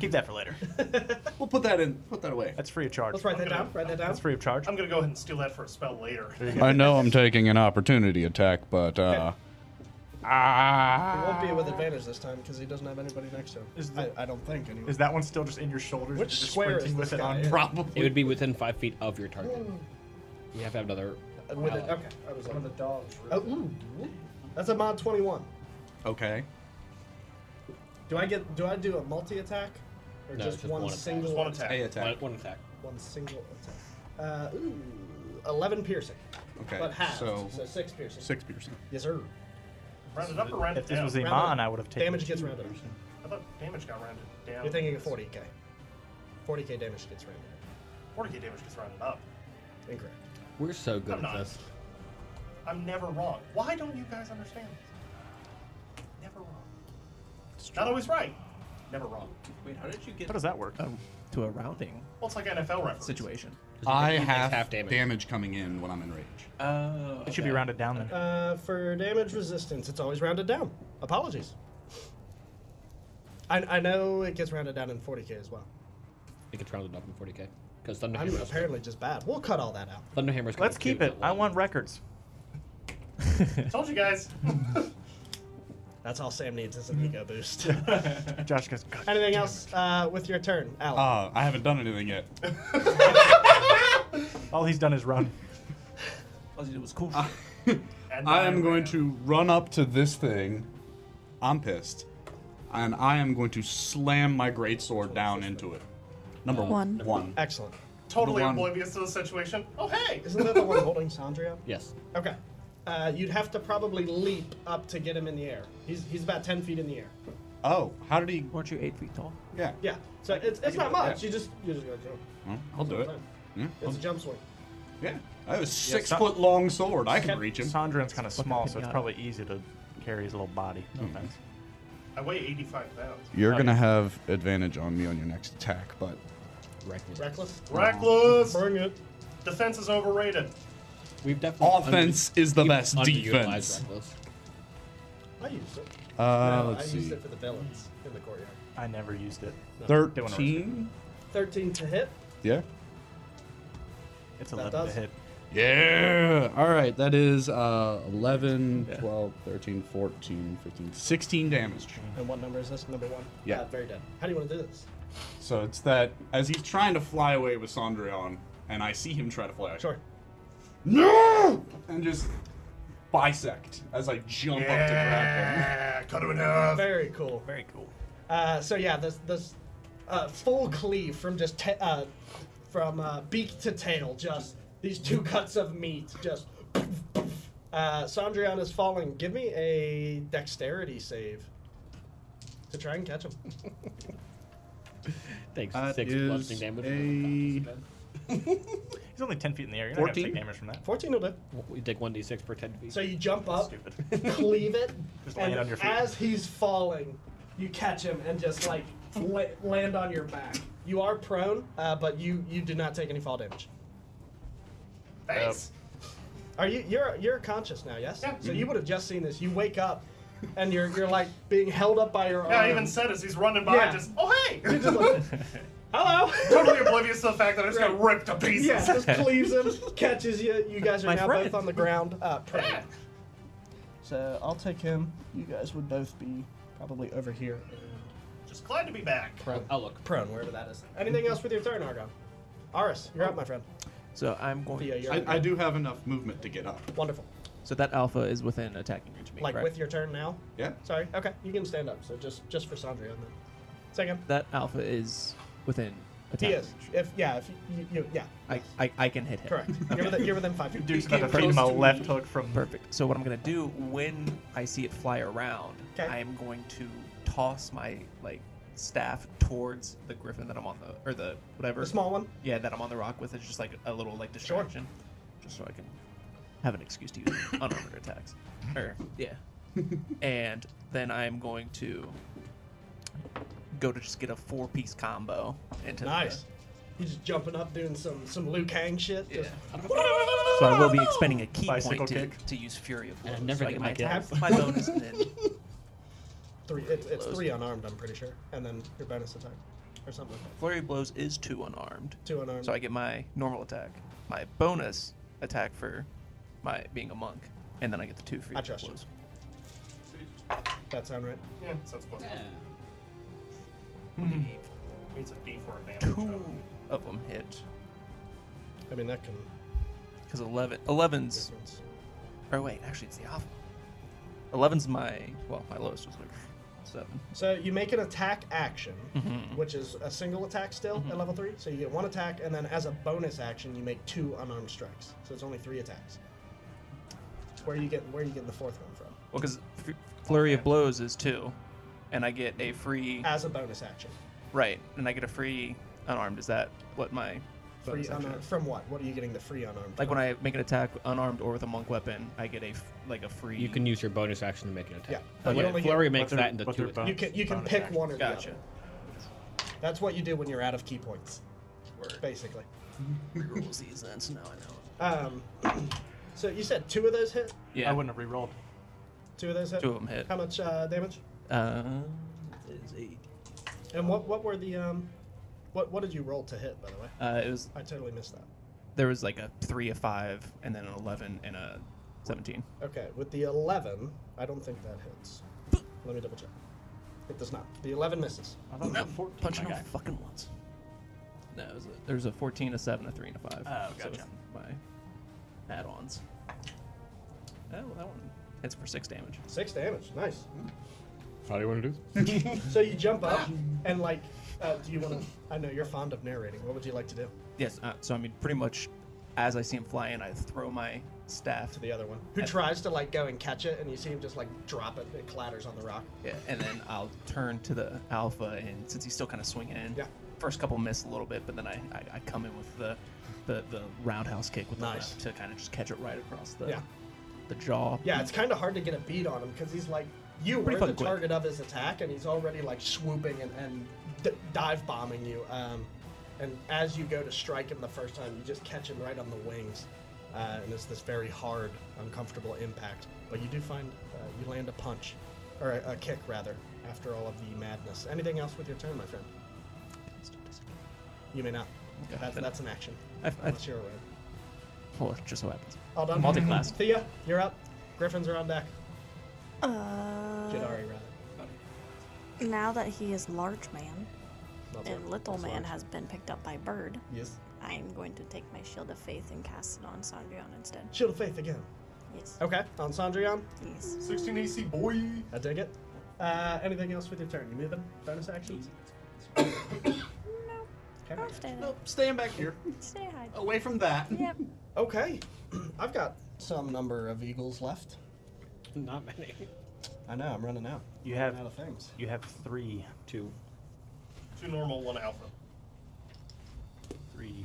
Speaker 8: Keep that for
Speaker 1: (laughs)
Speaker 8: later.
Speaker 4: we'll put that in. Put that away.
Speaker 5: That's free of charge.
Speaker 1: Let's write that down. Write that down.
Speaker 5: That's free of charge.
Speaker 7: I'm gonna go ahead and steal that for a spell later.
Speaker 4: I know I'm taking an opportunity attack, but uh, Ah.
Speaker 1: It won't be with advantage this time because he doesn't have anybody next to him.
Speaker 5: Is the-
Speaker 1: I, I don't think anyway.
Speaker 5: Is that one still just in your shoulders?
Speaker 1: Which
Speaker 5: You're just
Speaker 1: square
Speaker 5: sprinting
Speaker 1: is
Speaker 5: with
Speaker 1: this
Speaker 5: it
Speaker 1: guy
Speaker 5: on?
Speaker 1: in?
Speaker 4: probably.
Speaker 6: It would be within five feet of your target. You have to have another.
Speaker 1: Uh, with it,
Speaker 6: ally.
Speaker 1: okay, I was
Speaker 5: One of
Speaker 1: on
Speaker 5: the dogs.
Speaker 1: Oh, ooh. That's a mod 21.
Speaker 4: okay.
Speaker 1: Do I get? Do I do a multi attack, or
Speaker 6: No,
Speaker 1: just,
Speaker 6: just
Speaker 1: one,
Speaker 6: one attack.
Speaker 1: single
Speaker 7: Just one attack.
Speaker 4: A
Speaker 6: One,
Speaker 4: attack.
Speaker 6: one attack.
Speaker 1: One single attack. Uh, ooh, 11 piercing,
Speaker 4: Okay.
Speaker 1: but half, so,
Speaker 4: So
Speaker 1: six piercing.
Speaker 4: six piercing.
Speaker 1: Yes, sir.
Speaker 7: Round it up or round
Speaker 5: If
Speaker 7: it
Speaker 5: this
Speaker 7: down?
Speaker 5: was
Speaker 1: Round
Speaker 5: Iman,
Speaker 1: up.
Speaker 5: I would have taken.
Speaker 1: Damage
Speaker 5: it.
Speaker 1: gets rounded. up.
Speaker 7: I thought damage got rounded down.
Speaker 1: You're thinking of 40k. 40k damage gets rounded.
Speaker 7: 40k damage gets rounded up.
Speaker 1: Incorrect.
Speaker 6: We're so good
Speaker 7: I'm
Speaker 6: at
Speaker 7: not.
Speaker 6: this.
Speaker 7: I'm never wrong. Why don't you guys understand this? Never wrong. Not always right. Never wrong.
Speaker 9: Wait, how did you get
Speaker 5: How does that work?
Speaker 6: Oh,
Speaker 2: Um, to a rounding
Speaker 7: Well, it's like NFL reference.
Speaker 2: situation.
Speaker 4: I
Speaker 6: He takes
Speaker 4: have
Speaker 6: half
Speaker 4: damage.
Speaker 6: damage.
Speaker 4: coming in when I'm in rage.
Speaker 2: Oh.
Speaker 5: It should be rounded down then.
Speaker 1: Uh, for damage resistance, it's always rounded down. Apologies. I, I know it gets rounded down in 40k as well.
Speaker 6: It gets rounded up in 40k because
Speaker 1: I'm
Speaker 6: Thunderhammer.
Speaker 1: apparently just bad. We'll cut all that out.
Speaker 6: Thunderhammer's.
Speaker 5: Let's keep it. I
Speaker 6: (laughs)
Speaker 5: want records.
Speaker 7: Told you guys.
Speaker 1: That's all Sam needs is an ego boost.
Speaker 5: Josh goes. "God
Speaker 1: Anything
Speaker 5: damn
Speaker 1: else uh, with your turn, Alan?
Speaker 4: Uh, I haven't done anything yet.
Speaker 5: it." All he's done is run.
Speaker 2: All you did was cool.
Speaker 7: And
Speaker 4: (laughs) I
Speaker 7: then
Speaker 4: am going
Speaker 7: ran.
Speaker 4: to run up to this thing. I'm pissed. And I am going to slam my greatsword down into it. Number
Speaker 3: One.
Speaker 4: One.
Speaker 1: Excellent.
Speaker 7: Totally
Speaker 4: the one-
Speaker 7: oblivious to the situation. Oh hey!
Speaker 1: Isn't that the one holding Sandria?
Speaker 6: Yes.
Speaker 1: Okay. Uh, you'd have to probably leap up to get him in the air. He's, he's about 10 feet in the air.
Speaker 4: Oh, how did he?
Speaker 2: Weren't you eight feet tall?
Speaker 4: Yeah.
Speaker 1: Yeah. So it's, it's not much. You just you just gotta jump.
Speaker 4: Well, I'll do it. Yeah.
Speaker 1: It's a jump swing.
Speaker 4: yeah. I have a six
Speaker 5: so-
Speaker 4: foot long sword. I can
Speaker 1: Okay.
Speaker 4: reach him.
Speaker 5: Sondrin's kind of small, so it's
Speaker 2: pinata.
Speaker 5: probably easy to carry his little body. No
Speaker 6: Hmm.
Speaker 5: offense.
Speaker 7: I weigh 85 pounds.
Speaker 4: You're gonna have advantage on me on your next attack, but
Speaker 6: Reckless.
Speaker 1: Reckless.
Speaker 7: Reckless!
Speaker 1: Bring it.
Speaker 7: Defense is overrated.
Speaker 6: We've definitely
Speaker 4: offense is the
Speaker 6: under-
Speaker 4: best
Speaker 6: underutilized
Speaker 4: defense.
Speaker 6: Reckless.
Speaker 1: I used it.
Speaker 4: Uh,
Speaker 1: No,
Speaker 4: let's
Speaker 1: I used
Speaker 4: see.
Speaker 1: it for the villains in the courtyard.
Speaker 5: I never used it.
Speaker 4: Thirteen.
Speaker 1: 13 to hit.
Speaker 4: Yeah.
Speaker 5: It's
Speaker 1: That
Speaker 5: 11 to
Speaker 1: does.
Speaker 5: hit.
Speaker 4: Yeah. All right. That is uh, 11, 12, 13, 14, 15, 16 damage.
Speaker 1: And what number is this? Number one?
Speaker 4: Yeah.
Speaker 1: Uh, very dead. How do you want to do this?
Speaker 4: So it's that as he's trying to fly away with Sondrion, and I see him try to fly.
Speaker 1: Sure.
Speaker 4: No! And just bisect as I jump up to grab him.
Speaker 7: Yeah, Ah, cut him in half.
Speaker 1: Very cool.
Speaker 2: Very cool.
Speaker 1: Uh, so yeah, this this uh, full cleave from just ta uh, from uh, beak to tail, just these two cuts of meat, just. Uh, Sandrion is falling. Give me a dexterity save to try and catch him.
Speaker 6: Takes
Speaker 4: That
Speaker 6: six
Speaker 4: is
Speaker 6: bludgeoning damage.
Speaker 4: a-
Speaker 5: He's only 10 feet in the air. You're not going to
Speaker 4: 14?
Speaker 5: take damage from that.
Speaker 1: Fourteen will do.
Speaker 6: We take one d6 per 10 (laughs) feet.
Speaker 1: So you jump up, (laughs)
Speaker 5: Stupid.
Speaker 1: cleave it,
Speaker 5: (laughs) Just land
Speaker 1: and
Speaker 5: on your feet.
Speaker 1: as he's falling, you catch him and just like la- land on your back. You are prone, uh, but you you do not take any fall damage.
Speaker 7: Thanks.
Speaker 1: Are you you're you're conscious now? Yes.
Speaker 7: Yeah.
Speaker 1: So
Speaker 2: Mm-hmm.
Speaker 1: you would have just seen this. You wake up, and you're you're like being held up by your arm.
Speaker 7: Yeah, I even said as he's running by,
Speaker 1: Um, Yeah.
Speaker 7: just, oh hey!
Speaker 1: You're (laughs) just like- Hello.
Speaker 7: (laughs) totally oblivious to the fact that I just got
Speaker 1: Right.
Speaker 7: ripped to pieces.
Speaker 1: Yeah,
Speaker 7: (laughs)
Speaker 1: just cleaves him, catches you. You guys are
Speaker 2: My
Speaker 1: now both
Speaker 2: friend.
Speaker 1: on the ground. Uh, prone. So I'll take him. You guys would both be probably over here.
Speaker 7: Just glad to be back.
Speaker 1: Prone.
Speaker 6: I'll look.
Speaker 1: Prone, wherever that is. Anything else with your turn, Argon? Aris, you're up, my friend.
Speaker 2: So I'm going.
Speaker 1: Thea, you're up.
Speaker 4: I, I do have enough movement to get up.
Speaker 1: Wonderful.
Speaker 2: So that alpha is within attacking range of me,
Speaker 1: Like
Speaker 2: right?
Speaker 1: with your turn now?
Speaker 4: Yeah.
Speaker 1: Sorry. Okay, you can stand up. So just just for Sandria on that. Second.
Speaker 2: that alpha is within
Speaker 1: He
Speaker 2: attacking.
Speaker 1: is.
Speaker 2: range.
Speaker 1: If yeah, if you, you yeah.
Speaker 2: I, I I can hit him.
Speaker 1: Correct.
Speaker 2: (laughs)
Speaker 1: You're within, you're within five feet.
Speaker 5: Dude's
Speaker 4: He
Speaker 5: about to
Speaker 4: came
Speaker 5: feed him a
Speaker 4: close to
Speaker 5: left
Speaker 4: me.
Speaker 5: hook from.
Speaker 2: Perfect. So what I'm gonna do when I see it fly around,
Speaker 1: 'Kay.
Speaker 2: I am going to toss my like staff towards the griffin that I'm on the or the whatever
Speaker 1: The small one.
Speaker 2: Yeah, that I'm on the rock with. It's just like a little like distraction, just so I can have an excuse to use
Speaker 1: (coughs)
Speaker 2: unarmored attacks. Or
Speaker 1: (laughs)
Speaker 2: yeah, and then I'm going to go to just get a four piece combo into the-
Speaker 1: Nice. He's just jumping up, doing some some Liu Kang shit. Just,
Speaker 2: So I will be expending a key
Speaker 5: Bicycle
Speaker 2: point to,
Speaker 5: kick.
Speaker 2: to use Fury of
Speaker 6: And I
Speaker 2: Blows. so
Speaker 6: never get
Speaker 2: get
Speaker 6: my
Speaker 2: my
Speaker 6: death.
Speaker 2: attack, (laughs) my
Speaker 6: (laughs)
Speaker 2: bonus, and then
Speaker 1: Three. It's, it's three unarmed. I'm pretty sure, and then your bonus attack, or something like
Speaker 2: Flurry of Blows is two unarmed.
Speaker 1: that. Two unarmed.
Speaker 2: So I get my normal attack, my bonus attack for my being a monk, and then I get the two free
Speaker 1: I trust you.
Speaker 2: blows.
Speaker 1: that sound right?
Speaker 7: Yeah, sounds close. Means a D for advantage.
Speaker 2: Two of them hit
Speaker 1: I mean that can.
Speaker 2: because 11 11's
Speaker 1: Difference.
Speaker 2: or wait, actually it's the off. 11's my well, my lowest was like 7.
Speaker 1: So you make an attack action,
Speaker 2: Mm-hmm.
Speaker 1: which is a single attack still at level three. So you get one attack, and then as a bonus action, you make two unarmed strikes. So it's only three attacks. Where you get where you getting the fourth one from?
Speaker 2: Well, cuz Flurry of Blows is 2 and I get a free
Speaker 1: As a bonus action,
Speaker 2: right, and I get a free unarmed. Is that what my
Speaker 1: free
Speaker 2: bonus action
Speaker 1: unarmed
Speaker 2: is?
Speaker 1: from what? What are you getting the free unarmed?
Speaker 2: Like
Speaker 1: from?
Speaker 2: when I make an attack unarmed or with a monk weapon, I get a f- like a free
Speaker 6: You can use your bonus action to make an attack.
Speaker 1: Yeah,
Speaker 6: But
Speaker 1: but
Speaker 2: Oh,
Speaker 1: you
Speaker 6: yeah,
Speaker 1: only get-
Speaker 6: flurry makes that
Speaker 5: but they're-
Speaker 6: into
Speaker 5: but
Speaker 6: two.
Speaker 5: they're
Speaker 6: attacks.
Speaker 1: you can you can
Speaker 5: Bonus
Speaker 1: pick
Speaker 5: action.
Speaker 1: one or the
Speaker 2: Gotcha.
Speaker 1: other. That's what you do when you're out of key points, basically.
Speaker 2: rules these then, so now I know.
Speaker 1: Um, (clears throat) so you said two of those hit.
Speaker 2: Yeah.
Speaker 5: I wouldn't have rerolled.
Speaker 1: Two of those hit.
Speaker 2: Two of 'em hit.
Speaker 1: How much uh, damage?
Speaker 2: Uh, is eight.
Speaker 1: And what what were the um, what what did you roll to hit? By the way,
Speaker 2: Uh, it was
Speaker 1: I totally missed that.
Speaker 2: there was like a three, a five, and then an eleven and a seventeen.
Speaker 1: Okay, with the 11, I don't think that hits. Let me double check. It does not. The 11 misses.
Speaker 5: I thought it was a 14.
Speaker 2: punching
Speaker 5: my
Speaker 2: no
Speaker 5: guy.
Speaker 2: fucking ones. No, it was a, there's a fourteen, a seven, a three, and a five.
Speaker 5: Oh,
Speaker 2: So it's
Speaker 5: gotcha.
Speaker 2: my add-ons. Oh, well, that one hits for six damage.
Speaker 1: Six damage. Nice.
Speaker 6: How do you want to do?
Speaker 1: So you jump up and like, uh, do you want to? I know you're fond of narrating. What would you like to do
Speaker 2: Yes. Uh, so I mean, pretty much, as I see him fly in, I throw my staff
Speaker 1: to the other one who tries to like go and catch it, and you see him just like drop it. It clatters on the rock.
Speaker 2: Yeah, and then I'll turn to the alpha, and since he's still kind of swinging in,
Speaker 1: Yeah.
Speaker 2: first couple miss a little bit, but then I, I, I come in with the the, the roundhouse kick with
Speaker 1: Nice.
Speaker 2: the left to kind of just catch it right across the
Speaker 1: Yeah.
Speaker 2: the jaw.
Speaker 1: Yeah, it's kind of hard to get a beat on him because he's like, you
Speaker 2: Pretty
Speaker 1: were the
Speaker 2: fucking quick.
Speaker 1: target of his attack, and he's already like swooping and, and d- dive bombing you. Um, and as you go to strike him the first time, you just catch him right on the wings, uh, and it's this very hard, uncomfortable impact. But you do find uh, you land a punch, or a, a kick rather, after all of the madness. Anything else with your turn, my friend? You may not.
Speaker 2: Okay,
Speaker 1: That's,
Speaker 2: then-
Speaker 1: that's an action.
Speaker 2: I, I,
Speaker 1: Unless you're aware.
Speaker 2: well, it just so happens.
Speaker 1: All done.
Speaker 2: Multi-class.
Speaker 1: Thea, you're up. Griffins are on deck.
Speaker 3: Uh,
Speaker 1: Jadari, rather.
Speaker 3: now that he is large man
Speaker 1: Not
Speaker 3: and
Speaker 1: large.
Speaker 3: little
Speaker 1: That's
Speaker 3: man
Speaker 1: large.
Speaker 3: has been picked up by bird,
Speaker 1: Yes.
Speaker 3: I am going to take my shield of faith and cast it on Sandrion instead.
Speaker 1: Shield of Faith again.
Speaker 3: Yes,
Speaker 1: Okay, on Sandrion.
Speaker 3: yes.
Speaker 7: 16 AC, boy.
Speaker 1: I dig it. Uh, anything else with your turn? You moving? Bonus actions? Okay.
Speaker 3: I'll stay there.
Speaker 4: Nope, staying back here,
Speaker 3: Stay high.
Speaker 4: away from that.
Speaker 3: Yep.
Speaker 1: Okay. (clears throat) I've got some number of eagles left.
Speaker 6: (laughs) Not many.
Speaker 1: I know, I'm running out.
Speaker 5: You
Speaker 1: Running
Speaker 5: have-
Speaker 1: out of things.
Speaker 5: You have three,
Speaker 6: Two,
Speaker 7: Two normal, one alpha.
Speaker 6: three.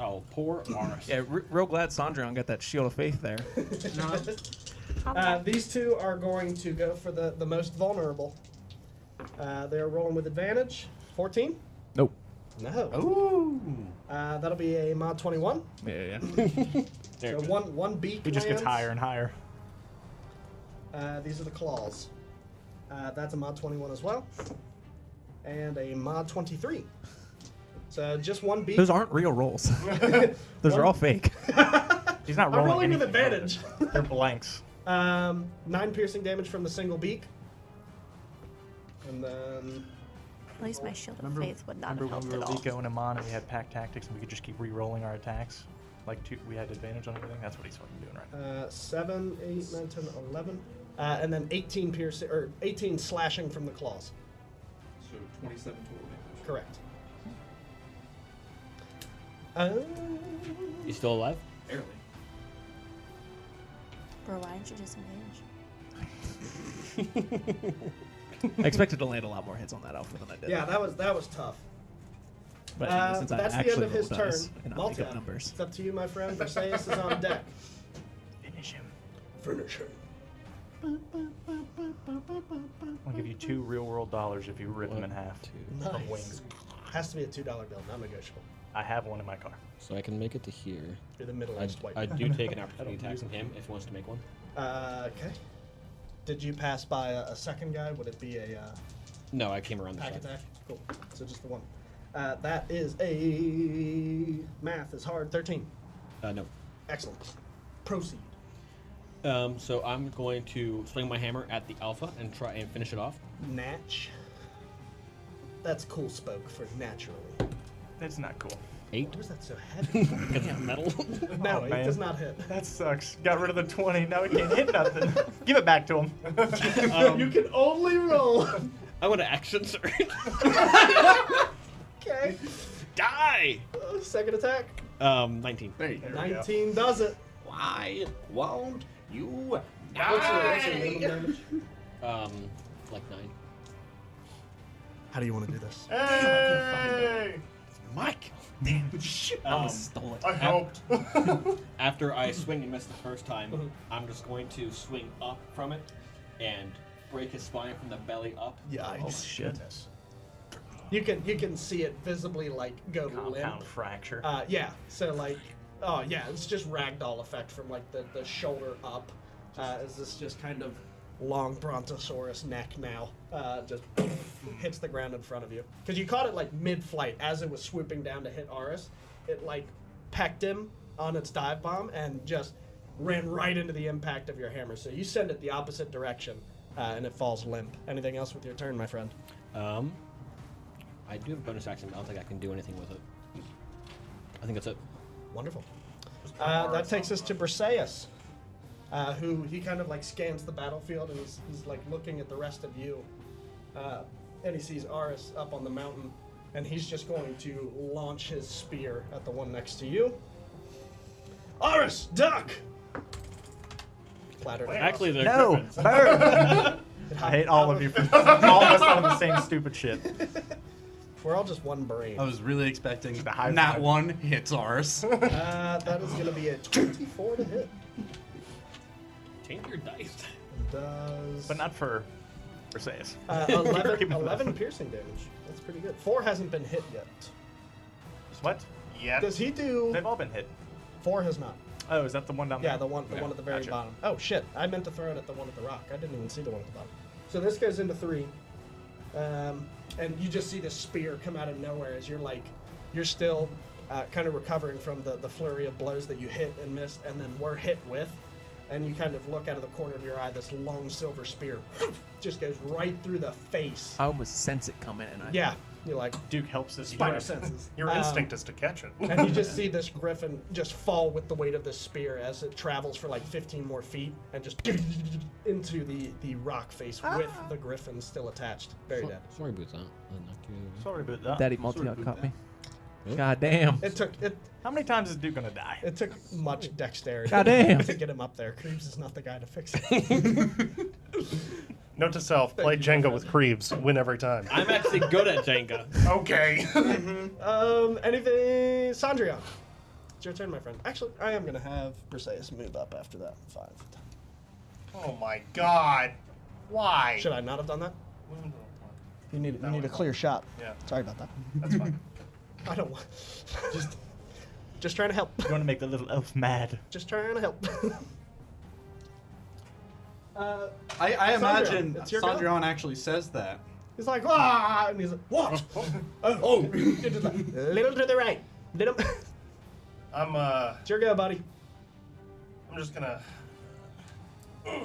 Speaker 6: Oh,
Speaker 5: (laughs)
Speaker 6: poor Aris.
Speaker 2: Yeah, re- real glad Sandrion got that shield of faith
Speaker 1: (laughs)
Speaker 2: there.
Speaker 1: Uh, these two are going to go for the, the most vulnerable. Uh, they're rolling with advantage. 14?
Speaker 2: Nope.
Speaker 1: No.
Speaker 4: Ooh.
Speaker 1: Uh, that'll be a mod 21.
Speaker 4: (laughs)
Speaker 2: Yeah, yeah.
Speaker 6: There
Speaker 1: So
Speaker 6: it goes.
Speaker 1: one, one beak.
Speaker 5: He just gets
Speaker 1: lands.
Speaker 5: higher and higher.
Speaker 1: Uh, these are the claws. Uh, that's a mod 21 as well. And a mod 23. uh, just one beat.
Speaker 8: Those aren't real
Speaker 1: (laughs)
Speaker 8: rolls. Those are all fake. He's not
Speaker 1: I'm
Speaker 8: rolling.
Speaker 1: rolling
Speaker 8: anything
Speaker 1: with
Speaker 8: other than-
Speaker 1: advantage.
Speaker 5: They're
Speaker 1: (laughs)
Speaker 5: blanks.
Speaker 1: um, nine piercing damage from the single beak, and then
Speaker 3: At least my shield of
Speaker 9: Remember-
Speaker 3: faith would not have
Speaker 9: Remember
Speaker 3: helped
Speaker 9: when we
Speaker 3: at
Speaker 9: were
Speaker 3: all.
Speaker 9: Lico and Amon and we had pack tactics and we could just keep re-rolling our attacks? Like two, we had advantage on everything? That's what he's fucking doing right now.
Speaker 1: uh, seven, eight, nine, ten, eleven, uh, and then eighteen piercing or eighteen slashing from the claws.
Speaker 4: So 27 total damage.
Speaker 1: Correct. Um,
Speaker 6: You still alive?
Speaker 9: Barely.
Speaker 3: Bro, why didn't you disengage?
Speaker 8: I expected to land a lot more hits on that alpha than I did.
Speaker 1: yeah, that was that was tough.
Speaker 8: But
Speaker 1: Uh,
Speaker 8: since
Speaker 1: that's
Speaker 8: I
Speaker 1: the end
Speaker 8: actually
Speaker 1: of his
Speaker 8: rolled
Speaker 1: turn.
Speaker 8: dice and I make
Speaker 1: Malta,
Speaker 8: up numbers.
Speaker 1: it's up to you, my friend. Versailles is on deck.
Speaker 9: Finish him.
Speaker 1: Finish him.
Speaker 9: I'll give you two real world dollars if you rip him in
Speaker 6: One,
Speaker 9: half.
Speaker 6: two.
Speaker 1: Nice.
Speaker 9: From wings.
Speaker 1: Has to be a two dollar bill, not negotiable.
Speaker 9: I have one in my car.
Speaker 6: So I can make it to here.
Speaker 1: You're the middle
Speaker 6: I,
Speaker 1: aged white.
Speaker 6: I
Speaker 1: man.
Speaker 6: do take an opportunity attack from him if he wants to make one.
Speaker 1: Uh, okay. Did you pass by a, a second guy? Would it be a uh,
Speaker 6: No, I came around the
Speaker 1: pack
Speaker 6: side.
Speaker 1: attack? Cool. So just the one. Uh, that is a math is hard. Thirteen.
Speaker 6: Uh, no.
Speaker 1: Excellent. Proceed.
Speaker 6: Um, so I'm going to swing my hammer at the alpha and try and finish it off.
Speaker 1: Natch. That's cool spoke for naturally.
Speaker 9: That's not cool.
Speaker 6: Eight.
Speaker 1: Why was that so heavy?
Speaker 6: Because it's metal. (laughs)
Speaker 1: no,
Speaker 9: Aw,
Speaker 1: it
Speaker 9: man.
Speaker 1: does not hit.
Speaker 9: That sucks. Got rid of the 20. Now we can't hit (laughs) nothing. Give it back to him.
Speaker 1: you can only roll. (laughs)
Speaker 6: I want to action surge. (laughs)
Speaker 1: okay.
Speaker 6: Die.
Speaker 1: Uh, second attack.
Speaker 6: Um, 19.
Speaker 4: There you go.
Speaker 5: we go.
Speaker 1: Nineteen does it.
Speaker 6: Why won't you?
Speaker 1: What's your, what's your minimum damage?
Speaker 6: Um, like nine.
Speaker 1: How do you want to do this?
Speaker 7: Hey!
Speaker 6: Mike.
Speaker 8: Damn, shit. I
Speaker 6: Um,
Speaker 8: stole it.
Speaker 7: I helped.
Speaker 1: (laughs)
Speaker 6: After I swing and miss the first
Speaker 1: Uh-huh.
Speaker 6: time, I'm just going to swing up from it and break his spine from the belly up.
Speaker 8: Oh,
Speaker 1: Yikes.
Speaker 8: shit.
Speaker 1: You can you can see it visibly like go limp.
Speaker 9: Compound fracture.
Speaker 1: Uh, yeah. So like, oh yeah, it's just ragdoll effect from like the, the shoulder up. Uh, is this just kind of long brontosaurus neck now? Uh, just hits the ground in front of you because you caught it like mid-flight as it was swooping down to hit Aris. It like pecked him on its dive bomb and just ran right into the impact of your hammer. So you send it the opposite direction. Uh, and it falls limp. Anything else with your turn, my friend?
Speaker 6: Um, I do have a bonus action, but I don't think I can do anything with it. I think that's it.
Speaker 1: Wonderful. Uh, that takes us to Briseis, uh, who he kind of like scans the battlefield and he's, he's like looking at the rest of you. Uh, and he sees Aris up on the mountain and he's just going to launch his spear at the one next to you. Aris, duck! Flattered.
Speaker 6: Actually, they're
Speaker 9: no!
Speaker 6: griffins.
Speaker 9: Bird!
Speaker 1: (laughs) It
Speaker 9: I
Speaker 1: hopped
Speaker 9: hate all
Speaker 1: out
Speaker 9: of you
Speaker 1: (laughs)
Speaker 9: for all of us on the same stupid shit.
Speaker 1: We're all just one brain.
Speaker 4: I was really expecting
Speaker 9: The high
Speaker 4: Nat
Speaker 9: five.
Speaker 4: one hits (laughs) ours.
Speaker 1: Uh, that is going to be a 24 to hit.
Speaker 6: Change your dice.
Speaker 1: Does.
Speaker 9: But not for Perseus.
Speaker 5: (laughs)
Speaker 1: Uh, 11, 11 piercing damage. That's pretty good. Four hasn't been hit yet.
Speaker 9: What?
Speaker 7: Yeah.
Speaker 1: Does he do?
Speaker 9: They've all been hit.
Speaker 1: Four has not.
Speaker 9: Oh, is that the one down there?
Speaker 1: Yeah, the one, the one at the very
Speaker 9: Gotcha.
Speaker 1: bottom. Oh shit! I meant to throw it at the one at the rock. I didn't even see the one at the bottom. So this goes into three, um, and you just see this spear come out of nowhere as you're like, you're still uh, kind of recovering from the the flurry of blows that you hit and missed, and then were hit with, and you kind of look out of the corner of your eye. This long silver spear (laughs) just goes right through the face.
Speaker 2: Uh,
Speaker 8: I almost sense it coming and I.
Speaker 1: Yeah, you're like
Speaker 9: Duke helps this
Speaker 1: spider
Speaker 9: spider.
Speaker 1: senses.
Speaker 7: Your
Speaker 1: Um,
Speaker 7: instinct is to catch it.
Speaker 1: and you just see this griffin just fall with the weight of this spear as it travels for like 15 more feet and just (laughs) into the, the rock face with the griffin still attached. Very dead.
Speaker 6: Sorry about that. I knocked you over.
Speaker 9: Sorry about that.
Speaker 8: Daddy Multi caught me. God damn.
Speaker 1: It took it
Speaker 9: How many times is Duke gonna die?
Speaker 1: it took much dexterity
Speaker 8: Goddamn.
Speaker 1: (laughs) to get him up there. Creeps is not the guy to fix it.
Speaker 7: (laughs) Note to self: play Jenga with Creeves. Win every time.
Speaker 6: I'm actually good at Jenga.
Speaker 1: (laughs)
Speaker 7: Okay.
Speaker 1: um, anything, Sandrion. It's your turn, my friend. Actually, I am gonna have Briseis move up after that five.
Speaker 7: oh my God. Why?
Speaker 1: Should I not have done that? You need you
Speaker 7: That
Speaker 1: need a
Speaker 7: one.
Speaker 1: clear shot.
Speaker 7: Yeah.
Speaker 1: Sorry about that.
Speaker 7: That's fine. (laughs)
Speaker 1: I don't want. Just (laughs) just trying to help.
Speaker 9: You want to make the little elf mad?
Speaker 1: Just trying to help. (laughs)
Speaker 4: I, I
Speaker 1: Sandra,
Speaker 4: imagine
Speaker 1: it's your go.
Speaker 4: Sandrion actually says that
Speaker 1: He's like, ah, and he's like, what?
Speaker 4: (laughs)
Speaker 1: (laughs)
Speaker 4: Oh,
Speaker 1: little to the right. (laughs) Little.
Speaker 7: I'm uh,
Speaker 1: it's your go, buddy. (laughs)
Speaker 7: I'm just gonna (sighs)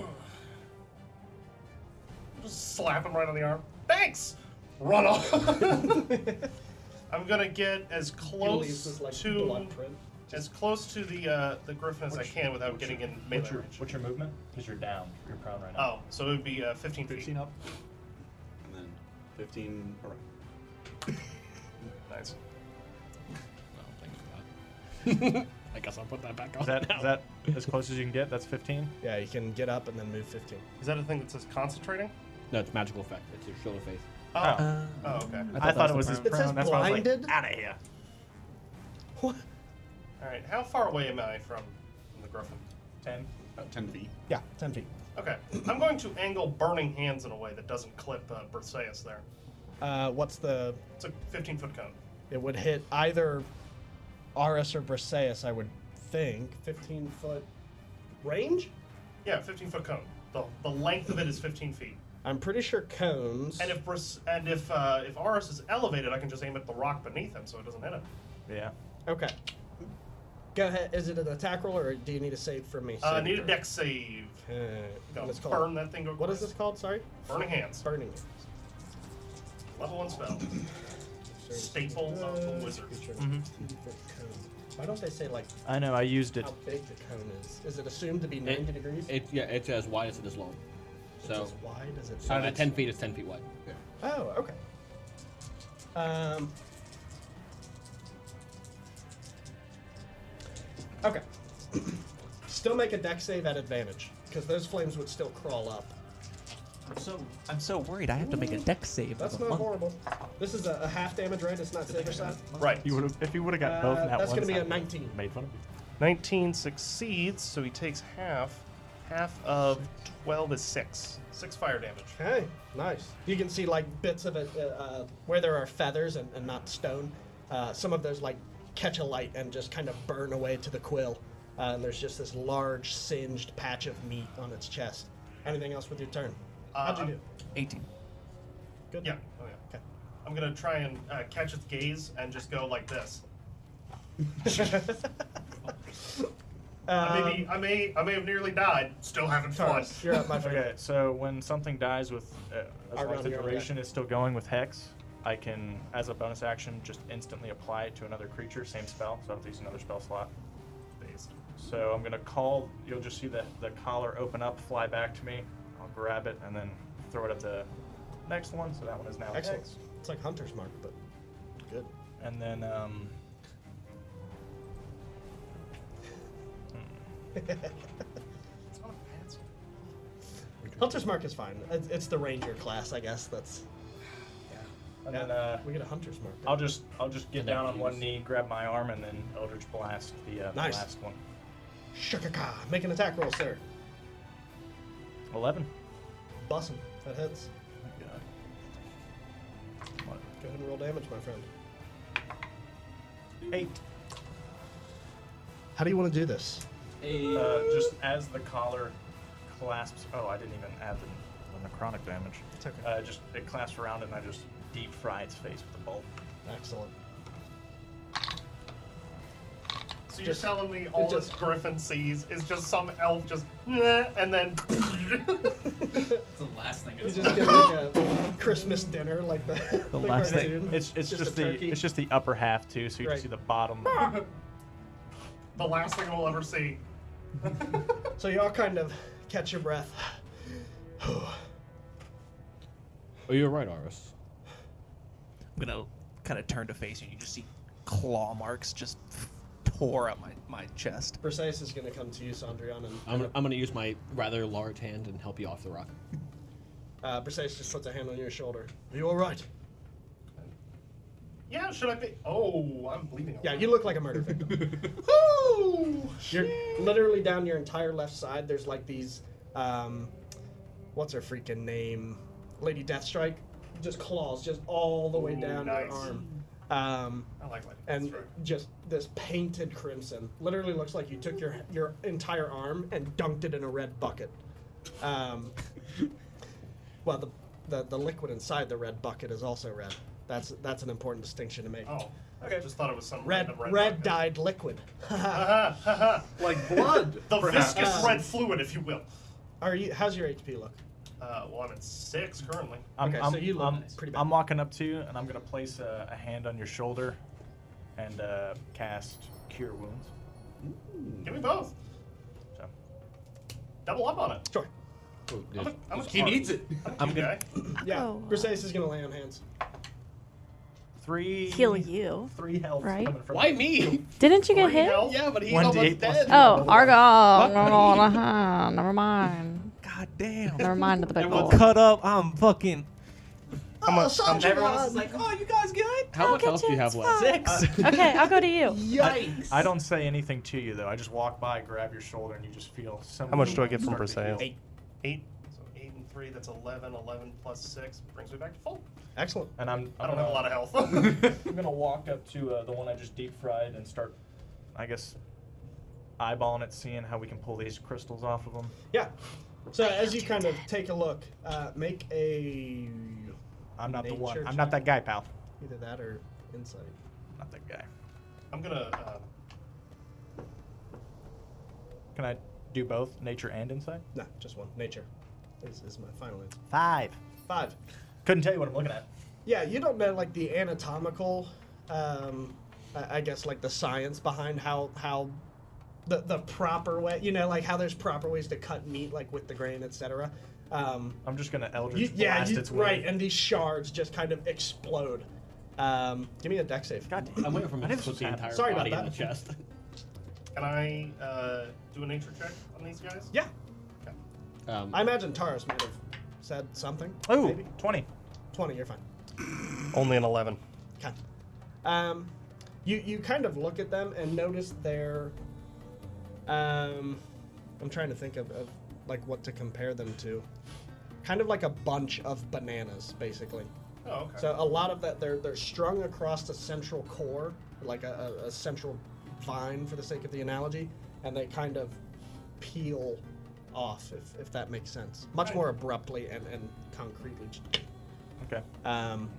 Speaker 7: just slap him right on the arm. Thanks. Run off. (laughs) I'm gonna get as
Speaker 1: Leaves
Speaker 7: close
Speaker 1: this, like,
Speaker 7: to
Speaker 1: blood print.
Speaker 7: as close to the uh, the griffin as I can without getting in melee
Speaker 10: What's your,
Speaker 7: range.
Speaker 10: what's your movement? Because you're down. You're prone right now.
Speaker 7: Oh, so it would be uh, 15 feet.
Speaker 4: 15 up. And then 15 around.
Speaker 7: Nice.
Speaker 11: (laughs)
Speaker 6: I guess I'll put that back
Speaker 5: Is
Speaker 6: on.
Speaker 5: that, is that as close as you can get? That's 15?
Speaker 1: Yeah, you can get up and then move 15.
Speaker 7: Is that a thing that says concentrating?
Speaker 6: No, it's magical effect. It's your shield of faith.
Speaker 7: Oh.
Speaker 5: Oh.
Speaker 7: oh, okay.
Speaker 5: I thought it was
Speaker 2: the
Speaker 5: his
Speaker 2: prone.
Speaker 1: It says
Speaker 5: prone. That's why I was
Speaker 1: blinded?
Speaker 5: like, out of here.
Speaker 1: What?
Speaker 7: All right. How far away am I from the griffin?
Speaker 10: Ten.
Speaker 4: About 10 feet.
Speaker 1: Yeah, 10 feet.
Speaker 7: Okay. I'm going to angle burning hands in a way that doesn't clip uh, Briseis there.
Speaker 1: Uh, what's the.
Speaker 7: It's a 15 foot cone.
Speaker 1: It would hit either Aris or Briseis, I would think. 15 foot range?
Speaker 7: Yeah, 15 foot cone. The, the length of it is 15 feet.
Speaker 1: I'm pretty sure cones.
Speaker 7: And if Bris- and if uh, if Aris is elevated, I can just aim at the rock beneath him so it doesn't hit him.
Speaker 5: Yeah.
Speaker 1: Okay. Go ahead. Is it an attack roll or do you need a save from me?
Speaker 7: Uh,
Speaker 1: Saving
Speaker 7: need a
Speaker 1: throw.
Speaker 7: deck save.
Speaker 1: Okay.
Speaker 7: Gotta
Speaker 1: What is called?
Speaker 7: burn that thing. to a
Speaker 1: What is this
Speaker 7: crisp.
Speaker 1: called? Sorry?
Speaker 7: Burning hands.
Speaker 1: Burning. Hands.
Speaker 7: Level one spell. Staple of the wizard.
Speaker 1: Mm-hmm. Why don't they say like
Speaker 5: I know, I used it.
Speaker 1: how big the cone is? Is it assumed to be 90 degrees?
Speaker 6: It, yeah, it's as wide as it is long. So,
Speaker 1: Just why does it?
Speaker 6: so at 10 feet, it's 10 feet wide.
Speaker 1: Oh, okay. Um. Okay. (clears throat) Still make a deck save at advantage because those flames would still crawl up.
Speaker 12: I'm so I'm so worried. I have to make a deck save.
Speaker 1: That's
Speaker 12: of a
Speaker 1: not
Speaker 12: monk.
Speaker 1: horrible. This is a, a half damage, right? It's not saver side.
Speaker 7: Right.
Speaker 5: You would have, if you would have got both
Speaker 1: Uh,
Speaker 5: in that
Speaker 1: that's
Speaker 5: one,
Speaker 1: gonna be a
Speaker 5: I
Speaker 1: 19.
Speaker 5: Made fun of you.
Speaker 7: 19 succeeds, so he takes half. Half of 12 is 6. 6 fire damage.
Speaker 1: Okay, nice. You can see like bits of it uh, uh, where there are feathers and, and not stone. Uh, some of those like catch a light and just kind of burn away to the quill. Uh, and there's just this large singed patch of meat on its chest. Anything else with your turn?
Speaker 7: Uh,
Speaker 1: How'd you do?
Speaker 2: 18.
Speaker 1: Good.
Speaker 7: Yeah. Oh, yeah.
Speaker 1: Okay.
Speaker 7: I'm going to try and uh, catch its gaze and just go like this. (laughs) I, may be, I, may, I may have nearly died, still having fun.
Speaker 1: Taurus, Uh, you're up, my friend.
Speaker 5: Okay, so when something dies with, uh, as long
Speaker 1: Around
Speaker 5: as the
Speaker 1: your own
Speaker 5: duration
Speaker 1: guy.
Speaker 5: is still going with Hex, I can, as a bonus action, just instantly apply it to another creature, same spell, so I have to use another spell slot. So I'm gonna call. You'll just see the the collar open up, fly back to me. I'll grab it and then throw it at the next one. So that one is now
Speaker 1: Excellent.
Speaker 5: next.
Speaker 1: It's like Hunter's Mark, but good.
Speaker 5: And then um.
Speaker 1: Hunter's Mark is fine. It's, it's the Ranger class, I guess. That's.
Speaker 5: And then uh,
Speaker 1: We get a Hunter's Mark.
Speaker 5: I'll just I'll just get
Speaker 6: And then
Speaker 5: down on one
Speaker 6: use-
Speaker 5: knee, grab my arm, and then Eldritch blast the, uh, the
Speaker 1: Nice.
Speaker 5: last one.
Speaker 1: Shakaka. Make an attack roll, sir.
Speaker 5: Eleven.
Speaker 1: Bust him. That hits.
Speaker 5: Oh my God.
Speaker 1: Go ahead and roll damage, my friend.
Speaker 5: Eight.
Speaker 1: How do you want to do this?
Speaker 5: Uh, just as the collar clasps. Oh, I didn't even add the, the necronic damage.
Speaker 1: It's okay.
Speaker 5: Uh, just it clasps around and I just deep fry its face with a bolt.
Speaker 1: Excellent.
Speaker 7: So you're
Speaker 1: Just-
Speaker 7: telling me all
Speaker 1: just-
Speaker 7: this griffin sees is just some elf just, (laughs) "Nah," and then. (laughs)
Speaker 13: That's the last thing.
Speaker 1: You
Speaker 13: It's
Speaker 1: just get like
Speaker 5: (laughs)
Speaker 1: a Christmas dinner, like the, the
Speaker 12: last thing.
Speaker 1: cartoon.
Speaker 5: It's it's just,
Speaker 1: a
Speaker 5: the
Speaker 1: turkey.
Speaker 5: it's just the upper half too, so you
Speaker 1: Right. Ah.
Speaker 5: just see the bottom.
Speaker 7: the last thing we'll ever see.
Speaker 1: So you all kind of catch your breath. (sighs)
Speaker 6: Oh, you're right, Aris.
Speaker 2: I'm gonna kind of turn to face you, and you just see claw marks just tore up my, my chest.
Speaker 1: Briseis is going to come to you, Sandrian, and
Speaker 6: I'm, gonna- I'm gonna use my rather large hand and help you off
Speaker 1: (laughs)
Speaker 6: the rock.
Speaker 1: uh, Briseis just puts a hand on your shoulder. Are you all right?
Speaker 7: Yeah, should I be? Oh, I'm bleeding. a
Speaker 1: Yeah,
Speaker 7: lot.
Speaker 1: you look like a murder victim.
Speaker 7: Ooh,
Speaker 1: You're (laughs) literally down your entire left side. There's like these, um, what's her freaking name? Lady Deathstrike. Just claws, just all the way
Speaker 7: Ooh,
Speaker 1: down
Speaker 7: nice.
Speaker 1: your arm. Um,
Speaker 7: I like lightning.
Speaker 1: and
Speaker 7: That's right.
Speaker 1: just this painted crimson. Literally looks like you took your your entire
Speaker 7: (laughs)
Speaker 1: arm and dunked it in a red bucket. Um, well, the the, the liquid inside the red bucket is also red. That's that's an important distinction to make.
Speaker 7: Oh, okay. I just thought it was some
Speaker 1: Red,
Speaker 7: random
Speaker 1: red,
Speaker 7: red. bucket.
Speaker 1: dyed liquid. (laughs)
Speaker 7: Ah, ha, ha.
Speaker 4: Like blood.
Speaker 7: (laughs) the
Speaker 4: perhaps.
Speaker 7: viscous
Speaker 1: Um,
Speaker 7: red fluid, if you will.
Speaker 1: Are you? How's your HP look?
Speaker 7: Uh, well, I'm at six currently.
Speaker 5: I'm,
Speaker 1: Okay, so
Speaker 5: I'm,
Speaker 1: you look
Speaker 5: I'm,
Speaker 1: pretty bad.
Speaker 5: I'm walking up to you, and I'm gonna place a, a hand on your shoulder, and uh, cast Cure Wounds.
Speaker 7: Give me both.
Speaker 5: So
Speaker 7: Double up on it.
Speaker 1: Sure.
Speaker 7: I'm a, I'm a
Speaker 4: He needs it.
Speaker 7: I'm a cute guy.
Speaker 1: Yeah.
Speaker 3: Oh.
Speaker 1: Briseis is gonna lay on hands.
Speaker 5: three
Speaker 3: Heal you.
Speaker 5: Three health.
Speaker 3: Right?
Speaker 5: coming from
Speaker 6: Why
Speaker 5: you.
Speaker 6: me?
Speaker 3: Didn't you get
Speaker 7: Three
Speaker 3: hit?
Speaker 7: health.
Speaker 6: yeah, but he's
Speaker 5: 1d8
Speaker 6: almost
Speaker 5: plus
Speaker 6: dead.
Speaker 5: two.
Speaker 3: Oh, Argyle.
Speaker 8: Fuck me.
Speaker 3: Oh, uh-huh. Never mind.
Speaker 8: God damn.
Speaker 3: Never mind the big
Speaker 8: Well,
Speaker 3: hole.
Speaker 8: cut up. I'm fucking
Speaker 1: I'm oh, a,
Speaker 14: Everyone else is like, oh, you guys good?
Speaker 6: How much health do you have left?
Speaker 8: six.
Speaker 3: Okay, I'll go to you.
Speaker 8: Yikes.
Speaker 5: I don't say anything to you though. I just walk by, grab your shoulder, and you just feel some.
Speaker 14: How much do I get from
Speaker 5: start to heal.
Speaker 14: Perseus?
Speaker 1: Eight.
Speaker 7: Eight. So eight and three, that's 11. 11 plus six brings me back to full.
Speaker 1: Excellent.
Speaker 5: And I'm.
Speaker 7: I don't have a lot of health. (laughs)
Speaker 5: I'm gonna walk up to uh, the one I just deep fried and start, I guess, eyeballing it, seeing how we can pull these crystals off of them.
Speaker 1: Yeah. So as you kind of take a look, uh, make a
Speaker 5: I'm not the one.
Speaker 1: Nature
Speaker 5: I'm not
Speaker 1: check.
Speaker 5: that guy, pal.
Speaker 1: either that or insight.
Speaker 5: Not that guy.
Speaker 7: I'm gonna. Um,
Speaker 5: Can I do both, nature and insight?
Speaker 1: No, just one. Nature is, is my final answer.
Speaker 5: Five.
Speaker 1: Five.
Speaker 5: Couldn't tell you what I'm looking at.
Speaker 1: Yeah, you don't know like the anatomical, um, I I guess like the science behind how how the the proper way, you know, like how there's proper ways to cut meat, like with the grain, etc. Um,
Speaker 5: I'm just gonna eldritch
Speaker 1: you, yeah,
Speaker 5: blast
Speaker 1: you,
Speaker 5: its way.
Speaker 1: right, and these shards just kind of explode. Um, give me a deck save.
Speaker 5: God
Speaker 6: I went from
Speaker 5: Why
Speaker 6: him
Speaker 5: did
Speaker 6: to put
Speaker 5: this
Speaker 6: the
Speaker 5: happen?
Speaker 6: entire
Speaker 1: Sorry about
Speaker 6: body in
Speaker 1: that.
Speaker 6: the chest.
Speaker 7: can I uh, do a nature check on these guys?
Speaker 1: Yeah,
Speaker 6: Um,
Speaker 1: I imagine Taurus might have said something.
Speaker 5: Ooh,
Speaker 1: maybe.
Speaker 5: 20.
Speaker 1: twenty. You're fine.
Speaker 7: Only an 11.
Speaker 1: Okay. Um, you you kind of look at them and notice their. Um, I'm trying to think of, of like what to compare them to. Kind of like a bunch of bananas, basically.
Speaker 7: Oh, okay.
Speaker 1: So a lot of that they're they're strung across the central core, like a, a, a central vine, for the sake of the analogy, and they kind of peel off, if, if that makes sense, much more abruptly and and concretely. just
Speaker 5: Okay.
Speaker 1: um,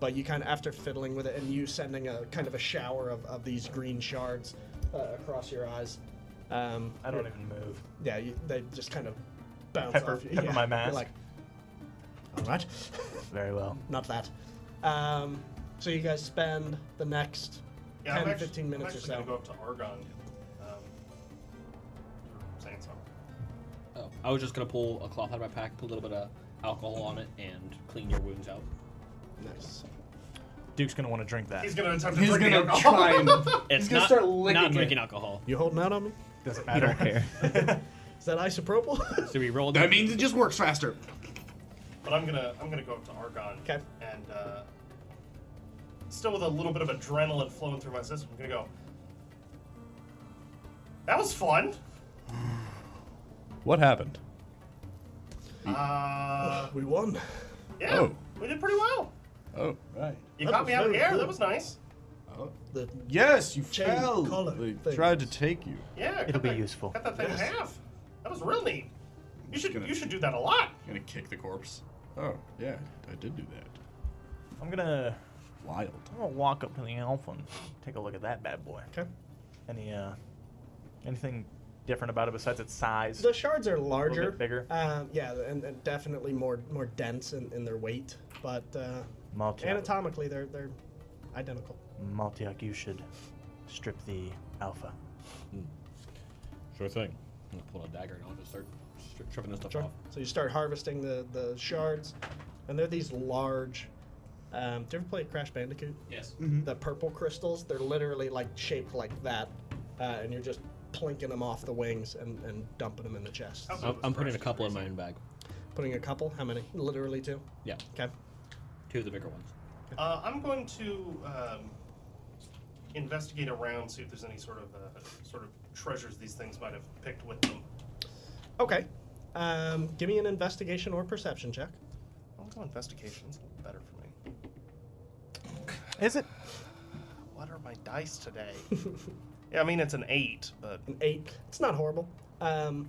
Speaker 1: but you kind of, after fiddling with it and you sending a kind of a shower of, of these green shards uh, across your eyes, um,
Speaker 5: I don't even move.
Speaker 1: yeah, you, they just kind of bounce
Speaker 5: Pepper-
Speaker 1: off you.
Speaker 5: pepper
Speaker 1: yeah,
Speaker 5: my
Speaker 1: you're
Speaker 5: mask.
Speaker 1: like, all right,
Speaker 5: Very well.
Speaker 1: not that. Um, so you guys spend the next
Speaker 7: yeah,
Speaker 1: 10,
Speaker 7: I'm actually,
Speaker 1: 15 minutes
Speaker 7: I'm
Speaker 1: or
Speaker 7: actually gonna
Speaker 1: so.
Speaker 7: go up to Argon. Um, for saying something.
Speaker 6: oh, I was just gonna pull a cloth out of my pack, put a little bit of alcohol on it, and clean your wounds out.
Speaker 1: Nice.
Speaker 5: Duke's gonna want to drink that.
Speaker 7: He's gonna attempt to
Speaker 4: He's
Speaker 7: drink the
Speaker 4: gonna
Speaker 7: alcohol.
Speaker 4: try (laughs) and.
Speaker 6: It's
Speaker 4: He's gonna
Speaker 6: not,
Speaker 4: start licking
Speaker 6: not
Speaker 4: it.
Speaker 6: drinking alcohol.
Speaker 1: You holding out on me?
Speaker 5: Doesn't
Speaker 8: You
Speaker 5: matter.
Speaker 8: don't care.
Speaker 1: Is that isopropyl? (laughs)
Speaker 6: So we rolled.
Speaker 4: That means it just works faster.
Speaker 7: (laughs) But I'm gonna I'm gonna go up to Argon.
Speaker 1: Okay.
Speaker 7: And uh, still with a little bit of adrenaline flowing through my system, I'm gonna go. That was fun.
Speaker 14: What happened?
Speaker 1: (laughs)
Speaker 7: Uh,
Speaker 1: we won.
Speaker 7: yeah,
Speaker 14: Oh.
Speaker 7: we did pretty well.
Speaker 14: Oh.
Speaker 4: Right.
Speaker 7: You
Speaker 1: That
Speaker 7: caught
Speaker 1: was
Speaker 7: me out of the
Speaker 1: very
Speaker 7: air.
Speaker 1: cool.
Speaker 7: That was nice.
Speaker 4: Oh.
Speaker 1: The
Speaker 14: Yes, you
Speaker 1: Chain
Speaker 14: fell.
Speaker 1: collar
Speaker 14: They
Speaker 1: thing.
Speaker 14: tried to take you.
Speaker 7: Yeah.
Speaker 5: It'll
Speaker 7: cut
Speaker 5: be
Speaker 7: that-
Speaker 5: useful.
Speaker 7: Cut that thing in half. That was real neat. You should
Speaker 4: Gonna-
Speaker 7: you should do that a lot.
Speaker 4: Gonna kick the corpse.
Speaker 14: Oh, yeah, I did do that.
Speaker 5: (laughs) I'm gonna
Speaker 14: Wild.
Speaker 5: I'm gonna walk up to the elf and take a look at that bad boy.
Speaker 1: okay.
Speaker 5: Any uh, anything different about it besides its size?
Speaker 1: The shards are larger,
Speaker 5: bit bigger.
Speaker 1: Um, yeah, and, and definitely more more dense in, in their weight, but uh,
Speaker 5: Multi.
Speaker 1: anatomically they're they're identical.
Speaker 5: Maltiak, you should strip the alpha.
Speaker 6: Sure thing. I'm gonna pull a dagger and I'll just start stri- stripping this stuff
Speaker 1: Sure.
Speaker 6: off.
Speaker 1: So you start harvesting the, the shards, and they're these large. Um, do you ever play Crash Bandicoot?
Speaker 6: Yes.
Speaker 1: The purple crystals, they're literally like shaped like that, uh, and you're just plinking them off the wings and, and dumping them in the chest.
Speaker 7: Oh.
Speaker 6: I'm, I'm putting a couple in my own bag.
Speaker 1: Putting a couple, how many? Literally two.
Speaker 6: Yeah,
Speaker 1: Okay.
Speaker 6: two of the bigger ones.
Speaker 7: Uh, I'm going to um, investigate around, see if there's any sort of uh, sort of treasures these things might have picked with them.
Speaker 1: Okay. Um, give me an investigation or perception check.
Speaker 7: I'll go investigations. A little better for me.
Speaker 5: Is it?
Speaker 7: What are my dice today? (laughs) yeah, I mean it's an eight, but
Speaker 1: an eight. It's not horrible. Um,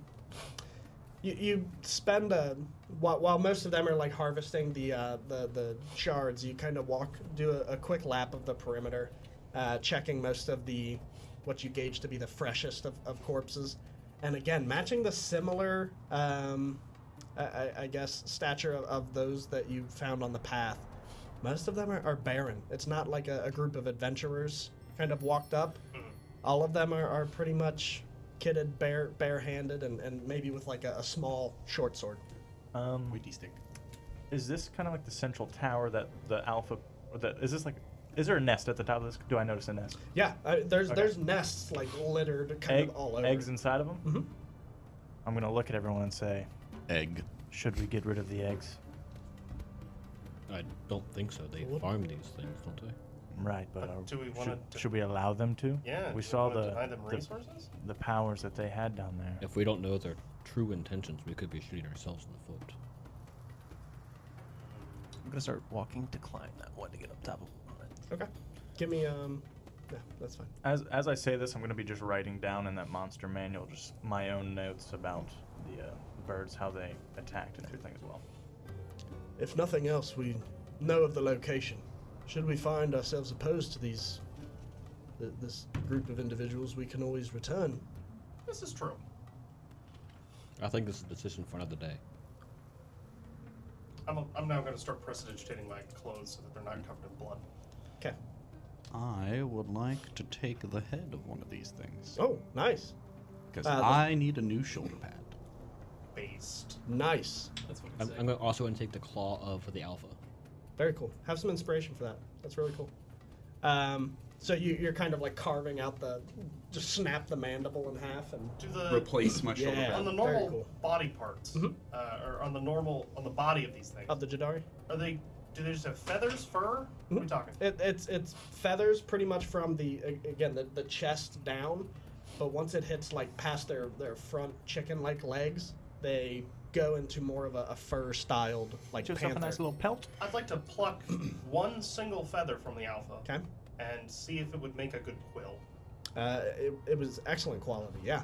Speaker 1: You, you spend a while, while most of them are like harvesting the uh, the the shards. You kind of walk, do a, a quick lap of the perimeter, uh, checking most of the what you gauge to be the freshest of, of corpses, and again matching the similar, um, I, I, I guess, stature of, of those that you found on the path. Most of them are, are barren. It's not like a, a group of adventurers kind of walked up. All of them are, are pretty much kitted, bare barehanded, and, and maybe with like a, a small short sword.
Speaker 5: Um,
Speaker 4: Witty Mm. stick.
Speaker 5: is this kind of like the central tower that the alpha? Or the, is this like? Is there a nest at the top of this? Do I notice a nest?
Speaker 1: Yeah, uh, there's
Speaker 5: Okay.
Speaker 1: there's nests like littered kind
Speaker 5: Egg,
Speaker 1: of all over.
Speaker 5: Eggs inside of them.
Speaker 1: Mhm.
Speaker 5: I'm gonna look at everyone and say,
Speaker 4: Egg.
Speaker 5: should we get rid of the eggs?
Speaker 11: I don't think so. They farm these things, don't they?
Speaker 5: Right, but,
Speaker 7: But
Speaker 5: are,
Speaker 7: do we wanna
Speaker 5: should,
Speaker 7: de-
Speaker 5: should we allow them to?
Speaker 7: Yeah.
Speaker 5: We
Speaker 7: do
Speaker 5: saw
Speaker 7: wanna
Speaker 5: the
Speaker 7: deny them
Speaker 5: the-
Speaker 7: resources.
Speaker 5: the powers that they had down there.
Speaker 11: If we don't know their true intentions, we could be shooting ourselves in the foot.
Speaker 2: I'm gonna start walking to climb that one to get up top of it.
Speaker 1: Okay, give me um, yeah, that's fine.
Speaker 5: As as I say this, I'm going to be just writing down in that monster manual just my own notes about the uh, birds, how they attacked, and everything as well.
Speaker 1: If nothing else, we know of the location. Should we find ourselves opposed to these, th- this group of individuals, we can always return.
Speaker 7: This is true.
Speaker 11: I think this is a decision for another day.
Speaker 7: I'm, I'm now going to start precipitating my clothes so that they're not covered in blood.
Speaker 1: Okay.
Speaker 4: I would like to take the head of one of these things
Speaker 1: Oh, nice,
Speaker 4: because
Speaker 1: uh, the-
Speaker 4: I need a new shoulder pad.
Speaker 7: Based.
Speaker 1: nice,
Speaker 2: That's what
Speaker 11: I'm, I'm going to also going to take the claw of the alpha.
Speaker 1: very cool. Have some inspiration for that. That's really cool. Um, so you, you're kind of like carving out the, just snap the mandible in half and
Speaker 7: Do the
Speaker 4: Replace my shoulder
Speaker 1: Yeah.
Speaker 4: pad.
Speaker 7: on the
Speaker 1: very
Speaker 7: normal
Speaker 1: cool.
Speaker 7: body parts,
Speaker 1: Mhm.
Speaker 7: uh, or on the normal on the body of these things.
Speaker 1: of the Jadari.
Speaker 7: Are they? Do they just have feathers, fur? What are we
Speaker 1: Mhm.
Speaker 7: talking?
Speaker 1: It, it's it's feathers pretty much from the a- again the, the chest down, but once it hits like past their their front chicken like legs, they go into more of a, a fur styled like panther.
Speaker 5: pelt.
Speaker 7: I'd like
Speaker 1: (clears throat)
Speaker 7: to pluck one single feather from the alpha
Speaker 1: okay,
Speaker 7: and see if it would make a good quill.
Speaker 1: uh, it, it was excellent quality. Yeah,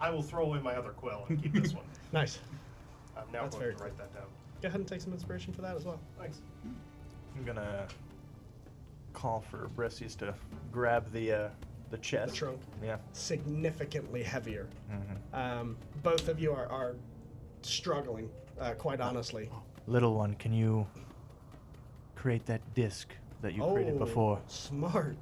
Speaker 7: I will throw away my other quill and keep
Speaker 1: (laughs)
Speaker 7: this one.
Speaker 1: nice.
Speaker 7: I'm now
Speaker 1: That's
Speaker 7: going
Speaker 1: very
Speaker 7: to
Speaker 1: cool.
Speaker 7: write that down.
Speaker 1: Go ahead and take some inspiration for that as well.
Speaker 7: Thanks.
Speaker 5: I'm gonna call for Brissies to grab the uh, the chest.
Speaker 1: trunk.
Speaker 5: Yeah.
Speaker 1: Significantly heavier.
Speaker 5: Mhm.
Speaker 1: Um, both of you are are struggling uh, quite honestly.
Speaker 5: Little one, can you create that disc that you created
Speaker 1: Oh,
Speaker 5: before?
Speaker 1: Smart.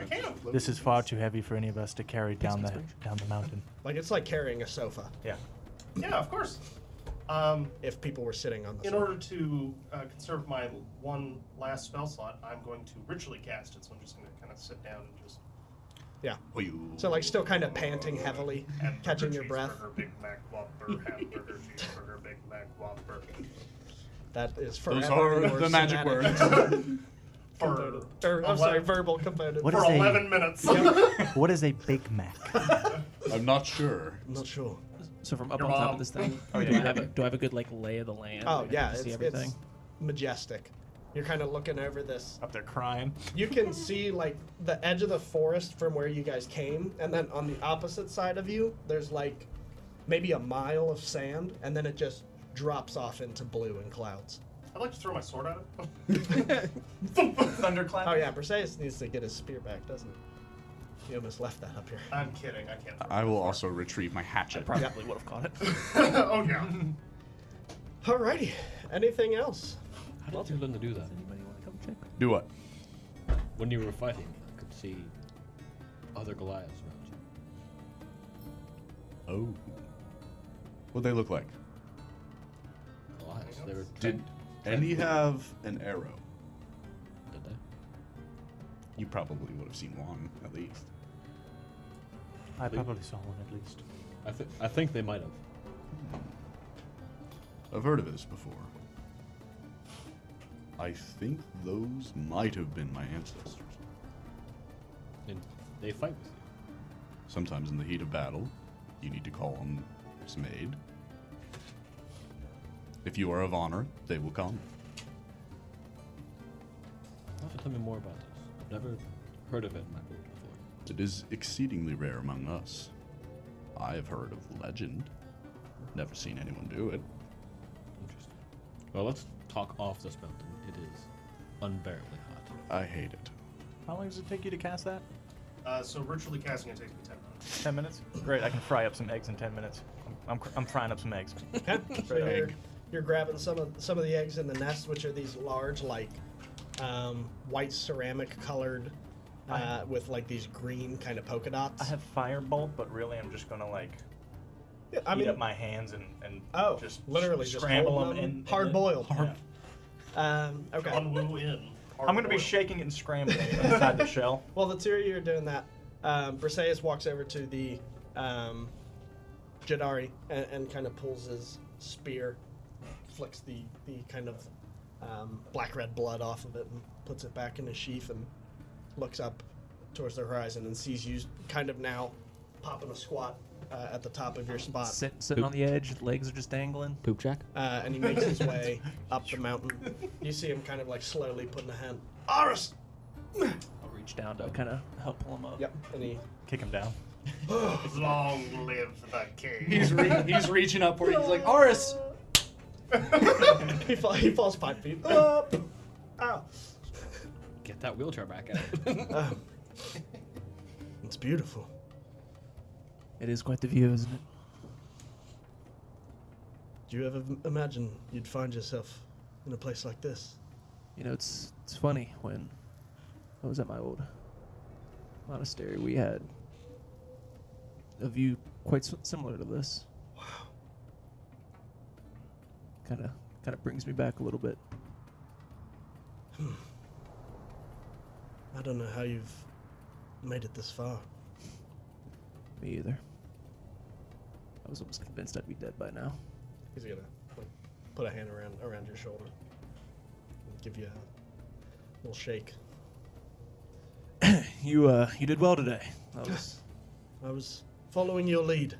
Speaker 7: I can.
Speaker 5: This is far too heavy for any of us to carry down the
Speaker 2: inspiration.
Speaker 5: down the mountain.
Speaker 1: Like it's like carrying a sofa.
Speaker 5: Yeah.
Speaker 7: Yeah, of course. Um,
Speaker 1: If people were sitting on the
Speaker 7: in
Speaker 1: sofa.
Speaker 7: order to uh, conserve my one last spell slot, I'm going to ritually cast it. So I'm just going to kind of sit down and just
Speaker 1: Yeah.
Speaker 4: Oh, you.
Speaker 1: So like still kind of panting heavily,
Speaker 7: Hamburger,
Speaker 1: catching your breath.
Speaker 7: cheeseburger, Big Mac Whopper, hamburger, cheeseburger, Big Mac Whopper.
Speaker 1: That is forever.
Speaker 4: those are
Speaker 1: your
Speaker 4: the magic
Speaker 1: somatic
Speaker 4: words.
Speaker 7: For,
Speaker 1: component- (laughs) or, I'm sorry, verbal component.
Speaker 5: What
Speaker 7: for
Speaker 5: is a-
Speaker 7: 11 minutes.
Speaker 5: What is a Big (laughs) Mac?
Speaker 4: I'm not sure.
Speaker 1: I'm not sure.
Speaker 2: So from up
Speaker 7: Your
Speaker 2: on top
Speaker 7: mom.
Speaker 2: of this thing,
Speaker 13: Oh,
Speaker 5: yeah.
Speaker 2: do I have a, do I have a good like lay of the land?
Speaker 1: Oh
Speaker 2: I
Speaker 1: yeah,
Speaker 2: can
Speaker 1: it's,
Speaker 2: see
Speaker 1: it's
Speaker 2: everything.
Speaker 1: majestic. You're kind of looking over this.
Speaker 5: Up there crying.
Speaker 1: You can see like the edge of the forest from where you guys came, and then on the opposite side of you, there's like maybe a mile of sand, and then it just drops off into blue and clouds.
Speaker 7: (laughs) I'd like to throw my sword at it.
Speaker 5: Thunderclap.
Speaker 1: Oh yeah, Perseus needs to get his spear back, doesn't he? You almost left that up here.
Speaker 7: I'm kidding. I can't.
Speaker 4: I will also retrieve my hatchet.
Speaker 2: Probably would have caught it.
Speaker 7: (laughs) oh, yeah.
Speaker 1: Alrighty. Anything else?
Speaker 11: How did you learn to do that?
Speaker 2: Anybody want to come check?
Speaker 4: Do what?
Speaker 11: When you were fighting, I could see other Goliaths around you.
Speaker 4: Oh. What they look like?
Speaker 11: Goliaths? They were
Speaker 4: Did
Speaker 11: trapped,
Speaker 4: any have an arrow?
Speaker 11: did they?
Speaker 4: You probably would have seen one at least.
Speaker 5: I probably saw one at least.
Speaker 11: I, th- I think they might have.
Speaker 4: I've heard of this before. I think those might have been my ancestors.
Speaker 11: And they fight with you.
Speaker 4: Sometimes in the heat of battle, you need to call on some aid. If you are of honor, they will come.
Speaker 11: You'll have to tell me more about this. I've never heard of it in my book before.
Speaker 4: It is exceedingly rare among us. I have heard of legend. Never seen anyone do it.
Speaker 11: Interesting. Well, let's talk off this mountain. It is unbearably hot.
Speaker 4: I hate it.
Speaker 5: How long does it take you to cast that?
Speaker 7: Uh, so ritually casting it takes me 10 minutes.
Speaker 5: Ten minutes. Great. I can fry up some eggs in ten minutes. I'm, I'm, cr- I'm frying up some eggs. (laughs)
Speaker 1: So you're, you're grabbing some of some of the eggs in the nest, which are these large, like um, white ceramic colored, uh, with like these green kind of polka dots.
Speaker 5: I (laughs) have firebolt, but really I'm just gonna like
Speaker 1: Yeah, I
Speaker 5: heat
Speaker 1: mean,
Speaker 5: up my hands and and
Speaker 1: oh,
Speaker 5: just
Speaker 1: literally just
Speaker 5: scramble
Speaker 1: hold
Speaker 5: them and
Speaker 1: hard boiled.
Speaker 5: Yeah.
Speaker 1: Um, okay.
Speaker 7: John Woo in.
Speaker 5: I'm gonna be shaking it
Speaker 1: (laughs)
Speaker 5: and scrambling it inside the shell.
Speaker 1: While the two of you are doing that, um, Briseis walks over to the um, Jadari and, and kind of pulls his spear, flicks the, the kind of um, black red blood off of it, and puts it back in his sheath and looks up towards the horizon and sees you kind of now popping a squat uh, at the top of your spot.
Speaker 2: Sit, sitting on the edge, legs are just dangling.
Speaker 11: Poop Jack?
Speaker 1: Uh, and he makes his way up the mountain. You see him kind of like slowly putting a hand. Aris!
Speaker 2: I'll reach down to kind of help pull him up.
Speaker 1: Yep. And he (laughs)
Speaker 5: Kick him down.
Speaker 7: Long live the king.
Speaker 15: He's re- he's reaching up where he's like,
Speaker 4: (laughs)
Speaker 15: Aris.
Speaker 1: he, fall, he falls five feet. Up. Ow.
Speaker 11: Get that wheelchair back out.
Speaker 1: Um, it's beautiful.
Speaker 2: It is quite the view, isn't it?
Speaker 1: Do you ever m- imagine you'd find yourself in a place like this?
Speaker 2: You know, it's it's funny when I was at my old monastery, we had a view quite s- similar to this. Wow. Kind of kind of brings me back a little bit.
Speaker 1: I don't know how you've made it this far.
Speaker 2: Me either. I was almost convinced I'd be dead by now.
Speaker 1: He's gonna like, put a hand around around your shoulder, and give you a little shake.
Speaker 2: You uh you did well today. That was
Speaker 1: I was following your lead.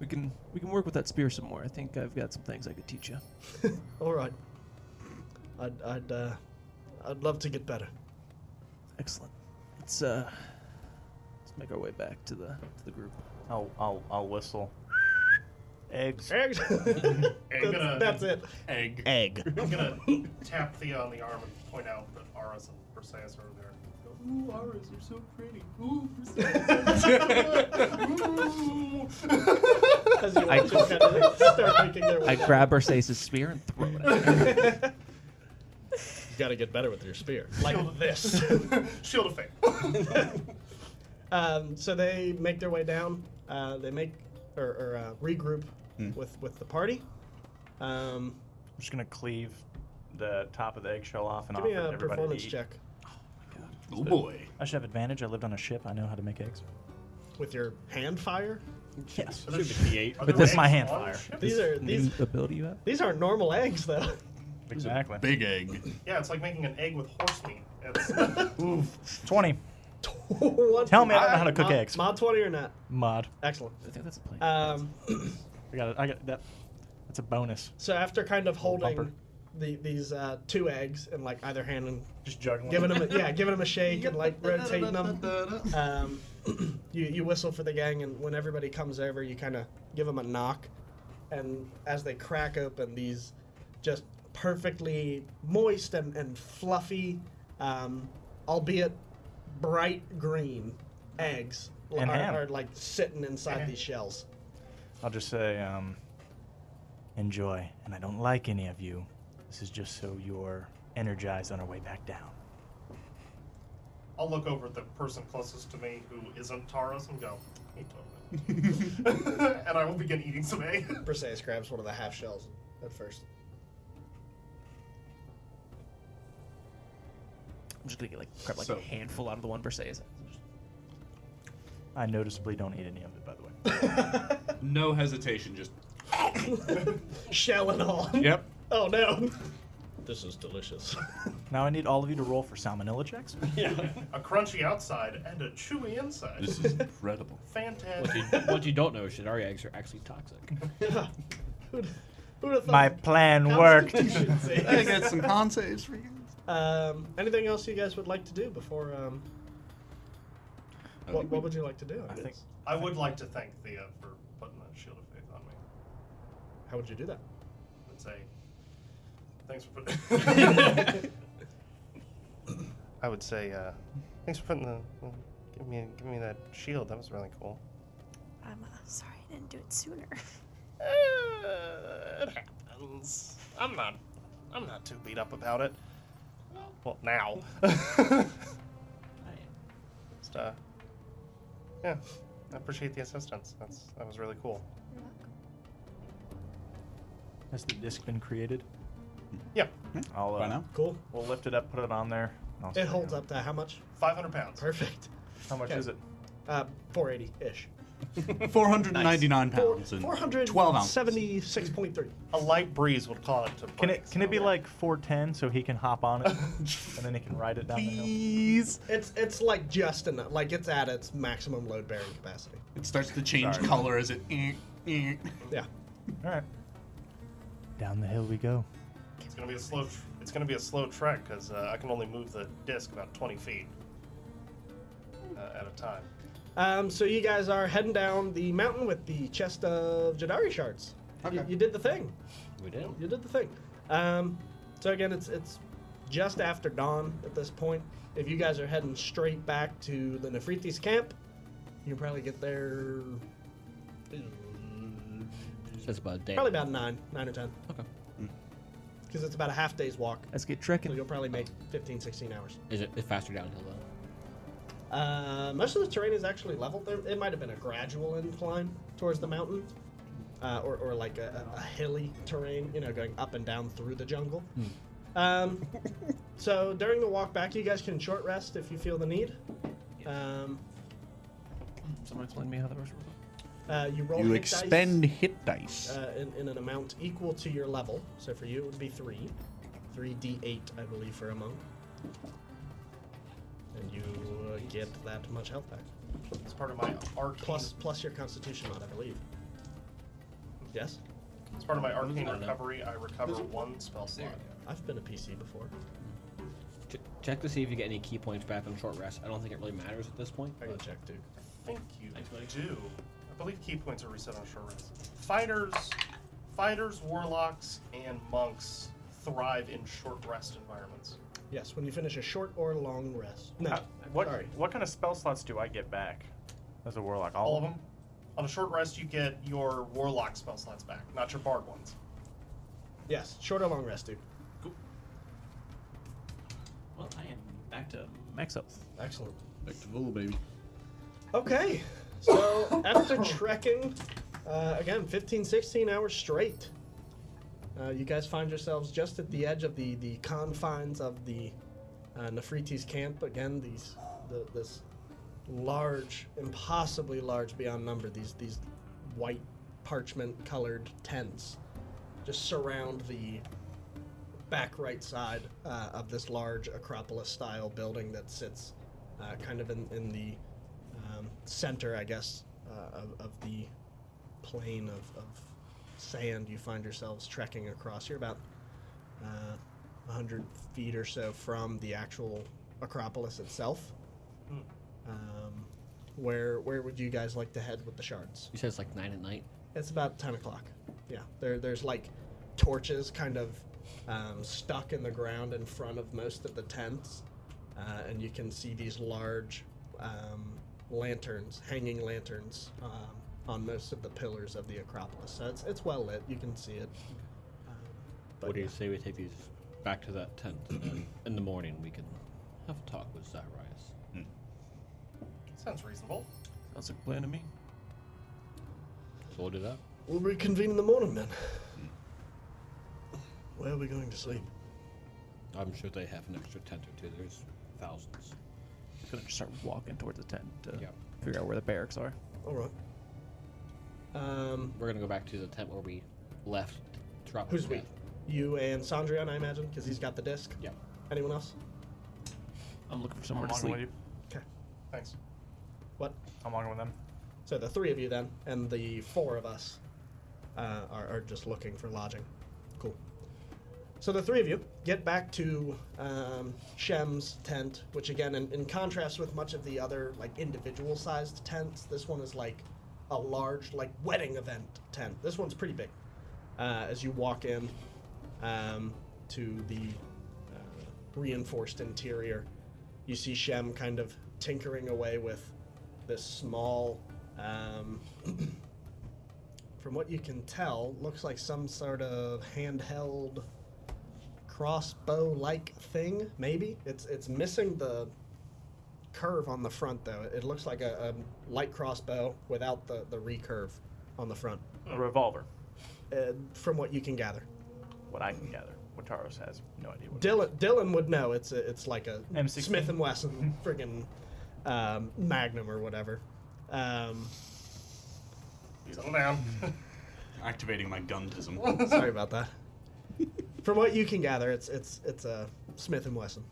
Speaker 2: we can we can work with that spear some more. I think I've got some things I could teach you.
Speaker 1: All right. I'd I'd uh, I'd love to get (laughs) better.
Speaker 2: Excellent. Let's uh let's make our way back to the to the group.
Speaker 5: I'll I'll I'll whistle. Eggs.
Speaker 1: Eggs.
Speaker 7: gonna-
Speaker 1: that's, that's it.
Speaker 7: Egg.
Speaker 1: Egg.
Speaker 7: I'm
Speaker 5: (laughs)
Speaker 7: gonna tap Thea on the arm and point out that Aris and Perseus are there. Ooh, Aris, you're so pretty. Ooh,
Speaker 4: Oh,
Speaker 7: Perseus.
Speaker 1: (laughs) As you
Speaker 2: I-
Speaker 1: watch them kind of start making their way.
Speaker 2: (laughs) I grab Arceus' spear and throw it at him.
Speaker 1: You gotta get better with your
Speaker 5: (laughs)
Speaker 1: spear. Like this.
Speaker 7: Shield of Fate.
Speaker 1: um, so they make their way down. Uh, they make or, or uh, regroup with with the party. Um,
Speaker 5: I'm just gonna cleave the top of the eggshell off and
Speaker 1: give
Speaker 5: offer
Speaker 1: me
Speaker 5: it to
Speaker 1: a
Speaker 5: everybody to
Speaker 1: performance
Speaker 5: eat.
Speaker 1: check
Speaker 4: Oh boy.
Speaker 5: I should have advantage. I lived on a ship. I know how to make eggs.
Speaker 1: with your hand fire.
Speaker 5: Yes.
Speaker 11: Should be D8.
Speaker 7: Are
Speaker 5: But
Speaker 7: there
Speaker 5: that's my
Speaker 7: eggs
Speaker 5: hand
Speaker 7: on
Speaker 5: fire.
Speaker 7: ship?
Speaker 1: These are these
Speaker 2: New ability you have?
Speaker 1: these aren't normal eggs though. (laughs)
Speaker 5: Exactly.
Speaker 4: Big egg.
Speaker 7: Yeah, it's like making an egg with horse meat. It's,
Speaker 5: (laughs) Twenty
Speaker 1: What-
Speaker 5: Tell me I don't know how to cook
Speaker 1: mod,
Speaker 5: eggs.
Speaker 1: Mod twenty or not?
Speaker 5: mod.
Speaker 1: Excellent.
Speaker 2: I think that's a plan.
Speaker 1: Um,
Speaker 5: I got. it. I got that. That's a bonus.
Speaker 1: so after kind of
Speaker 5: Little
Speaker 1: holding
Speaker 5: bumper.
Speaker 1: the, these uh, two eggs in like either hand and
Speaker 5: Just juggling.
Speaker 1: giving them a, yeah giving them a shake and
Speaker 2: (laughs)
Speaker 1: like rotating them. um, (clears throat) you, you whistle for the gang, and when everybody comes over, you kind of give them a knock. And as they crack open these just perfectly moist and, and fluffy, um, albeit bright green eggs
Speaker 5: And
Speaker 1: are,
Speaker 5: ham.
Speaker 1: are like sitting inside these shells.
Speaker 5: I'll just say, um, enjoy. And I don't like any of you. This is just so you're energized on our way back down.
Speaker 7: I'll look over at the person closest to me who isn't Taurus and go, hey, totally.
Speaker 4: (laughs)
Speaker 7: and I will begin eating some egg.
Speaker 1: Briseis grabs one of the half shells at first. (laughs)
Speaker 2: I'm just gonna get like grab like
Speaker 15: So-
Speaker 2: a handful out of the one Perseus.
Speaker 5: I noticeably don't eat any of it, by the
Speaker 1: (laughs)
Speaker 5: way.
Speaker 15: No hesitation, just
Speaker 1: Shell and all.
Speaker 15: yep.
Speaker 1: (laughs) Oh no. This is delicious.
Speaker 5: now I need all of you to roll for salmonella checks.
Speaker 7: A crunchy outside and a chewy inside.
Speaker 4: This is
Speaker 15: (laughs)
Speaker 4: incredible.
Speaker 11: What you,
Speaker 7: Fantastic.
Speaker 11: what you don't know is Shadari eggs are actually toxic.
Speaker 1: (laughs) Who'd- who'd have
Speaker 5: My
Speaker 1: thought?
Speaker 5: plan worked.
Speaker 1: (laughs) Constitution
Speaker 4: (laughs) I
Speaker 1: saves.
Speaker 4: got some con saves for you.
Speaker 1: Um, anything else you guys would like to do before? Um, what, what would you like to do? I
Speaker 5: I think
Speaker 1: guess?
Speaker 7: I would like to thank Thea for putting that shield of faith on me.
Speaker 1: How would you do that?
Speaker 7: and say, "Thanks for putting." (laughs) I would say, uh, "Thanks for putting the, well, give me, give me that shield. That was really cool."
Speaker 3: I'm uh, sorry I didn't do it
Speaker 6: (laughs)
Speaker 3: sooner.
Speaker 7: Uh, it happens. I'm not, I'm not too beat up about it. Well, now. (laughs) Just, uh, yeah, I appreciate the assistance. That's that was really cool.
Speaker 9: Has the disc been created?
Speaker 7: Yeah,
Speaker 9: I'll,
Speaker 14: By
Speaker 9: uh,
Speaker 14: now?
Speaker 1: Cool.
Speaker 9: We'll lift it up, put it on there. and I'll
Speaker 1: It
Speaker 9: stick
Speaker 1: holds
Speaker 5: uh,
Speaker 9: on.
Speaker 1: up to how much?
Speaker 7: 500 pounds.
Speaker 1: Perfect.
Speaker 9: How much
Speaker 1: Okay.
Speaker 9: is it?
Speaker 1: Uh, 480 ish.
Speaker 14: 499 pounds and 12 ounces.
Speaker 1: 476.3.
Speaker 7: A light breeze would call it to. Oh,
Speaker 9: Can
Speaker 7: break,
Speaker 9: it can it be
Speaker 7: so-
Speaker 9: like 410 so he can hop on it and then he can ride it down the hill?
Speaker 14: Please.
Speaker 1: It's it's like just enough. Like it's at its maximum load bearing capacity.
Speaker 14: It starts to change
Speaker 9: Sorry.
Speaker 14: color as it. eh, eh.
Speaker 1: Yeah.
Speaker 9: All right. Down the hill we go.
Speaker 7: It's gonna be a slow. Tr- it's gonna be a slow trek because uh, I can only move the disc about 20 feet uh, at a time.
Speaker 1: Um, so you guys are heading down the mountain with the chest of Jadari shards. You-
Speaker 14: Okay.
Speaker 1: you did the thing.
Speaker 6: We did.
Speaker 1: You did the thing. Um, so again, it's it's just after dawn at this point. If you guys are heading straight back to the Nefriti's camp, you can probably get there
Speaker 6: That's about a day.
Speaker 1: probably about nine, nine or ten,
Speaker 6: Mm-hmm. Okay.
Speaker 1: because it's about a half day's walk.
Speaker 2: Let's get
Speaker 1: So
Speaker 2: trekking.
Speaker 1: you'll probably make 15, 16 hours.
Speaker 6: Is it it's faster downhill though?
Speaker 1: Uh, most of the terrain is actually level. There, it might have been a gradual incline towards the mountain, uh, or, or like a, a, a hilly terrain, you know, going up and down through the jungle. Um, so during the walk back, you guys can short rest if you feel the need. Um,
Speaker 2: Someone explain to me how that works. real quick.
Speaker 1: uh, you roll
Speaker 14: You
Speaker 1: hit dice,
Speaker 14: expend hit dice.
Speaker 1: uh, in, in an amount equal to your level. So for you, it would be three, three d8, I believe, for a monk, and you uh, get that much health back.
Speaker 7: It's part of my arcane.
Speaker 1: plus plus your constitution mod, I believe. Yes,
Speaker 7: It's part of my arcane
Speaker 6: I don't know.
Speaker 7: recovery. I recover one spell slot.
Speaker 1: I've been a PC before.
Speaker 6: Ch- check to see if you get any key points back from short rest. I don't think it really matters at this point.
Speaker 1: I can check, Duke.
Speaker 7: Thank you. do. I believe key points are reset on short rest. Fighters, fighters, warlocks, and monks thrive in short rest environments.
Speaker 1: Yes, when you finish a short or long rest. No,
Speaker 9: Uh, what
Speaker 1: sorry.
Speaker 9: what kind of spell slots do I get back as a warlock? All,
Speaker 7: All of them. On a short rest, you get your warlock spell slots back, not your bard ones.
Speaker 1: Yes, short or long rest, Duke.
Speaker 2: Well, I am back to max health.
Speaker 1: Excellent.
Speaker 14: Back to Vula, baby.
Speaker 1: Okay, so after trekking, uh, again, 15, 16 hours straight, uh, you guys find yourselves just at the edge of the, the confines of the uh, Nefriti's camp. Again, these the, this large, impossibly large beyond number, these, these white parchment colored tents just surround the back right side uh, of this large Acropolis style building that sits uh, kind of in, in the um, center, I guess, uh, of, of the plain of, of sand you find yourselves trekking across. You're about uh, 100 feet or so from the actual Acropolis itself. Um, where, where would you guys like to head with the shards?
Speaker 6: You said it's like nine at night.
Speaker 1: It's about 10 o'clock. Yeah. There, there's like torches kind of um, stuck in the ground in front of most of the tents. Uh, and you can see these large um, lanterns, hanging lanterns, um, on most of the pillars of the Acropolis. So it's, it's well lit. You can see it. Um, but
Speaker 6: what do you say we take these back to that
Speaker 11: (clears throat)
Speaker 6: tent and then in the morning we can have a talk with Zarias?
Speaker 7: Sounds reasonable.
Speaker 2: Sounds like a plan to me.
Speaker 6: So we'll do that.
Speaker 1: We'll reconvene in the morning then. Where are we going to sleep?
Speaker 6: I'm sure they have an extra tent or two. There's thousands.
Speaker 2: gonna just start walking towards the tent to
Speaker 6: Yeah.
Speaker 2: figure out where the barracks are.
Speaker 1: All right. Um,
Speaker 6: We're gonna go back to the tent where we left. Drop
Speaker 1: who's we? You and Sandrian, I imagine, because he's got the disc.
Speaker 6: Yeah.
Speaker 1: Anyone else?
Speaker 2: I'm looking for
Speaker 9: I'm
Speaker 2: somewhere to
Speaker 9: walking
Speaker 2: sleep.
Speaker 9: with you.
Speaker 1: Okay.
Speaker 7: Thanks.
Speaker 1: What?
Speaker 9: I'm walking with them.
Speaker 1: So the three of you then, and the four of us, uh, are, are just looking for lodging. Cool. So the three of you get back to um, Shem's tent, which again, in, in contrast with much of the other like individual-sized tents, this one is like a large like wedding event tent. This one's pretty big. uh, as you walk in um, to the uh, reinforced interior. You see Shem kind of tinkering away with this small, um, (clears throat) from what you can tell, looks like some sort of handheld crossbow-like thing. Maybe it's it's missing the curve on the front though. It looks like a, a light crossbow without the the recurve on the front.
Speaker 9: A revolver,
Speaker 1: Uh, from what you can gather,
Speaker 9: what I can gather. Wataros has no idea what.
Speaker 1: Dylan Dylan would know. It's a, it's like a
Speaker 9: M16.
Speaker 1: Smith and Wesson friggin' um, Magnum or whatever. Um,
Speaker 7: Settle down.
Speaker 4: Activating my
Speaker 1: (laughs)
Speaker 4: guntism.
Speaker 1: sorry about that. From what you can gather, it's it's it's a Smith and Wesson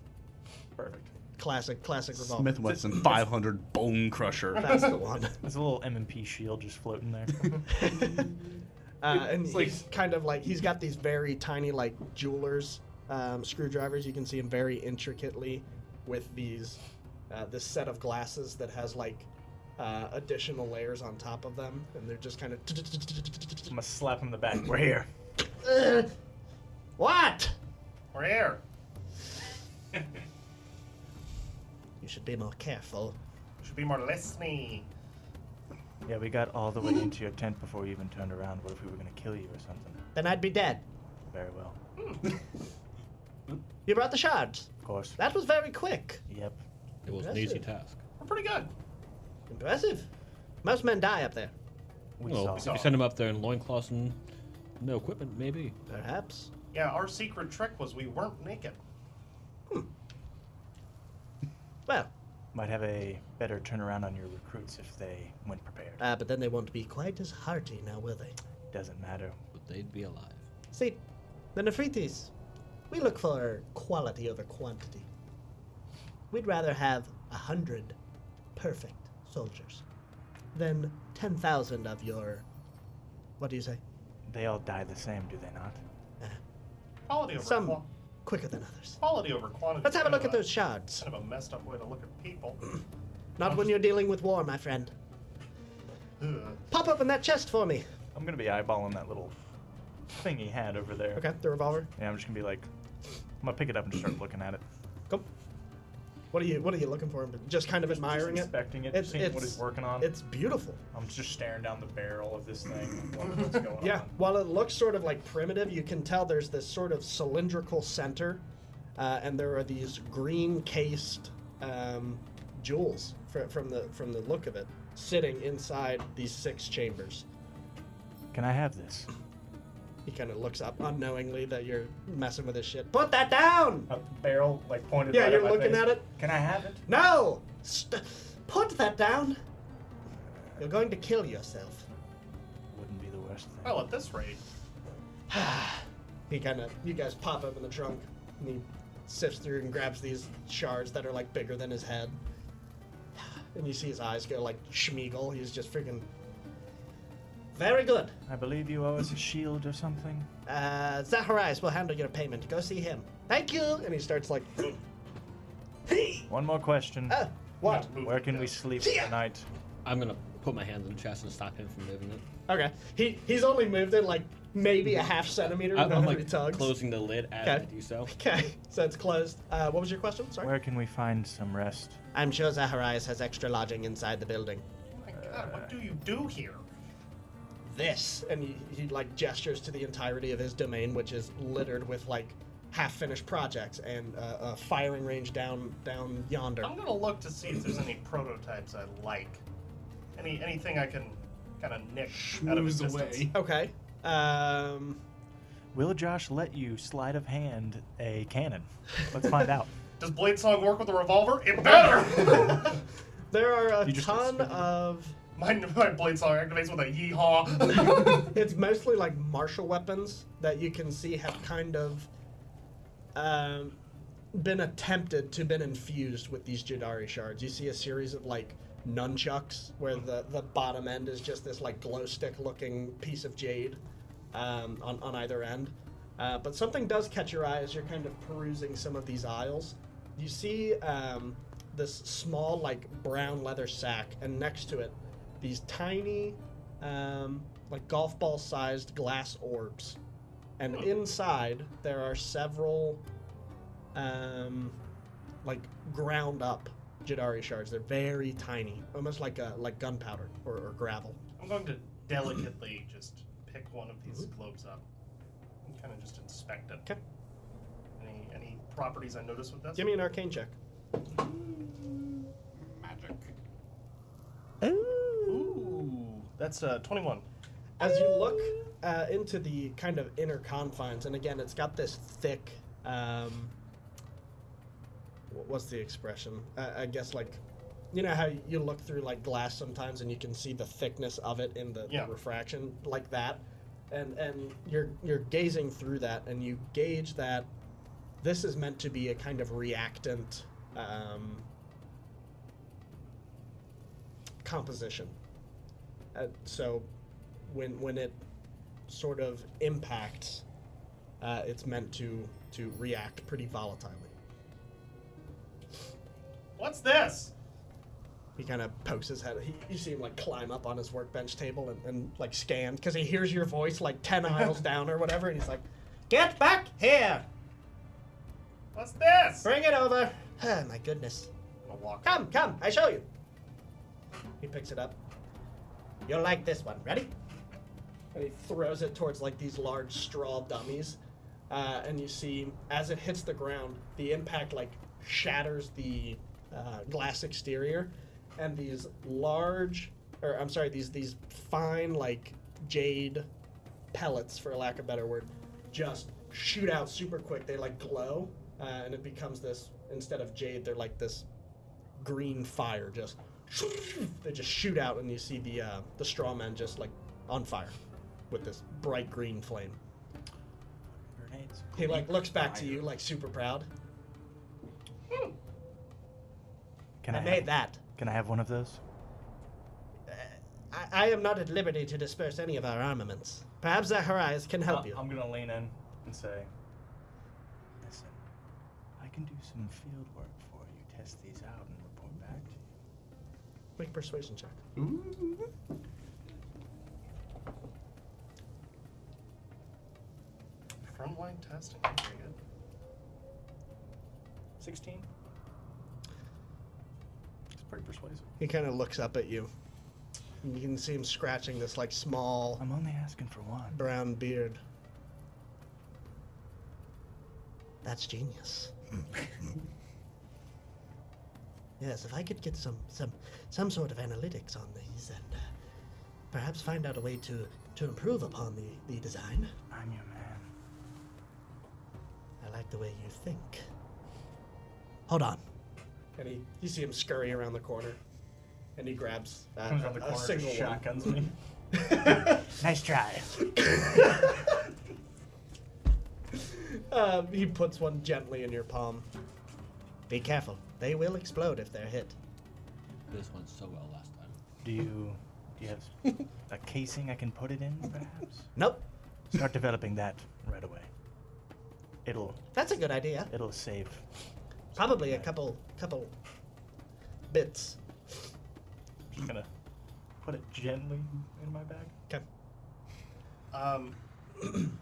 Speaker 9: Perfect.
Speaker 1: classic classic revolver.
Speaker 14: Smith Wesson 500 Bone Crusher.
Speaker 1: That's the one.
Speaker 9: There's a little M and P shield just floating
Speaker 1: (laughs)
Speaker 9: there.
Speaker 1: Uh, and
Speaker 4: It's like-
Speaker 1: he's kind of like he's got these very tiny like jewelers, um, screwdrivers. You can see him very intricately with these uh, this set of glasses that has like uh, additional layers on top of them, and they're just kind
Speaker 9: I'm
Speaker 1: of.
Speaker 9: gonna slap him in the back. We're here.
Speaker 1: Uh, (laughs) what?
Speaker 7: We're here.
Speaker 1: You should be more careful.
Speaker 7: Should be more listening.
Speaker 9: Yeah, we got all the way into your tent before you even turned around. What if we were gonna kill you or something?
Speaker 1: Then I'd be dead.
Speaker 9: Very well.
Speaker 1: You brought the shards.
Speaker 9: Of course.
Speaker 1: That was very quick.
Speaker 9: Yep.
Speaker 6: It was an
Speaker 1: Impressive.
Speaker 6: easy task.
Speaker 7: We're pretty good.
Speaker 1: Impressive. Most men die up there.
Speaker 9: We
Speaker 6: well, if
Speaker 9: saw.
Speaker 6: you send him up there in loincloths and no equipment, maybe.
Speaker 1: Perhaps.
Speaker 7: Yeah, our secret trick was we weren't naked.
Speaker 1: Hmm. Well,
Speaker 9: Might have a better turnaround on your recruits if they went prepared.
Speaker 1: uh, but then they won't be quite as hearty now, will they?
Speaker 9: Doesn't matter.
Speaker 6: But they'd be alive.
Speaker 1: See, the Nefritis, we look for quality over quantity. We'd rather have a hundred perfect soldiers than ten thousand of your. What do you say?
Speaker 9: They all die the same, do they not?
Speaker 7: Quality over
Speaker 1: Some
Speaker 7: qua-
Speaker 1: quicker than others.
Speaker 7: quality over quantity.
Speaker 1: Let's have a
Speaker 7: Kind
Speaker 1: look at
Speaker 7: of
Speaker 1: those shards.
Speaker 7: Kind of a messed up way to look at people.
Speaker 1: Not when you're dealing with war, my friend.
Speaker 7: Ugh.
Speaker 1: Pop open that chest for me.
Speaker 9: I'm gonna be eyeballing that little thing he had over there.
Speaker 1: Okay, the revolver.
Speaker 9: Yeah, I'm just gonna be like, I'm gonna pick it up and start looking at it.
Speaker 1: Come. What are you? What are you looking for? Just kind of admiring
Speaker 9: just
Speaker 1: it.
Speaker 9: inspecting it, seeing what he's working on.
Speaker 1: It's beautiful.
Speaker 9: I'm just staring down the barrel of this (laughs) thing. wondering what's going
Speaker 1: Yeah,
Speaker 9: on.
Speaker 1: while it looks sort of like primitive, you can tell there's this sort of cylindrical center, uh, and there are these green cased um, jewels fr- from the from the look of it, sitting inside these six chambers.
Speaker 9: Can I have this?
Speaker 1: He kind of looks up unknowingly that you're messing with his shit. Put that down!
Speaker 5: A barrel like pointed.
Speaker 1: Yeah,
Speaker 5: right
Speaker 1: you're
Speaker 5: my
Speaker 1: looking
Speaker 5: face.
Speaker 1: at it.
Speaker 5: Can I have it?
Speaker 1: No! St- put that down! You're going to kill yourself.
Speaker 9: Wouldn't be the worst thing.
Speaker 1: Oh,
Speaker 7: Well, at this rate,
Speaker 1: He kind of, you guys pop up in the trunk, and he sifts through and grabs these shards that are like bigger than his head. And you see his eyes go like Schmiegel. He's just freaking. Very good.
Speaker 9: I believe you owe us a shield or something.
Speaker 1: Uh, Zacharias will handle your payment. Go see him. Thank you. And he starts
Speaker 6: (clears throat)
Speaker 1: like. Hey!
Speaker 9: One more question.
Speaker 1: Uh, what?
Speaker 7: Not moving
Speaker 9: Where can we
Speaker 7: down.
Speaker 9: sleep
Speaker 1: Yeah.
Speaker 9: tonight?
Speaker 6: I'm gonna put my hands in the chest and stop him from moving it.
Speaker 1: Okay. He he's only moved it like maybe a half centimeter.
Speaker 6: I,
Speaker 1: I,
Speaker 6: am like
Speaker 1: tugs.
Speaker 6: closing the lid as
Speaker 1: Okay.
Speaker 6: I do so.
Speaker 1: Okay, (laughs) so it's closed. Uh, what was your question? Sorry.
Speaker 9: Where can we find some rest?
Speaker 1: I'm sure Zacharias has extra lodging inside the building.
Speaker 7: my God, what do you do here?
Speaker 1: this and he, he like gestures to the entirety of his domain which is littered with like half finished projects and uh, a firing range down down yonder
Speaker 7: I'm gonna look to see if there's any prototypes I like. Any anything I can kind of nick out of
Speaker 4: Schmooze
Speaker 7: existence.
Speaker 4: away.
Speaker 1: okay um
Speaker 9: Will Josh let you sleight of hand a cannon? Let's find
Speaker 1: (laughs)
Speaker 9: out.
Speaker 7: Does Blade Song work with a revolver? It better. (laughs)
Speaker 1: there are a
Speaker 4: You just
Speaker 1: ton
Speaker 4: exploded.
Speaker 1: of
Speaker 7: my, my Blade Song activates with a yeehaw.
Speaker 4: (laughs)
Speaker 1: it's mostly like martial weapons that you can see have kind of um, been attempted to been infused with these Jadari shards. You see a series of like nunchucks where the, the bottom end is just this like glow stick looking piece of jade um, on, on either end. Uh, but something does catch your eye as you're kind of perusing some of these aisles. You see um, this small like brown leather sack and next to it these tiny um, like golf ball sized glass orbs. And inside, there are several, um, like ground up Jadari shards. They're very tiny, almost like uh like gunpowder or, or gravel.
Speaker 7: I'm going to delicately just pick one of these globes up and kind of just inspect it.
Speaker 1: Okay.
Speaker 7: Any any properties I notice with this?
Speaker 1: Give me an arcane check.
Speaker 4: Magic.
Speaker 7: Ooh, that's uh, 21.
Speaker 1: As you look uh, into the kind of inner confines, and again, it's got this thick. Um, wh- what's the expression? Uh, I, I guess like, you know how you look through like glass sometimes, and you can see the thickness of it in the,
Speaker 7: Yeah.
Speaker 1: the refraction, like that, and and you're you're gazing through that, and you gauge that this is meant to be a kind of reactant um, composition. Uh, so when when it sort of impacts, uh, it's meant to to react pretty volatilely.
Speaker 7: What's this?
Speaker 1: He kind of pokes his head. He, you see him like climb up on his workbench table and, and like scan because he hears your voice like ten
Speaker 7: (laughs)
Speaker 1: aisles down or whatever, and he's like, "Get back here!
Speaker 7: What's this?
Speaker 1: Bring it over!" (sighs) Oh, my goodness.
Speaker 7: I'll walk.
Speaker 1: Come, come, I show you. He picks it up. You'll like this one. Ready? And he throws it towards like these large straw dummies, uh, and you see as it hits the ground, the impact like shatters the uh, glass exterior, and these large, or I'm sorry, these these fine like jade pellets, for lack of a better word, just shoot out super quick. They like glow, uh, and it becomes this instead of jade, they're like this green fire just they just shoot out and you see the uh, the straw man just like on fire with this bright green flame
Speaker 9: Grenades.
Speaker 1: he like looks back to you like super proud
Speaker 9: Can
Speaker 1: i,
Speaker 9: I,
Speaker 1: made
Speaker 9: have,
Speaker 1: that
Speaker 9: Can I have one of those?
Speaker 1: I, I am not at liberty to disperse any of our armaments perhaps zacharias can
Speaker 5: Uh,
Speaker 1: help
Speaker 9: I-
Speaker 1: you
Speaker 5: um,
Speaker 9: I'm gonna lean in and say, "Listen, I can do some field work for you. Test these out and report back to you."
Speaker 1: make a persuasion check
Speaker 7: Frontline testing. Very good.
Speaker 9: Sixteen.
Speaker 4: It's pretty persuasive.
Speaker 1: he kind of looks up at you you can see him scratching this like small
Speaker 9: I'm only asking for one.
Speaker 1: brown beard that's genius (laughs) Yes, if I could get some some some sort of analytics on these and uh, perhaps find out a way to to improve upon the the design.
Speaker 9: I'm your man.
Speaker 1: I like the way you think. Hold on. And he, you see him scurry around the corner, and he grabs uh,
Speaker 9: Comes around the corner, and just shotguns me.
Speaker 4: (laughs)
Speaker 8: Nice try.
Speaker 1: Um, he puts one gently in your palm. Be careful. They will explode if they're hit.
Speaker 6: This went so well last time.
Speaker 9: Do you do you have a casing I can put it in, perhaps?
Speaker 1: Nope.
Speaker 9: Start developing that right away. It'll
Speaker 1: That's a good idea.
Speaker 9: it'll save.
Speaker 1: Probably a couple couple bits.
Speaker 9: Just gonna put it gently in my bag.
Speaker 1: Okay.
Speaker 7: Um,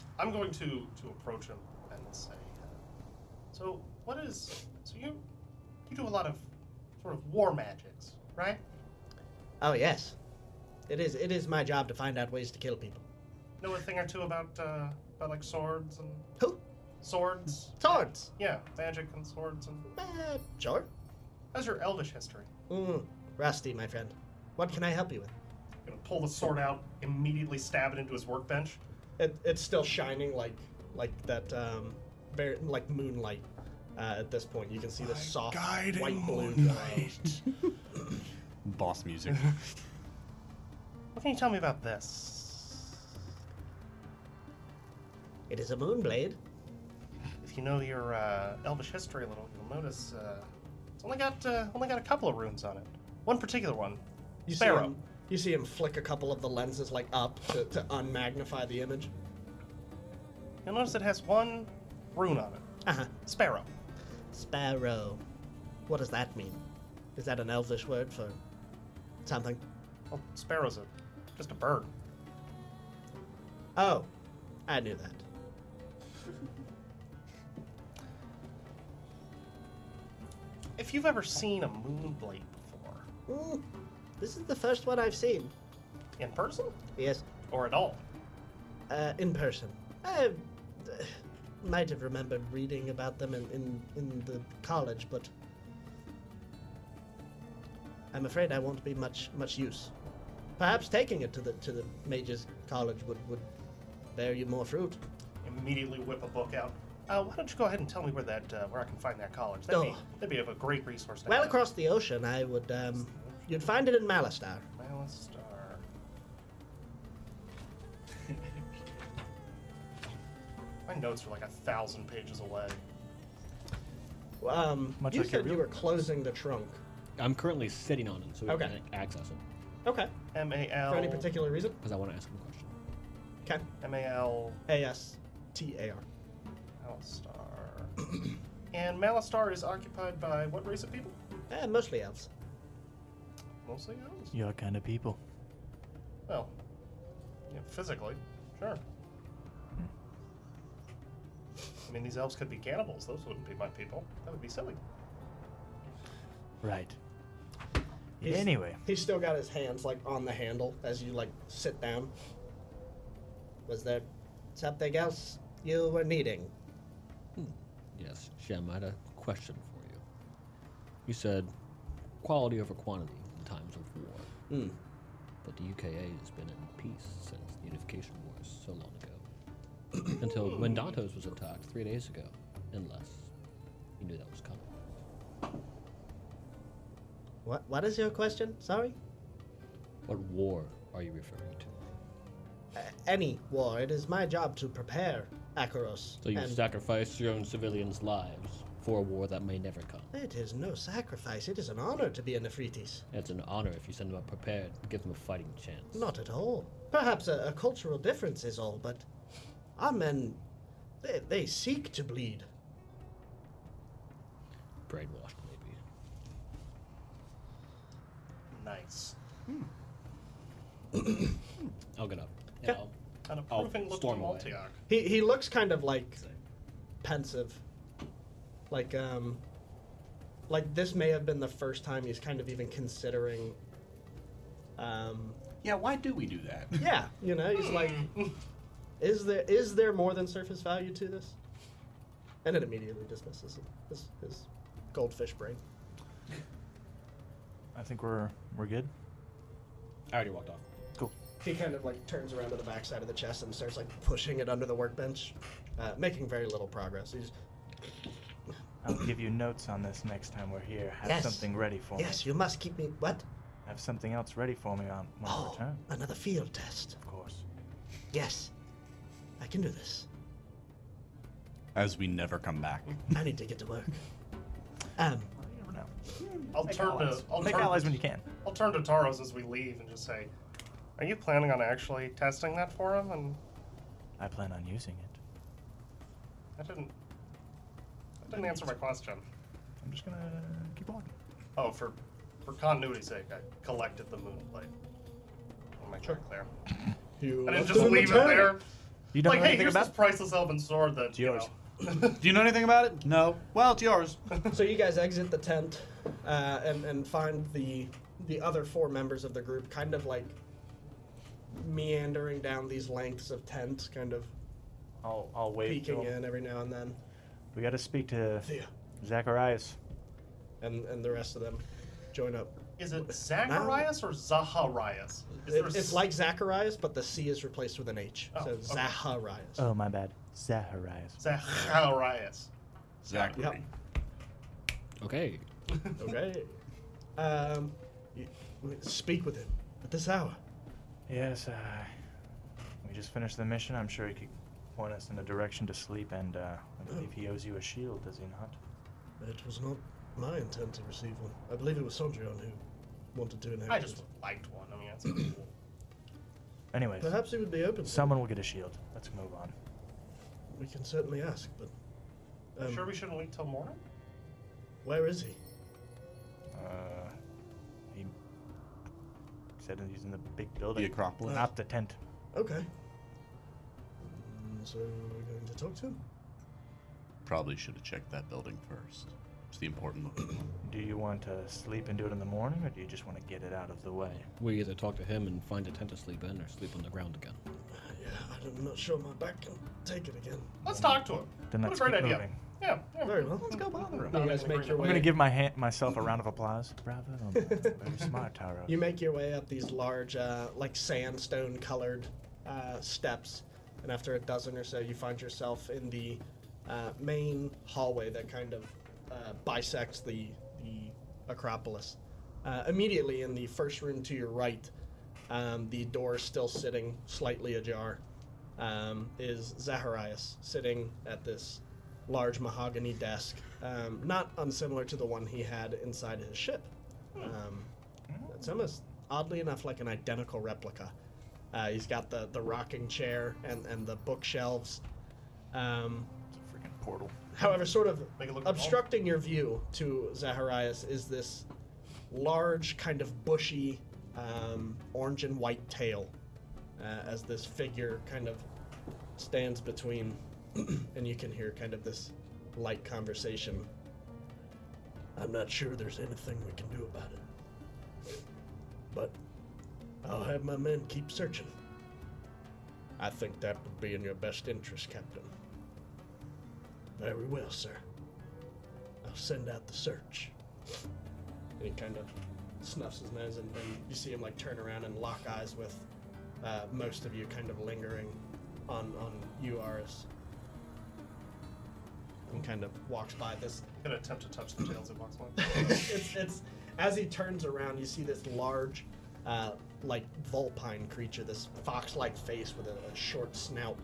Speaker 7: (clears throat) I'm going to to approach him and say, uh, so what is so you you do a lot of sort of war magics, right?
Speaker 1: Oh yes, it is. It is my job to find out ways to kill people.
Speaker 7: Know a thing or two about uh, about like swords and
Speaker 1: Who?
Speaker 7: swords.
Speaker 1: Swords.
Speaker 7: Yeah, magic and swords and
Speaker 1: Uh, sure.
Speaker 7: how's your elvish history?
Speaker 1: Mm, rusty, my friend. What can I help you with?
Speaker 7: gonna pull the sword out, immediately stab it into his workbench.
Speaker 1: It, it's still shining like like that um, very, like moonlight. Uh, at this point, you can see the soft
Speaker 14: guiding
Speaker 1: white blue glow.
Speaker 14: moonlight. (laughs) Boss music.
Speaker 7: What can you tell me about this?
Speaker 1: It is a moonblade.
Speaker 7: If you know your uh, elvish history a little, you'll notice uh, it's only got uh, only got a couple of runes on it. One particular one,
Speaker 1: You see
Speaker 7: Sparrow.
Speaker 1: him. You see him flick a couple of the lenses like up to, to unmagnify the image.
Speaker 7: You'll notice it has one rune on it.
Speaker 1: Uh huh.
Speaker 7: Sparrow.
Speaker 1: Sparrow. What does that mean? Is that an Elvish word for something?
Speaker 7: Well, sparrow's a, just a bird.
Speaker 1: Oh, I knew that.
Speaker 7: If you've ever seen a moonblade before,
Speaker 1: Mm, this is the first one I've seen.
Speaker 7: in person
Speaker 1: Yes,
Speaker 7: or at all,
Speaker 1: uh, in person. I uh, might have remembered reading about them in, in, in the college, but I'm afraid I won't be much much use. Perhaps taking it to the to the mages' college would, would bear you more fruit.
Speaker 7: immediately whip a book out. Uh, why don't you go ahead and tell me where that uh, where I can find that college? That'd, be,
Speaker 1: Oh.
Speaker 7: that'd be of a great resource. To
Speaker 1: Well
Speaker 7: have.
Speaker 1: across the ocean, I would um, you'd find it in Malastar.
Speaker 7: Malastar. (laughs) My notes are like a thousand pages away.
Speaker 1: Um,
Speaker 5: Much
Speaker 1: you
Speaker 5: like
Speaker 1: said
Speaker 5: every-
Speaker 1: you were closing the trunk.
Speaker 11: I'm currently sitting on it, so we
Speaker 1: Okay.
Speaker 11: can access it
Speaker 1: Okay.
Speaker 7: M A L
Speaker 1: For any particular reason?
Speaker 11: because I want to ask him a question.
Speaker 1: Okay.
Speaker 7: M A L
Speaker 1: A S T A R.
Speaker 7: Malastar. and Malastar is occupied by what race of people?
Speaker 1: Eh, mostly elves.
Speaker 7: Mostly elves.
Speaker 16: Your kind of people.
Speaker 7: Well, yeah, physically, sure. I mean, these elves could be cannibals. Those wouldn't be my people. That would be silly.
Speaker 16: Right.
Speaker 1: He's-
Speaker 16: anyway,
Speaker 1: He's still got his hands like on the handle as you like sit down. Was there something else you were needing?
Speaker 11: Yes, Shem, I had a question for you. You said quality over quantity in times of war,
Speaker 1: Hmm.
Speaker 11: but the UKA has been in peace since the unification wars so long ago. (clears throat) Until when Dantos was attacked three days ago, unless you knew that was coming.
Speaker 1: What What is your question? Sorry.
Speaker 11: What war are you referring to?
Speaker 1: Uh, any war. It is my job to prepare Akaros.
Speaker 11: So you've
Speaker 1: and
Speaker 11: sacrificed your own civilians' lives for a war that may never come.
Speaker 1: It is no sacrifice. It is an honor to be an Afritis.
Speaker 11: It's an honor if you send them up prepared, give them a fighting chance.
Speaker 1: Not at all. Perhaps a, a cultural difference is all, but our men, they, they seek to bleed.
Speaker 11: Brainwashed, maybe.
Speaker 7: Nice.
Speaker 11: I'll get up.
Speaker 1: Okay.
Speaker 11: And I'll
Speaker 7: An
Speaker 11: I'll
Speaker 7: approving look to
Speaker 11: storm away.
Speaker 7: Maltiok.
Speaker 1: He he looks kind of like pensive. Like um like this may have been the first time he's kind of even considering um
Speaker 17: Yeah, why do we do that?
Speaker 1: (laughs) yeah, you know, he's like is there is there more than surface value to this? And it immediately dismisses it. his his goldfish brain.
Speaker 16: I think we're we're good.
Speaker 11: I already walked off.
Speaker 16: Cool.
Speaker 1: He kind of like turns around to the backside of the chest and starts like pushing it under the workbench, uh, making very little progress. He's
Speaker 5: I'll give you notes on this next time we're here. Have
Speaker 1: Yes.
Speaker 5: something ready for
Speaker 1: yes,
Speaker 5: me.
Speaker 1: you must keep me. What?
Speaker 5: Have something else ready for me on when I
Speaker 1: Oh,
Speaker 5: return,
Speaker 1: another field test.
Speaker 5: of course.
Speaker 1: Yes, I can do this.
Speaker 4: As we never come back.
Speaker 1: I need to get to work. Um,
Speaker 5: Well, you never know.
Speaker 7: I'll
Speaker 5: Make
Speaker 7: turn
Speaker 5: allies.
Speaker 7: to I'll
Speaker 5: Make
Speaker 7: turn,
Speaker 5: allies when you can.
Speaker 7: I'll turn to Taros as we leave and just say, "Are you planning on actually testing that for him?" And
Speaker 5: I plan on using it.
Speaker 7: I didn't. I didn't answer my question.
Speaker 5: I'm just gonna keep walking.
Speaker 7: Oh, for for continuity's sake, I collected the moonblade. I'll make that clear. I didn't just leave it there.
Speaker 5: You don't
Speaker 7: like,
Speaker 5: know
Speaker 7: hey,
Speaker 5: anything
Speaker 7: here's
Speaker 5: about
Speaker 7: this priceless elven sword that's you
Speaker 5: yours.
Speaker 7: know.
Speaker 17: Do you know anything about it? No. Well, it's yours.
Speaker 1: so you guys exit the tent uh, and and find the the other four members of the group kind of like meandering down these lengths of tents, kind of
Speaker 5: I'll I'll wait.
Speaker 1: peeking
Speaker 5: till-
Speaker 1: in every now and then.
Speaker 5: We gotta speak to
Speaker 1: Thea.
Speaker 5: Zacharias.
Speaker 1: And and the rest of them join up.
Speaker 7: Is it Zacharias or Zaharias? Is
Speaker 1: It-
Speaker 7: there a
Speaker 1: it's
Speaker 7: s-
Speaker 1: like Zacharias, but the C is replaced with an H.
Speaker 7: Oh,
Speaker 1: so
Speaker 7: okay.
Speaker 1: Zacharias.
Speaker 5: Oh my bad, Zacharias.
Speaker 7: Zacharias.
Speaker 4: Zachary.
Speaker 1: Yep.
Speaker 11: Okay.
Speaker 1: Okay. Um, you- speak with him at this hour.
Speaker 5: Yes, uh, we just finished the mission. I'm sure he could point us in a direction to sleep, and uh, I believe he owes you a shield, does he not?
Speaker 1: It was not my intent to receive one. I believe it was Sondrion who wanted to inherit
Speaker 7: I just
Speaker 1: it.
Speaker 7: liked one. I mean, that's cool.
Speaker 5: Anyways,
Speaker 1: Perhaps he would be open. to
Speaker 5: someone will get a shield. Let's move on.
Speaker 1: it. We can certainly ask, but. Um,
Speaker 7: sure we shouldn't wait till morning?
Speaker 1: Where is he?
Speaker 5: Uh, he said he's in the big building.
Speaker 4: Acropolis?
Speaker 5: Not the tent.
Speaker 1: Okay. Mm, so we're going to talk to him.
Speaker 14: Probably should have checked that building first. It's the important looking one.
Speaker 9: Do you want to sleep and do it in the morning, or do you just want to get it out of the way?
Speaker 6: We either talk to him and find a tent to sleep in, or sleep on the ground again.
Speaker 1: Yeah, I'm not sure my back can take it again.
Speaker 7: Let's talk to him.
Speaker 9: Then
Speaker 7: What a
Speaker 9: let's
Speaker 7: great
Speaker 9: keep
Speaker 7: idea.
Speaker 9: moving.
Speaker 7: Yeah, yeah,
Speaker 1: Very well.
Speaker 7: Let's go bother him.
Speaker 1: You guys make your
Speaker 9: I'm
Speaker 1: way.
Speaker 9: gonna give my hand, myself a round of applause. Bravo,
Speaker 1: (laughs)
Speaker 9: very smart, Taro.
Speaker 1: You make your way up these large, uh, like sandstone colored uh, steps, and after a dozen or so, you find yourself in the uh, main hallway that kind of uh, bisects the, the Acropolis. Uh, immediately in the first room to your right, um, the door still sitting slightly ajar, um, is Zacharias sitting at this large mahogany desk, um, not unsimilar to the one he had inside his ship. Um, it's almost oddly enough like an identical replica. Uh, he's got the, the rocking chair and, and the bookshelves. Um,
Speaker 9: It's a freaking portal.
Speaker 1: however, sort of
Speaker 7: Make it look
Speaker 1: obstructing your view to Zacharias is this large, kind of bushy, um, orange and white tail uh, as this figure kind of stands between, (clears throat) and you can hear kind of this light conversation. I'm not sure there's anything we can do about it. But I'll have my men keep searching. I think that would be in your best interest, Captain. Very well, sir. I'll send out the search. And he kind of snuffs his nose, and, and you see him like turn around and lock eyes with uh, most of you, kind of lingering on on you, Aris. And kind of walks by this
Speaker 7: I'm gonna attempt to touch the tails of box one.
Speaker 1: it's, it's as he turns around, you see this large, uh, like vulpine creature, this fox-like face with a, a short snout,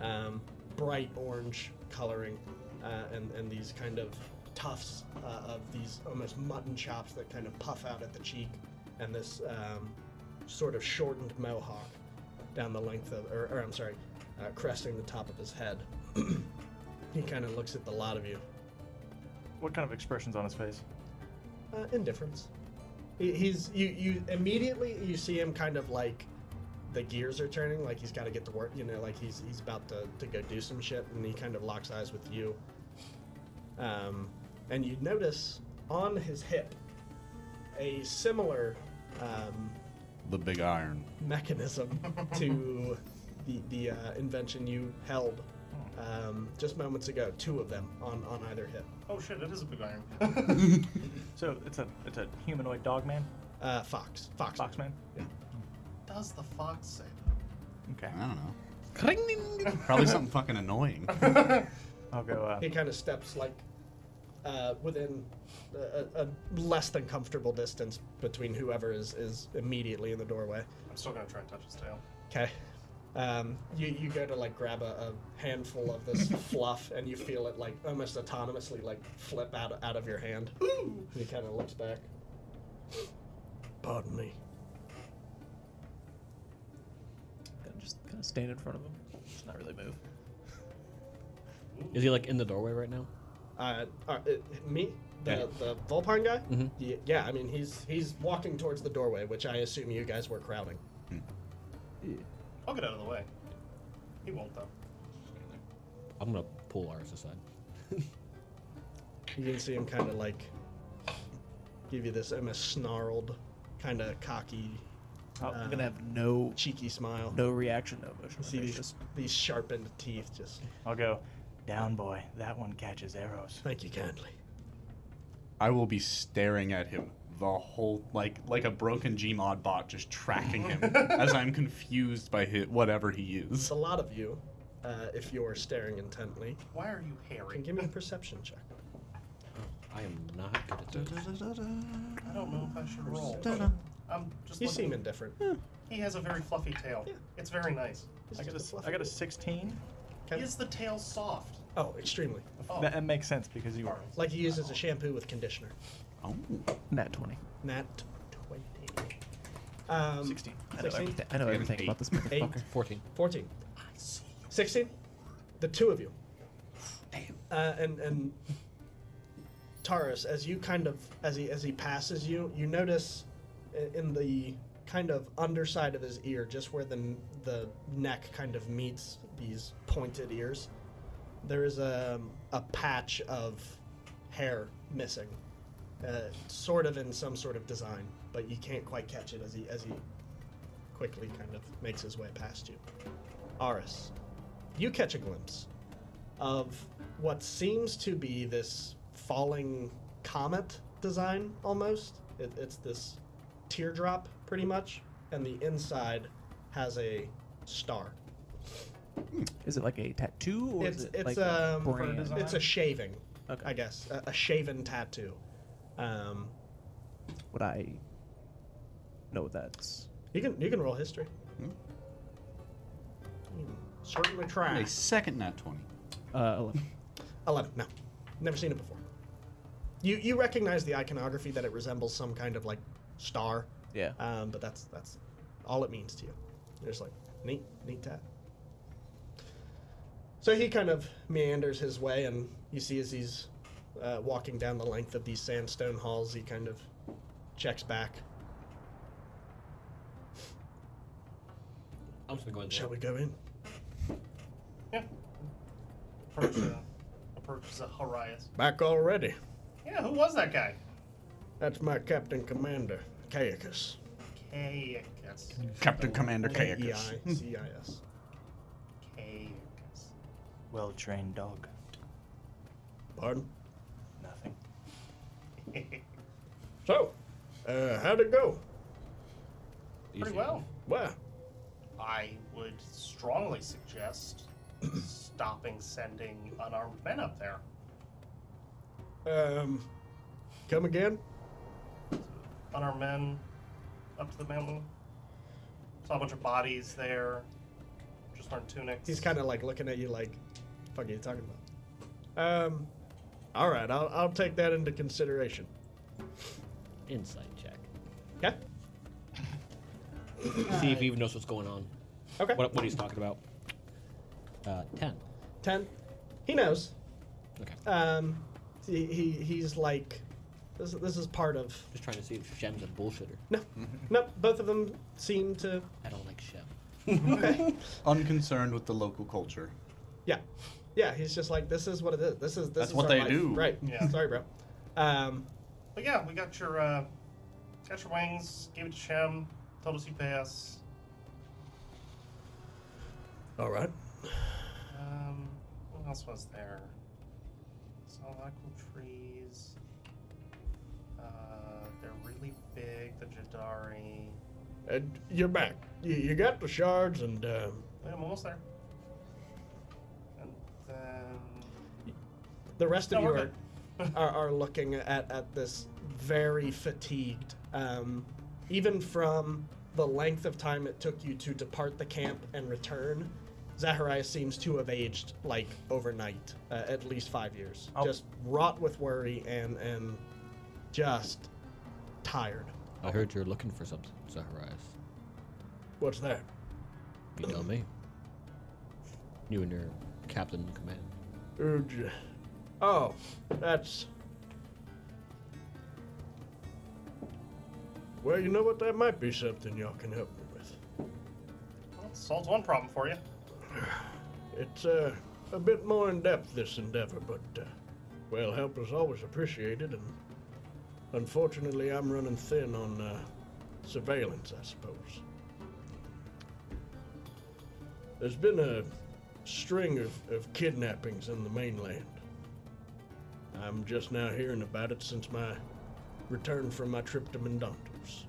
Speaker 1: um, bright orange coloring, uh, and and these kind of tufts uh, of these almost mutton chops that kind of puff out at the cheek, and this um, sort of shortened mohawk down the length of, or, or I'm sorry, uh, cresting the top of his head. (clears throat) he kind of looks at the lot of you.
Speaker 9: What kind of expressions on his face?
Speaker 1: Uh, indifference. He, he's you. You immediately you see him kind of like the gears are turning. Like he's got to get to work. You know, like he's he's about to, to go do some shit, and he kind of locks eyes with you. Um, and you notice on his hip a similar um,
Speaker 14: The big iron.
Speaker 1: mechanism to the, the uh, invention you held um, just moments ago. Two of them on on either hip.
Speaker 7: Oh shit, it is a big iron.
Speaker 9: So it's a it's a humanoid dog man,
Speaker 1: Uh, Fox. Fox.
Speaker 9: fox man.
Speaker 7: Does the fox say
Speaker 9: Okay,
Speaker 14: I
Speaker 4: Uh-huh.
Speaker 14: don't know. Probably something fucking annoying.
Speaker 9: I'll go. Uh,
Speaker 1: he kind of steps like uh, within a, a a less than comfortable distance between whoever is, is immediately in the doorway.
Speaker 7: I'm still gonna try and touch his tail.
Speaker 1: Okay. Um, you, you go to like grab a, a handful of this fluff and you feel it like almost autonomously like flip out, out of your hand. He kind of looks back. Pardon me.
Speaker 2: Kinda just kind of stand in front of him. Just not really move.
Speaker 6: Is he like in the doorway right now?
Speaker 1: Uh, uh, uh, me? The,
Speaker 6: Yeah.
Speaker 1: the Volpine guy?
Speaker 6: Mhm.
Speaker 1: Y- yeah, I mean, he's, he's walking towards the doorway, which I assume you guys were crowding.
Speaker 7: I'll get out of the way. He won't though.
Speaker 6: I'm gonna pull ours aside.
Speaker 1: You can see him kind of like give you this almost snarled, kind of cocky,
Speaker 5: Oh,
Speaker 2: I'm gonna have no
Speaker 1: cheeky smile.
Speaker 2: no reaction, no emotion.
Speaker 1: See
Speaker 2: It's
Speaker 1: these,
Speaker 2: just-
Speaker 1: these sharpened teeth. Just
Speaker 9: Uh, I'll go. Down boy, that one catches arrows.
Speaker 1: thank you kindly.
Speaker 14: (laughs) I will be staring at him the whole like like a broken Gmod bot just tracking (laughs) him as I'm confused by his, whatever he is.
Speaker 1: A lot of you, uh, if you're staring intently,
Speaker 7: Why are you
Speaker 1: can
Speaker 7: hairy?
Speaker 1: give me a perception check.
Speaker 6: I am not good at this.
Speaker 7: I don't know if I should roll. I'm just
Speaker 1: You
Speaker 7: looking.
Speaker 1: seem indifferent.
Speaker 7: He has a very fluffy tail.
Speaker 1: Yeah.
Speaker 7: It's very nice.
Speaker 1: It's
Speaker 9: I got
Speaker 1: just
Speaker 9: a,
Speaker 1: fluffy
Speaker 9: I got a
Speaker 1: bit.
Speaker 9: 16.
Speaker 1: Okay.
Speaker 7: Is the tail soft?
Speaker 1: Oh, extremely.
Speaker 7: Oh,
Speaker 9: That, that makes sense because you are.
Speaker 1: Like he uses a shampoo with conditioner.
Speaker 14: Oh,
Speaker 2: Nat 20.
Speaker 1: Nat 20. Um,
Speaker 2: 16. I know
Speaker 1: 16?
Speaker 2: everything, I know everything about this
Speaker 1: Eight.
Speaker 2: motherfucker.
Speaker 6: 14.
Speaker 1: 14. 16? The two of you. Uh, and and Taurus, as you kind of as he as he passes you, you notice i- in the kind of underside of his ear, just where the the neck kind of meets these pointed ears, there is a um, a patch of hair missing, uh, sort of in some sort of design, but you can't quite catch it as he as he quickly kind of makes his way past you. Aris, you catch a glimpse of what seems to be this falling comet design almost. It, it's this teardrop, pretty much, and the inside has a star.
Speaker 2: Is it like a tattoo or
Speaker 1: it's
Speaker 2: is it
Speaker 1: it's
Speaker 2: like
Speaker 1: um,
Speaker 2: a brand?
Speaker 1: it's a shaving,
Speaker 2: Okay.
Speaker 1: I guess, a, a shaven tattoo. Um,
Speaker 2: Would I know what that's?
Speaker 1: you can you can roll history.
Speaker 2: Hmm.
Speaker 1: You can certainly try.
Speaker 14: A second nat 20.
Speaker 2: Uh, 11.
Speaker 1: 11. No. Never seen it before. You you recognize the iconography that it resembles some kind of like star.
Speaker 2: Yeah.
Speaker 1: Um, but that's that's all it means to you. You're just like neat, neat tat. So he kind of meanders his way, and you see as he's uh, walking down the length of these sandstone halls, he kind of checks back.
Speaker 6: I'm just gonna go in there.
Speaker 1: Shall we go in?
Speaker 7: Yeah. Approach, uh,
Speaker 1: (coughs)
Speaker 7: approaches a Horias.
Speaker 1: Back already.
Speaker 7: Yeah, who was that guy?
Speaker 1: That's my captain commander, Caiacus.
Speaker 7: Caicus.
Speaker 14: Captain Commander
Speaker 1: K E
Speaker 14: Caius.
Speaker 1: I C I S.
Speaker 7: Caicus. (laughs)
Speaker 9: Well trained dog.
Speaker 1: Pardon?
Speaker 9: Nothing.
Speaker 1: So, uh, how'd it go?
Speaker 7: Pretty well.
Speaker 1: Well,
Speaker 7: I would strongly suggest stopping sending unarmed men up there.
Speaker 1: um, come again?
Speaker 7: Unarmed men up to the mountain. Saw a bunch of bodies there. Just aren't tunics.
Speaker 1: He's kind of like looking at you like, fuck are you talking about? Um, all right, I'll, I'll take that into consideration.
Speaker 6: Insight check.
Speaker 1: Okay?
Speaker 6: See if he even knows what's going on.
Speaker 1: Okay.
Speaker 6: What, what he's talking about. Uh, ten.
Speaker 1: 10. He knows.
Speaker 6: Okay.
Speaker 1: Um, he, he, he's like, this, this is part of.
Speaker 6: Just trying to see if Shem's a bullshitter.
Speaker 1: No,
Speaker 14: Mm-hmm.
Speaker 1: no, both of them seem to.
Speaker 6: I don't like Shem.
Speaker 1: Okay.
Speaker 14: Unconcerned with the local culture.
Speaker 1: Yeah, yeah. He's just like, this is what it is. This is this
Speaker 14: That's
Speaker 1: is
Speaker 14: what
Speaker 1: our
Speaker 14: they
Speaker 1: life."
Speaker 14: do.
Speaker 1: Right.
Speaker 7: Yeah.
Speaker 1: Sorry, bro. Um,
Speaker 7: But yeah, we got your uh, got your wings. Gave it to Shem. Told us you pass.
Speaker 1: all right.
Speaker 7: Um, what else was there? Saw a lot of cool trees. Uh, they're really big. The Jadari.
Speaker 1: And you're back. You, you got the shards, and um,
Speaker 7: Wait, I'm almost there. And then
Speaker 1: the rest of
Speaker 7: No,
Speaker 1: you
Speaker 7: we're
Speaker 1: are, (laughs) are are looking at at this very fatigued. Um, even from the length of time it took you to depart the camp and return, Zachariah seems to have aged like overnight, uh, at least five years.
Speaker 9: Oh.
Speaker 1: Just wrought with worry and and just tired.
Speaker 6: I heard you're looking for something, Zacharias.
Speaker 1: What's that?
Speaker 6: You tell me. You and your captain in command.
Speaker 1: Urge. Oh, that's. Well, you know what? That might be something y'all can help me with.
Speaker 7: well, solves one problem for you.
Speaker 1: It's uh, a bit more in depth, this endeavor, but, uh, well, help is always appreciated, and unfortunately, I'm running thin on uh, surveillance, I suppose. There's been a string of, of kidnappings in the mainland. I'm just now hearing about it since my return from my trip to Mendantos.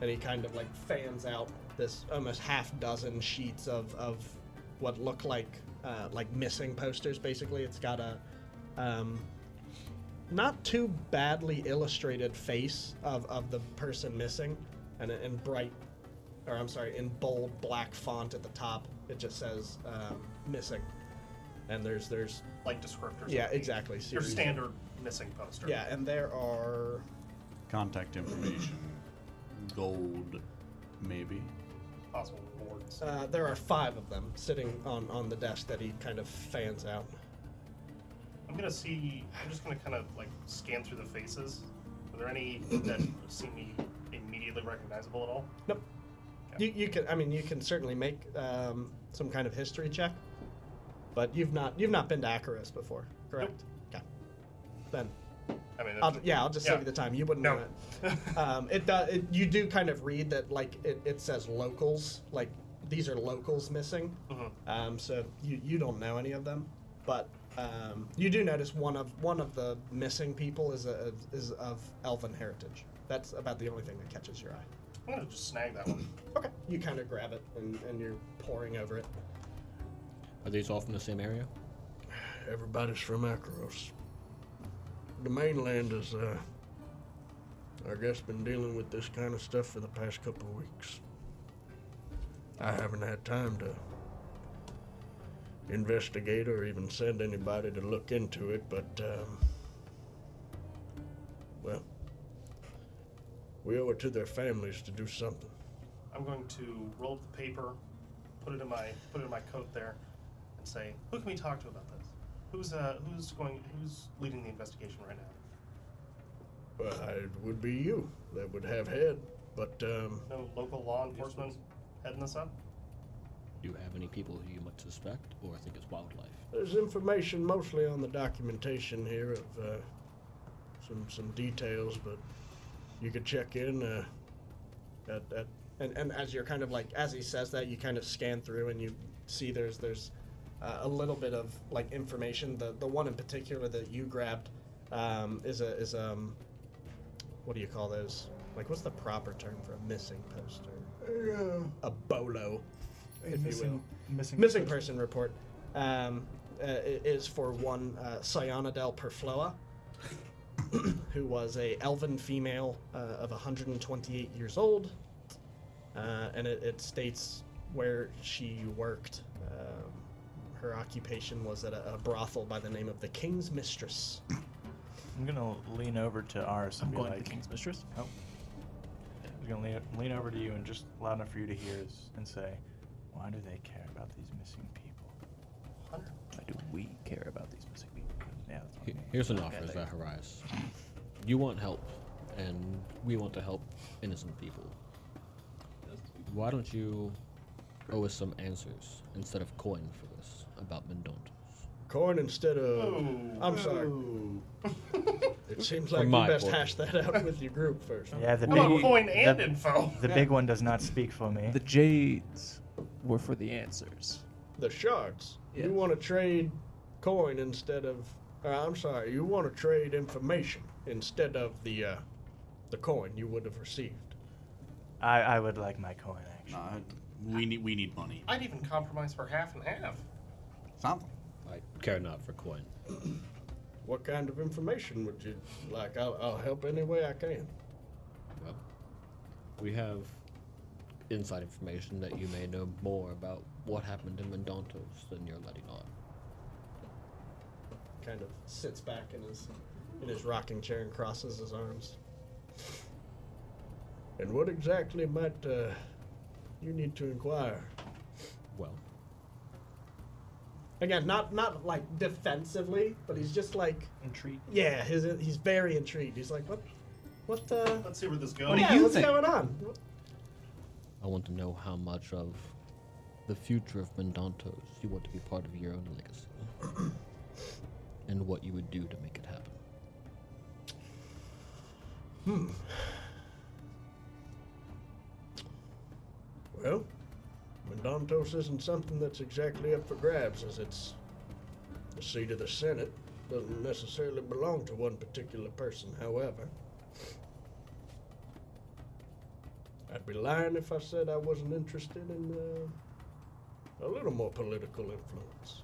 Speaker 1: And he kind of like fans out this almost half dozen sheets of, of what look like uh, like missing posters. Basically, it's got a um, not too badly illustrated face of, of the person missing, and in bright, or I'm sorry, in bold black font at the top, it just says um, missing. And there's there's
Speaker 7: Like descriptors.
Speaker 1: yeah
Speaker 7: would be.
Speaker 1: exactly
Speaker 7: Your
Speaker 1: series.
Speaker 7: standard missing poster.
Speaker 1: yeah, and there are
Speaker 14: Contact information. Gold, maybe.
Speaker 7: Possible rewards.
Speaker 1: Uh, there are five of them sitting on, on the desk that he kind of fans out.
Speaker 7: I'm gonna see.
Speaker 1: (coughs)
Speaker 7: I'm just gonna kind of like scan through the faces. Are there any that seem immediately immediately recognizable at all?
Speaker 1: Nope. You, you can. I mean, you can certainly make um, some kind of history check, but you've not you've not been to Acheros before, correct? Okay. Then,
Speaker 7: I mean,
Speaker 1: I'll,
Speaker 7: that's-
Speaker 1: Um, yeah, I'll just save
Speaker 7: yeah.
Speaker 1: you the time. You wouldn't
Speaker 7: No.
Speaker 1: know
Speaker 7: (laughs)
Speaker 1: it. Um, it does. It, you do kind of read that, like it, it says locals, like these are locals missing.
Speaker 7: Mhm.
Speaker 1: Um, so you, you don't know any of them, but um, you do notice one of one of the missing people is a, is of elven heritage. That's about the only thing that catches your eye.
Speaker 7: I'm gonna just snag that one.
Speaker 1: Okay. You kind of grab it and, and you're pouring over it.
Speaker 11: Are these all from the same area?
Speaker 4: Everybody's from Akros. The mainland has, uh, I guess, been dealing with this kind of stuff for the past couple of weeks. I haven't had time to investigate or even send anybody to look into it, but, um, well, we owe it to their families to do something.
Speaker 7: I'm going to roll up the paper, put it in my put it in my coat there, and say, "Who can we talk to about this? Who's uh who's going who's leading the investigation right now?
Speaker 4: Well, it would be you that would have had, but, um,
Speaker 7: No local law enforcement heading this up?
Speaker 11: Do you have any people who you might suspect or think it's wildlife?
Speaker 4: There's information mostly on the documentation here of uh, some some details, but you could check in. Uh,
Speaker 1: That, that, and, and as you're kind of like, as he says that, you kind of scan through and you see there's there's uh, a little bit of like information. The the one in particular that you grabbed um, is a is um, what do you call those? Like, what's the proper term for a missing poster? A bolo,
Speaker 5: A
Speaker 1: if you will.
Speaker 5: missing- missing
Speaker 1: missing person report um, uh, i- is for one uh, Cyanodel Perfloa, (coughs) who was a elven female uh, of 128 years old, uh, and it, it states where she worked. Um, her occupation was at a, a brothel by the name of the King's Mistress.
Speaker 5: I'm gonna lean over to ours.
Speaker 2: I'm
Speaker 5: and be
Speaker 2: going to
Speaker 5: like,
Speaker 2: the King's Mistress.
Speaker 5: Oh. I'm gonna lean, lean over to you and just loud enough for you to hear is, and say, "Why do they care about these missing people?
Speaker 7: Hunt?
Speaker 2: Why do we care about these missing people?
Speaker 5: Yeah, that's what I
Speaker 11: He-
Speaker 5: mean.
Speaker 11: Here's an
Speaker 2: Okay,
Speaker 11: offer,
Speaker 2: thank you.
Speaker 11: Zacharias. You want help, and we want to help innocent people. Why don't you owe us some answers instead of coin for this about Mendontos?
Speaker 4: corn instead of.
Speaker 1: I'm sorry. It seems like you
Speaker 11: my
Speaker 1: best
Speaker 11: boy.
Speaker 1: hash that out with your group first.
Speaker 5: Yeah, the
Speaker 7: How about
Speaker 5: big
Speaker 7: coin
Speaker 5: the-
Speaker 7: and info?
Speaker 5: The big one does not speak for me.
Speaker 2: The Jades were for the answers.
Speaker 4: The shards.
Speaker 2: Yeah.
Speaker 4: You want to trade coin instead of. Uh, I'm sorry. You want to trade information instead of the uh, the coin you would have received.
Speaker 5: I, I would like my coin actually.
Speaker 18: Nah, we need we need money.
Speaker 7: I'd even compromise for half and half.
Speaker 18: Something.
Speaker 11: I care not for coin.
Speaker 4: What kind of information would you like? I'll, I'll help any way I can.
Speaker 11: Well, we have inside information that you may know more about what happened in Mendontos than you're letting on.
Speaker 1: Kind of sits back in his in his rocking chair and crosses his arms.
Speaker 4: And what exactly might uh, you need to inquire?
Speaker 11: Well,
Speaker 1: Again, not not like defensively, but he's just like
Speaker 5: Intrigued.
Speaker 1: Yeah, his, he's very intrigued. He's like, what, what the?
Speaker 7: Let's see where this goes.
Speaker 2: What do
Speaker 1: yeah,
Speaker 2: you
Speaker 1: what's
Speaker 2: think?
Speaker 1: going on?
Speaker 11: I want to know how much of the future of Mendontos you want to be part of your own legacy, (clears throat) and what you would do to make it happen.
Speaker 4: Well, Mendontos isn't something that's exactly up for grabs, as it's the seat of the Senate. Doesn't necessarily belong to one particular person, however. I'd be lying if I said I wasn't interested in uh, a little more political influence.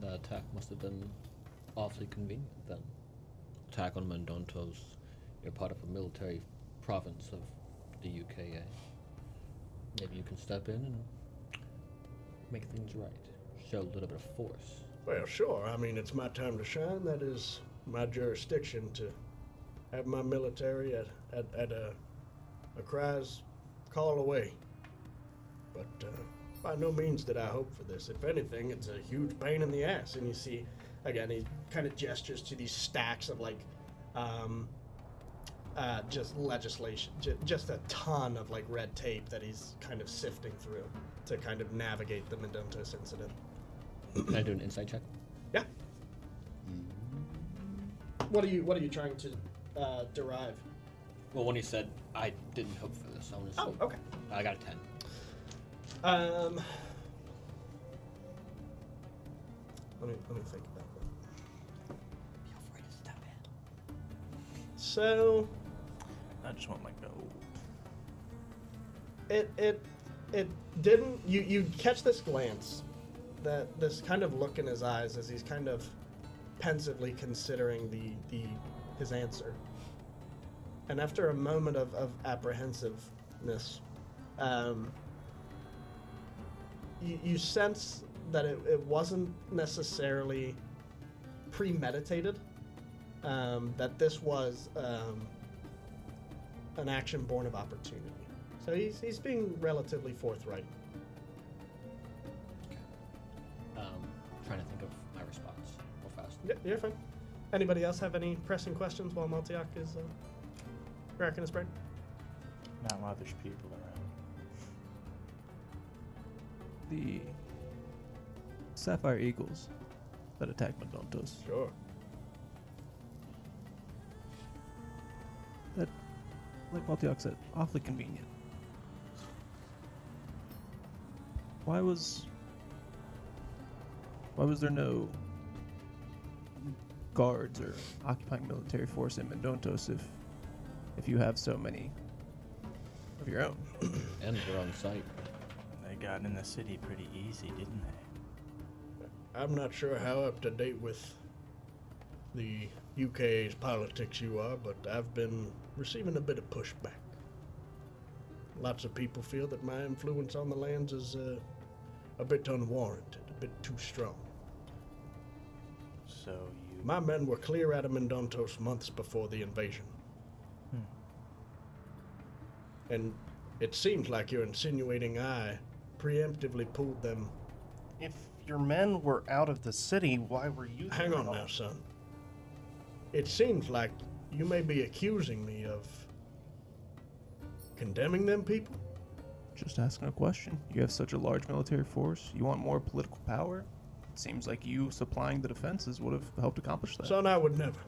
Speaker 11: The attack must have been awfully convenient then. Attack on Mendontos, you're part of a military province of the UKA. Maybe you can step in and make things right. Show a little bit of (clears throat) force.
Speaker 4: Well, sure. I mean, it's my time to shine. That is my jurisdiction to have my military at, at, at a, a cries call away. But uh, by no means did I hope for this. If anything, it's a huge pain in the ass.
Speaker 1: And you see, again, he kind of gestures to these stacks of like, um, uh, just legislation, ju- just a ton of like red tape that he's kind of sifting through to kind of navigate the Mendentus incident.
Speaker 11: Can I do an insight check?
Speaker 1: Yeah. Mm-hmm. What are you What are you trying to uh, derive?
Speaker 11: Well, when he said, I didn't hope for this, I'm just.
Speaker 1: Oh, okay.
Speaker 11: I got a 10.
Speaker 1: Um, let me let me think about that. So
Speaker 2: I just want my gold.
Speaker 1: it it it didn't you you catch this glance that this kind of look in his eyes as he's kind of pensively considering the the his answer and after a moment of, of apprehensiveness um, you, you sense that it, it wasn't necessarily premeditated um, that this was um, an action born of opportunity so he's, he's being relatively forthright
Speaker 11: Um, trying to think of my response real fast.
Speaker 1: Yeah, you're fine. Anybody else have any pressing questions while Montiac is uh, racking his brain?
Speaker 19: Not while there's people around.
Speaker 2: The sapphire eagles that attack Madontos.
Speaker 1: Sure.
Speaker 2: That, like Baltiok said, awfully convenient. Why was. Why was there no guards or occupying military force in Mendontos if, if you have so many of your own?
Speaker 11: And they're on site.
Speaker 5: They got in the city pretty easy, didn't they?
Speaker 20: I'm not sure how up to date with the UK's politics you are, but I've been receiving a bit of pushback. Lots of people feel that my influence on the lands is uh, a bit unwarranted, a bit too strong.
Speaker 5: So you.
Speaker 20: My men were clear out of Mendontos months before the invasion. And it seems like you're insinuating I preemptively pulled them
Speaker 7: If your men were out of the city, why were you?
Speaker 20: Hang
Speaker 7: there
Speaker 20: on
Speaker 7: at all?
Speaker 20: now, son. It seems like you may be accusing me of condemning them people.
Speaker 2: Just asking a question. You have such a large military force. You want more political power? It seems like you supplying the defenses would have helped accomplish that.
Speaker 20: Son, I would never.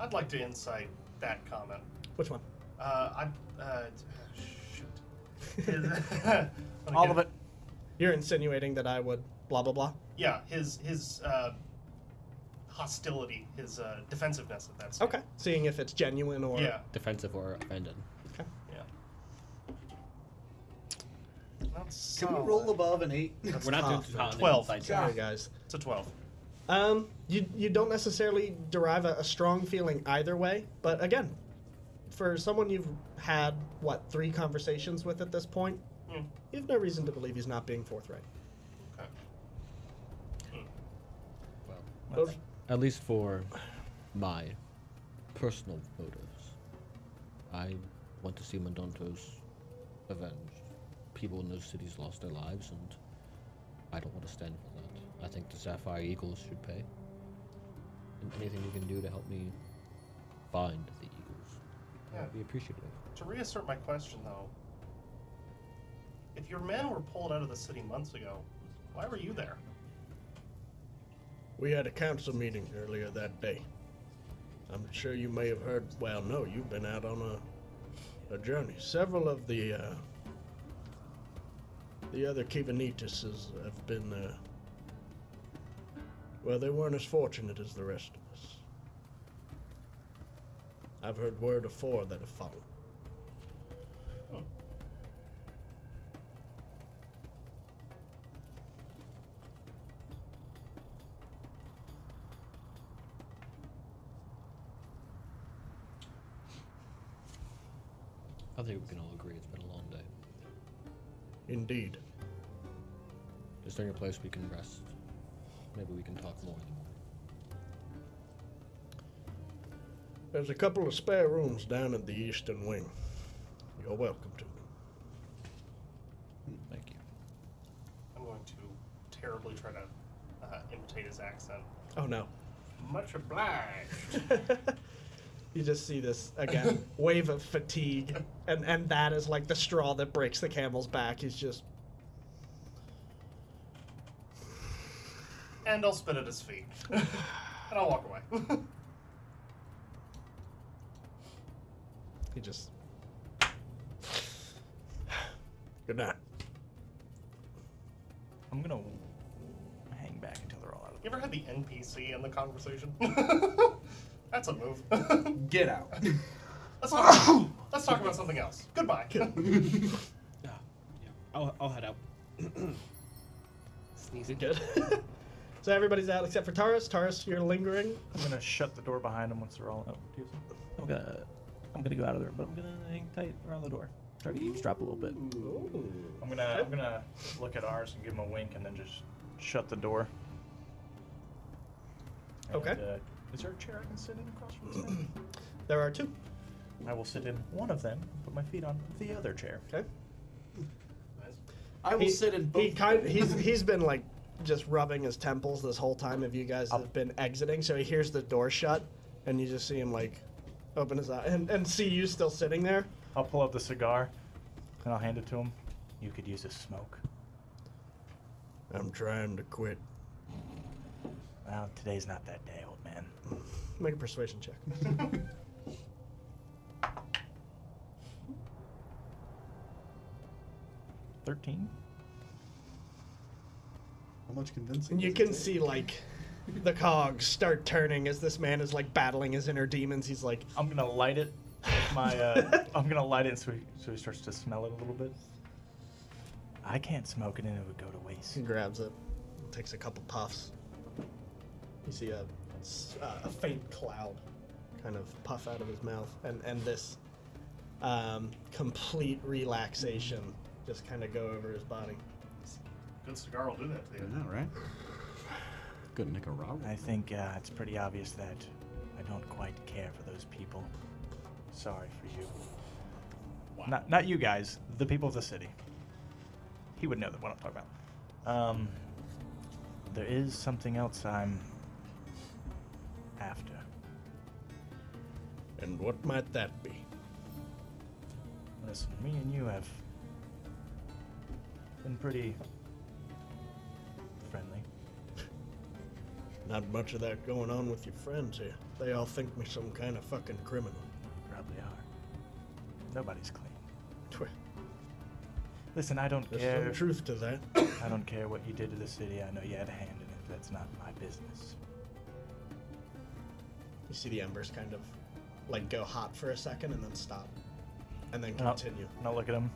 Speaker 7: I'd like to insight that comment.
Speaker 1: Which one?
Speaker 7: Uh, I. Uh, shoot. (laughs)
Speaker 1: All of it. You're insinuating that I would blah blah blah.
Speaker 7: Yeah, his his uh, hostility, his uh, defensiveness at that.
Speaker 1: Okay. Seeing if it's genuine or
Speaker 20: (laughs)
Speaker 7: Yeah.
Speaker 11: Defensive or offended.
Speaker 7: Yeah. That's
Speaker 1: Can we
Speaker 7: solid.
Speaker 1: roll above an eight?
Speaker 7: That's
Speaker 11: We're not doing
Speaker 1: tough.
Speaker 11: too hot on the
Speaker 7: Twelve.
Speaker 11: inside check.
Speaker 1: Sorry, guys.
Speaker 7: It's a twelve.
Speaker 1: Um, you you don't necessarily derive a, a strong feeling either way, but again, for someone you've had what three conversations with at this point,
Speaker 7: Mm.
Speaker 1: you've no reason to believe he's not being forthright.
Speaker 7: Okay.
Speaker 1: Those-
Speaker 11: At least for my personal motives. I want to see Mandontos avenged. People in those cities lost their lives, and I don't want to stand for that. I think the Sapphire Eagles should pay. And anything you can do to help me find the Eagles
Speaker 7: Yeah.
Speaker 11: would be appreciative.
Speaker 7: To reassert my question, though, if your men were pulled out of the city months ago, why were you there?
Speaker 20: We had a council meeting earlier that day. I'm sure you may have heard. Well, no, you've been out on a, a journey. Several of the uh, the other Kivanitas have been. Uh, well, they weren't as fortunate as the rest of us. I've heard word of four that have fallen.
Speaker 11: I think we can all agree it's been a long day.
Speaker 20: Indeed.
Speaker 11: Is there any place we can rest? Maybe we can talk more in the morning.
Speaker 20: There's a couple of spare rooms down in the eastern wing. You're welcome to them.
Speaker 11: Thank you.
Speaker 7: I'm going to terribly try to uh, imitate his accent.
Speaker 1: Oh no.
Speaker 7: Much obliged.
Speaker 1: (laughs) You just see this
Speaker 4: (laughs)
Speaker 1: again wave of fatigue, and and that is like the straw that breaks the camel's back. He's just
Speaker 7: And I'll spit at his feet. and I'll walk away. (laughs)
Speaker 1: he just (sighs) good night.
Speaker 5: I'm gonna hang back until they're all out of
Speaker 7: You
Speaker 5: the
Speaker 7: ever had the NPC in the conversation? (laughs) That's a move. (laughs)
Speaker 4: Get (laughs) out.
Speaker 7: let's, talk, let's talk about something else. Goodbye.
Speaker 6: Yeah. I'll, I'll head out.
Speaker 7: Sneezing.
Speaker 1: Good. (laughs) so everybody's out except for Taurus. Taurus, you're lingering.
Speaker 21: I'm gonna shut the door behind them once they're all oh, out.
Speaker 2: I'm gonna, I'm gonna go out of there, but I'm gonna hang tight around the door. Try to eavesdrop a little bit.
Speaker 21: I'm gonna I'm gonna look at ours and give them a wink and then just shut the door. And,
Speaker 1: Okay.
Speaker 21: uh, is there a chair I can sit in across from this thing?
Speaker 1: There are two.
Speaker 21: I will sit in one of them and put my feet on the other chair.
Speaker 1: Okay.
Speaker 4: I will
Speaker 1: He-
Speaker 4: sit in both.
Speaker 1: He kind he's he's been like just rubbing his temples this whole time if you guys have been exiting, so he hears the door shut and you just see him like open his eye and, and see you still sitting there.
Speaker 21: I'll pull out the cigar and I'll hand it to him.
Speaker 5: You could use a smoke.
Speaker 11: I'm trying to quit.
Speaker 5: Well, today's not that day, old man.
Speaker 1: Make a persuasion check.
Speaker 21: Thirteen.
Speaker 4: How much convincing?
Speaker 1: And you
Speaker 4: does it
Speaker 1: can
Speaker 4: take?
Speaker 1: see like the cogs start turning as this man is like battling his inner demons. He's like
Speaker 21: I'm gonna light it. with My
Speaker 5: (laughs)
Speaker 21: uh, I'm gonna light it so he, so he starts to smell it a little bit.
Speaker 5: I can't smoke it and it would go to waste.
Speaker 1: He grabs it, takes a couple puffs. You see a, s- uh, a faint cloud kind of puff out of his mouth, and, and this um, complete relaxation just kind of go over his body.
Speaker 7: (laughs) Good cigar will do that to you.
Speaker 4: Yeah, right. Good Nicaragua.
Speaker 5: I think uh, it's pretty obvious that I don't quite care for those people. Sorry for you.
Speaker 21: Not not you guys, the people of the city. He would know that what I'm talking about. Um,
Speaker 5: There is something else I'm after.
Speaker 11: And what might that be?
Speaker 5: Listen, me and you have been pretty friendly.
Speaker 11: Not much of that going on with your friends here. They all think me some kind of fucking criminal.
Speaker 5: You probably are. Nobody's clean.
Speaker 11: Tw-
Speaker 5: Listen, I don't
Speaker 11: There's
Speaker 5: care.
Speaker 11: some truth to that.
Speaker 5: I don't care what you did to the city. I know you had a hand in it. That's not my business.
Speaker 1: You see the embers kind of like go hot for a second and then stop, and then
Speaker 21: and
Speaker 5: Oh.
Speaker 21: I'll-
Speaker 1: continue.
Speaker 21: and I'll look at him.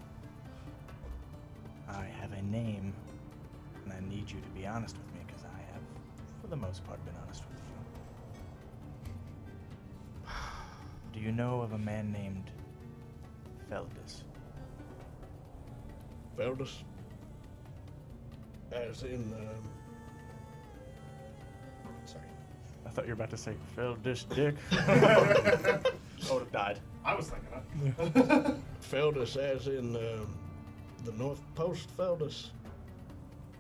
Speaker 5: I have a name, and I need you to be honest with me because I have, for the most part, been honest with you. (sighs) Do you know of a man named Feldus?
Speaker 11: Feldus? As in, um,
Speaker 1: Sorry.
Speaker 21: I thought you were about to say Feldus Dick. (laughs) I would have died.
Speaker 7: I was thinking that.
Speaker 11: Feldus as in um, the North Post Feldus.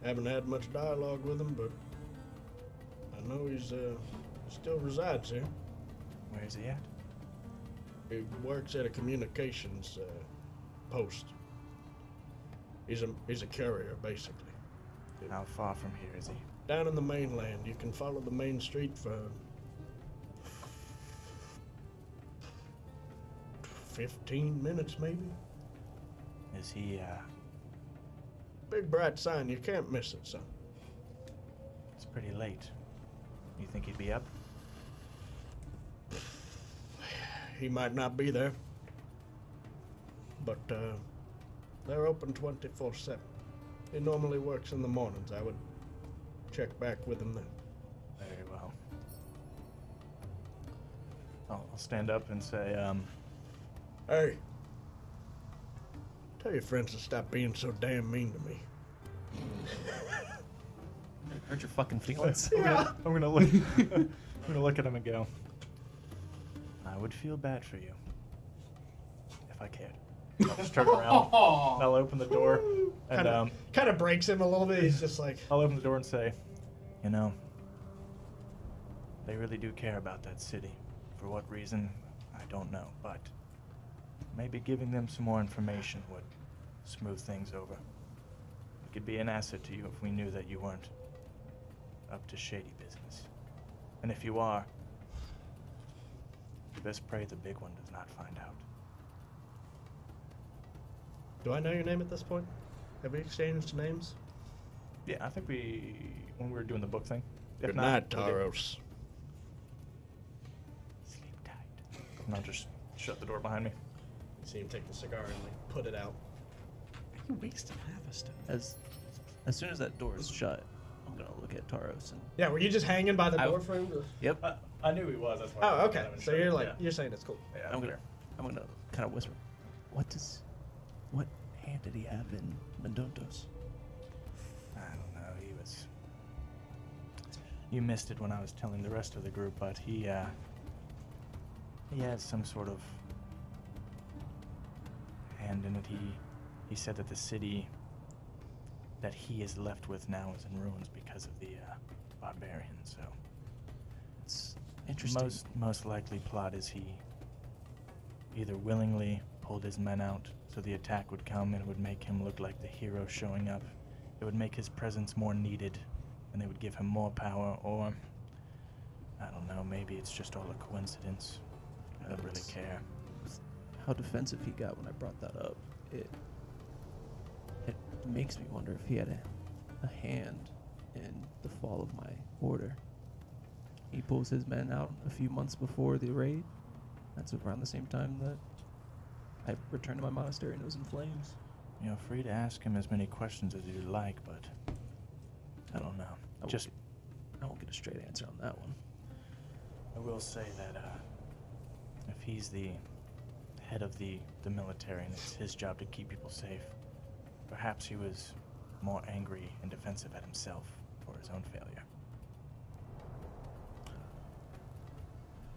Speaker 11: Haven't had much dialogue with him, but I know he's uh, still resides here.
Speaker 5: Where is he at?
Speaker 11: He works at a communications uh, post. He's a he's a carrier basically.
Speaker 5: How far from here is he?
Speaker 11: Down in the mainland, you can follow the main street for fifteen minutes maybe.
Speaker 5: Is he, uh,
Speaker 11: Big bright sign, you can't miss it, son.
Speaker 5: it's pretty late. You think he'd be up?
Speaker 11: He might not be there. But uh, they're open 24 7. He normally works in the mornings. I would check back with him then.
Speaker 5: Very well.
Speaker 21: I'll, I'll stand up and say, um,
Speaker 11: Hey, tell your friends to stop being so damn mean to me.
Speaker 2: Hurt your fucking feelings.
Speaker 21: (laughs) I'm gonna, I'm gonna look. I'm gonna look at him and go.
Speaker 5: I would feel bad for you if I cared.
Speaker 21: I'll just turn around. and I'll open the door and
Speaker 1: Kind of
Speaker 21: um,
Speaker 1: kind of breaks him a little bit. He's just like
Speaker 21: I'll open the door and say,
Speaker 5: You know, they really do care about that city. For what reason, I don't know, but maybe giving them some more information would smooth things over. It could be an asset to you if we knew that you weren't up to shady business. And if you are, you best pray the big one does not find out.
Speaker 1: Do I know your name at this point? Have we exchanged names?
Speaker 6: Yeah, I think we when we were doing the book thing. If
Speaker 22: Good
Speaker 6: not,
Speaker 22: night,
Speaker 6: we'll do-
Speaker 22: Taros.
Speaker 6: And I'll just shut the door behind me.
Speaker 1: You see him take the cigar and like put it out.
Speaker 2: You wasted half a stone. As as soon as that door is shut, I'm gonna look at Taros and
Speaker 1: Yeah, were you just hanging by the
Speaker 2: I-
Speaker 1: door frame? or-
Speaker 2: Yep.
Speaker 6: I knew he was. That's why.
Speaker 1: Oh, okay. So you're like
Speaker 6: Oh, Yeah.
Speaker 1: you're saying it's cool.
Speaker 6: Yeah,
Speaker 2: I'm gonna I'm gonna kind of whisper. What does what hand did he have in Mendontos?
Speaker 5: I don't know. He was. You missed it when I was telling the rest of the group, but he uh, he had some sort of hand in it. He he said that the city that he is left with now is in ruins because of the uh, barbarians. So
Speaker 2: it's interesting.
Speaker 5: Most most likely plot is he either willingly pulled his men out so the attack would come and it would make him look like the hero showing up. It would make his presence more needed and they would give him more power, or I don't know, maybe it's just all a coincidence. I don't really care.
Speaker 2: How defensive he got when I brought that up. It it makes me wonder if he had a, a hand in the fall of my order. He pulls his men out a few months before the raid. That's around the same time that I returned to my monastery and it was in flames.
Speaker 5: You're free to ask him as many questions as you like, but I don't know.
Speaker 2: won't
Speaker 5: Just
Speaker 2: I won't get a straight answer on that one.
Speaker 5: I will say that uh, if he's the head of the, the military and it's his job to keep people safe, perhaps he was more angry and defensive at himself for his own failure.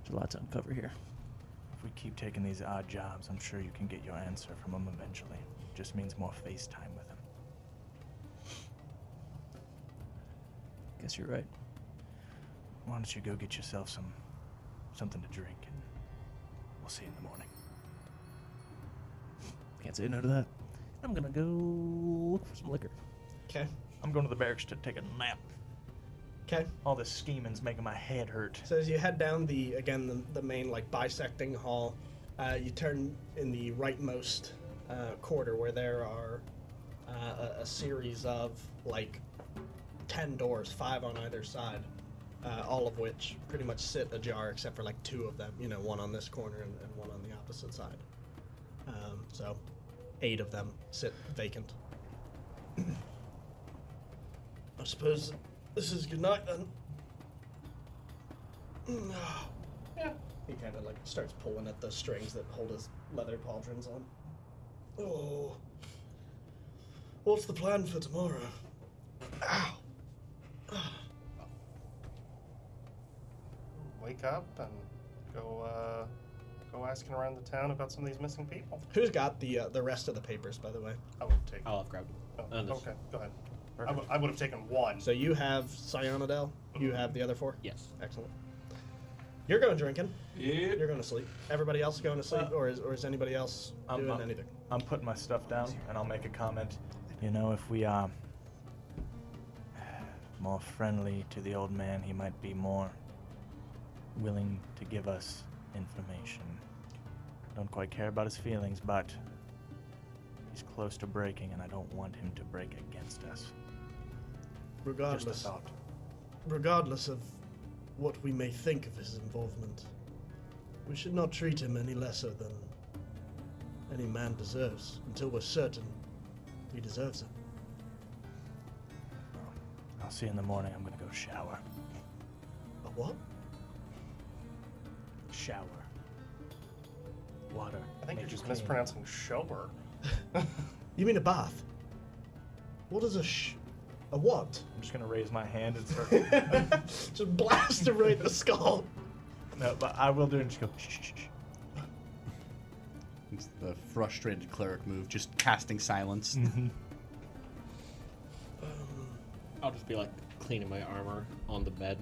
Speaker 2: There's a lot to uncover here.
Speaker 5: If we keep taking these odd jobs, I'm sure you can get your answer from him eventually. Just means more face time with him.
Speaker 2: Guess you're right.
Speaker 5: Why don't you go get yourself some something to drink and we'll see you in the morning.
Speaker 2: Can't say no to that. I'm gonna go look for some liquor.
Speaker 1: Okay.
Speaker 6: I'm going to the barracks to take a nap.
Speaker 1: Okay.
Speaker 6: All this scheming's making my head hurt.
Speaker 1: So as you head down the again the, the main like bisecting hall, uh, you turn in the rightmost uh, quarter where there are uh, a, a series of like ten doors, five on either side, uh, all of which pretty much sit ajar except for like two of them. You know, one on this corner and, and one on the opposite side. Um, so eight of them sit vacant. (clears throat)
Speaker 22: I suppose this is good night then.
Speaker 1: (clears throat) yeah. He kind of like starts pulling at the strings that hold his leather pauldrons on.
Speaker 22: Oh. What's the plan for tomorrow?
Speaker 7: (laughs) Wake up and go uh, go asking around the town about some of these missing people.
Speaker 1: Who's got the uh, the rest of the papers, by the way?
Speaker 7: I would take.
Speaker 11: I'll have grabbed
Speaker 7: Oh,
Speaker 11: Uh, this-
Speaker 7: okay, go ahead. I would- I would have taken one.
Speaker 1: So you have Cyanodel. You have the other four.
Speaker 11: Yes.
Speaker 1: Excellent. You're going drinking.
Speaker 6: Yeah.
Speaker 1: You're going to sleep. Everybody else going to sleep, or is or is anybody else
Speaker 6: I'm,
Speaker 1: doing
Speaker 6: I'm-
Speaker 1: anything?
Speaker 6: I'm putting my stuff down and I'll make a comment.
Speaker 5: You know, if we are more friendly to the old man, he might be more willing to give us information. Don't quite care about his feelings, but he's close to breaking, and I don't want him to break against us.
Speaker 22: Regardless,
Speaker 5: thought.
Speaker 22: regardless of what we may think of his involvement, we should not treat him any lesser than any man deserves until we're certain he deserves it.
Speaker 5: I'll see you in the morning. I'm gonna go shower.
Speaker 22: A what?
Speaker 5: Shower. Water.
Speaker 7: I think you're
Speaker 5: Make you
Speaker 7: just
Speaker 5: clean.
Speaker 7: mispronouncing shower.
Speaker 22: You mean a bath? What is a sh? A what?
Speaker 6: I'm just gonna raise my hand and
Speaker 5: (laughs)
Speaker 6: start.
Speaker 22: Just blast him right in the skull.
Speaker 6: no, but I will do it and just go. Shh, shh, shh, shh.
Speaker 4: It's the frustrated cleric move, just casting silence. (laughs)
Speaker 11: I'll just be like cleaning my armor on the bed.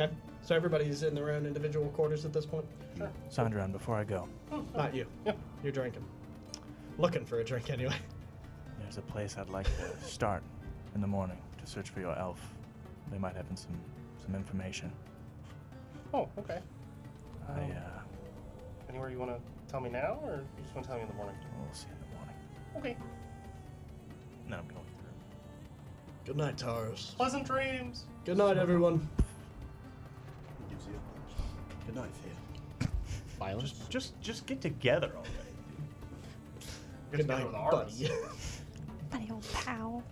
Speaker 1: Okay. So everybody's in their own individual quarters at this point? Sure.
Speaker 23: Sandran, before I go,
Speaker 1: Not you. You're drinking. Looking for a drink anyway.
Speaker 23: there's a place I'd like to start in the morning to search for your elf. They might have some, some information.
Speaker 7: Oh, okay.
Speaker 9: Oh.
Speaker 23: I,
Speaker 7: Um,
Speaker 23: uh,
Speaker 7: Anywhere you want to tell me now, or you just want to tell me in the morning?
Speaker 23: We'll see in the morning.
Speaker 7: Okay.
Speaker 23: No, I'm going through.
Speaker 11: Good night, Taurus.
Speaker 7: Pleasant dreams.
Speaker 11: Good night, everyone.
Speaker 7: Gives you a-
Speaker 11: Good night, Thea.
Speaker 6: Violence?
Speaker 9: Just just get together already.
Speaker 1: Good night, buddy.
Speaker 3: Buddy, old pal.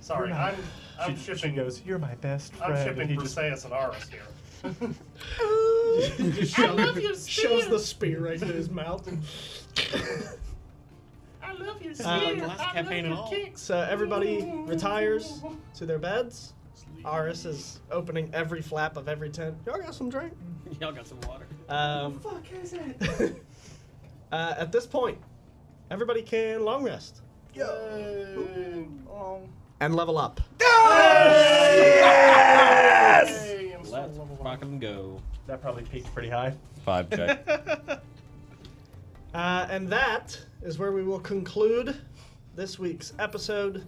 Speaker 7: Sorry,
Speaker 9: You're
Speaker 7: I'm
Speaker 9: not-
Speaker 7: I'm
Speaker 9: she,
Speaker 7: shipping.
Speaker 9: She goes, "You're my best
Speaker 7: I'm
Speaker 9: friend."
Speaker 7: shipping
Speaker 9: and he just-
Speaker 7: Briseis and Aris here.
Speaker 22: (laughs)
Speaker 1: I
Speaker 7: love your
Speaker 1: Shows
Speaker 7: spear.
Speaker 1: the spear right to his mouth.
Speaker 7: I love you,
Speaker 1: Um, spear. last I
Speaker 2: campaign and all.
Speaker 1: (laughs) So everybody retires to their beds. Aris is opening every flap of every tent. Y'all got some drink?
Speaker 6: (laughs) Y'all got some water.
Speaker 1: Um,
Speaker 6: fuck is it?
Speaker 1: (laughs) uh, at this point, everybody can long rest
Speaker 6: Um,
Speaker 1: and level up.
Speaker 6: Let's fucking go.
Speaker 9: That probably peaked pretty high.
Speaker 14: Five check.
Speaker 1: Uh, and that is where we will conclude this week's episode.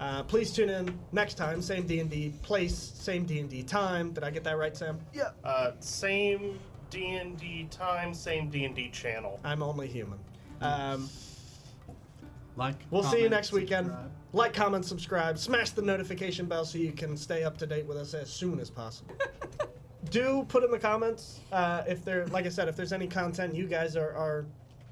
Speaker 1: Uh, please tune in next time. Same D and D place, same D and D time. Did I get that right, Sam?
Speaker 7: Yeah. Uh, same D and D time, same D and D channel.
Speaker 1: I'm only human. Um,
Speaker 14: Like.
Speaker 1: we'll see you
Speaker 14: comment,
Speaker 1: next weekend.
Speaker 14: subscribe.
Speaker 1: Like, comment, subscribe, smash the notification bell so you can stay up to date with us as soon as
Speaker 14: (laughs)
Speaker 1: possible. Do put in the comments uh, if there, like I said, if there's any content you guys are, are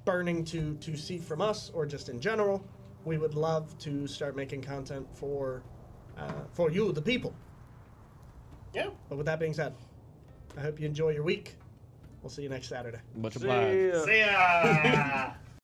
Speaker 1: burning to to see from us or just in general. We would love to start making content for uh, for you, the people.
Speaker 7: Yeah.
Speaker 1: But with that being said, I hope you enjoy your week. We'll see you next Saturday.
Speaker 6: Much obliged.
Speaker 7: See ya.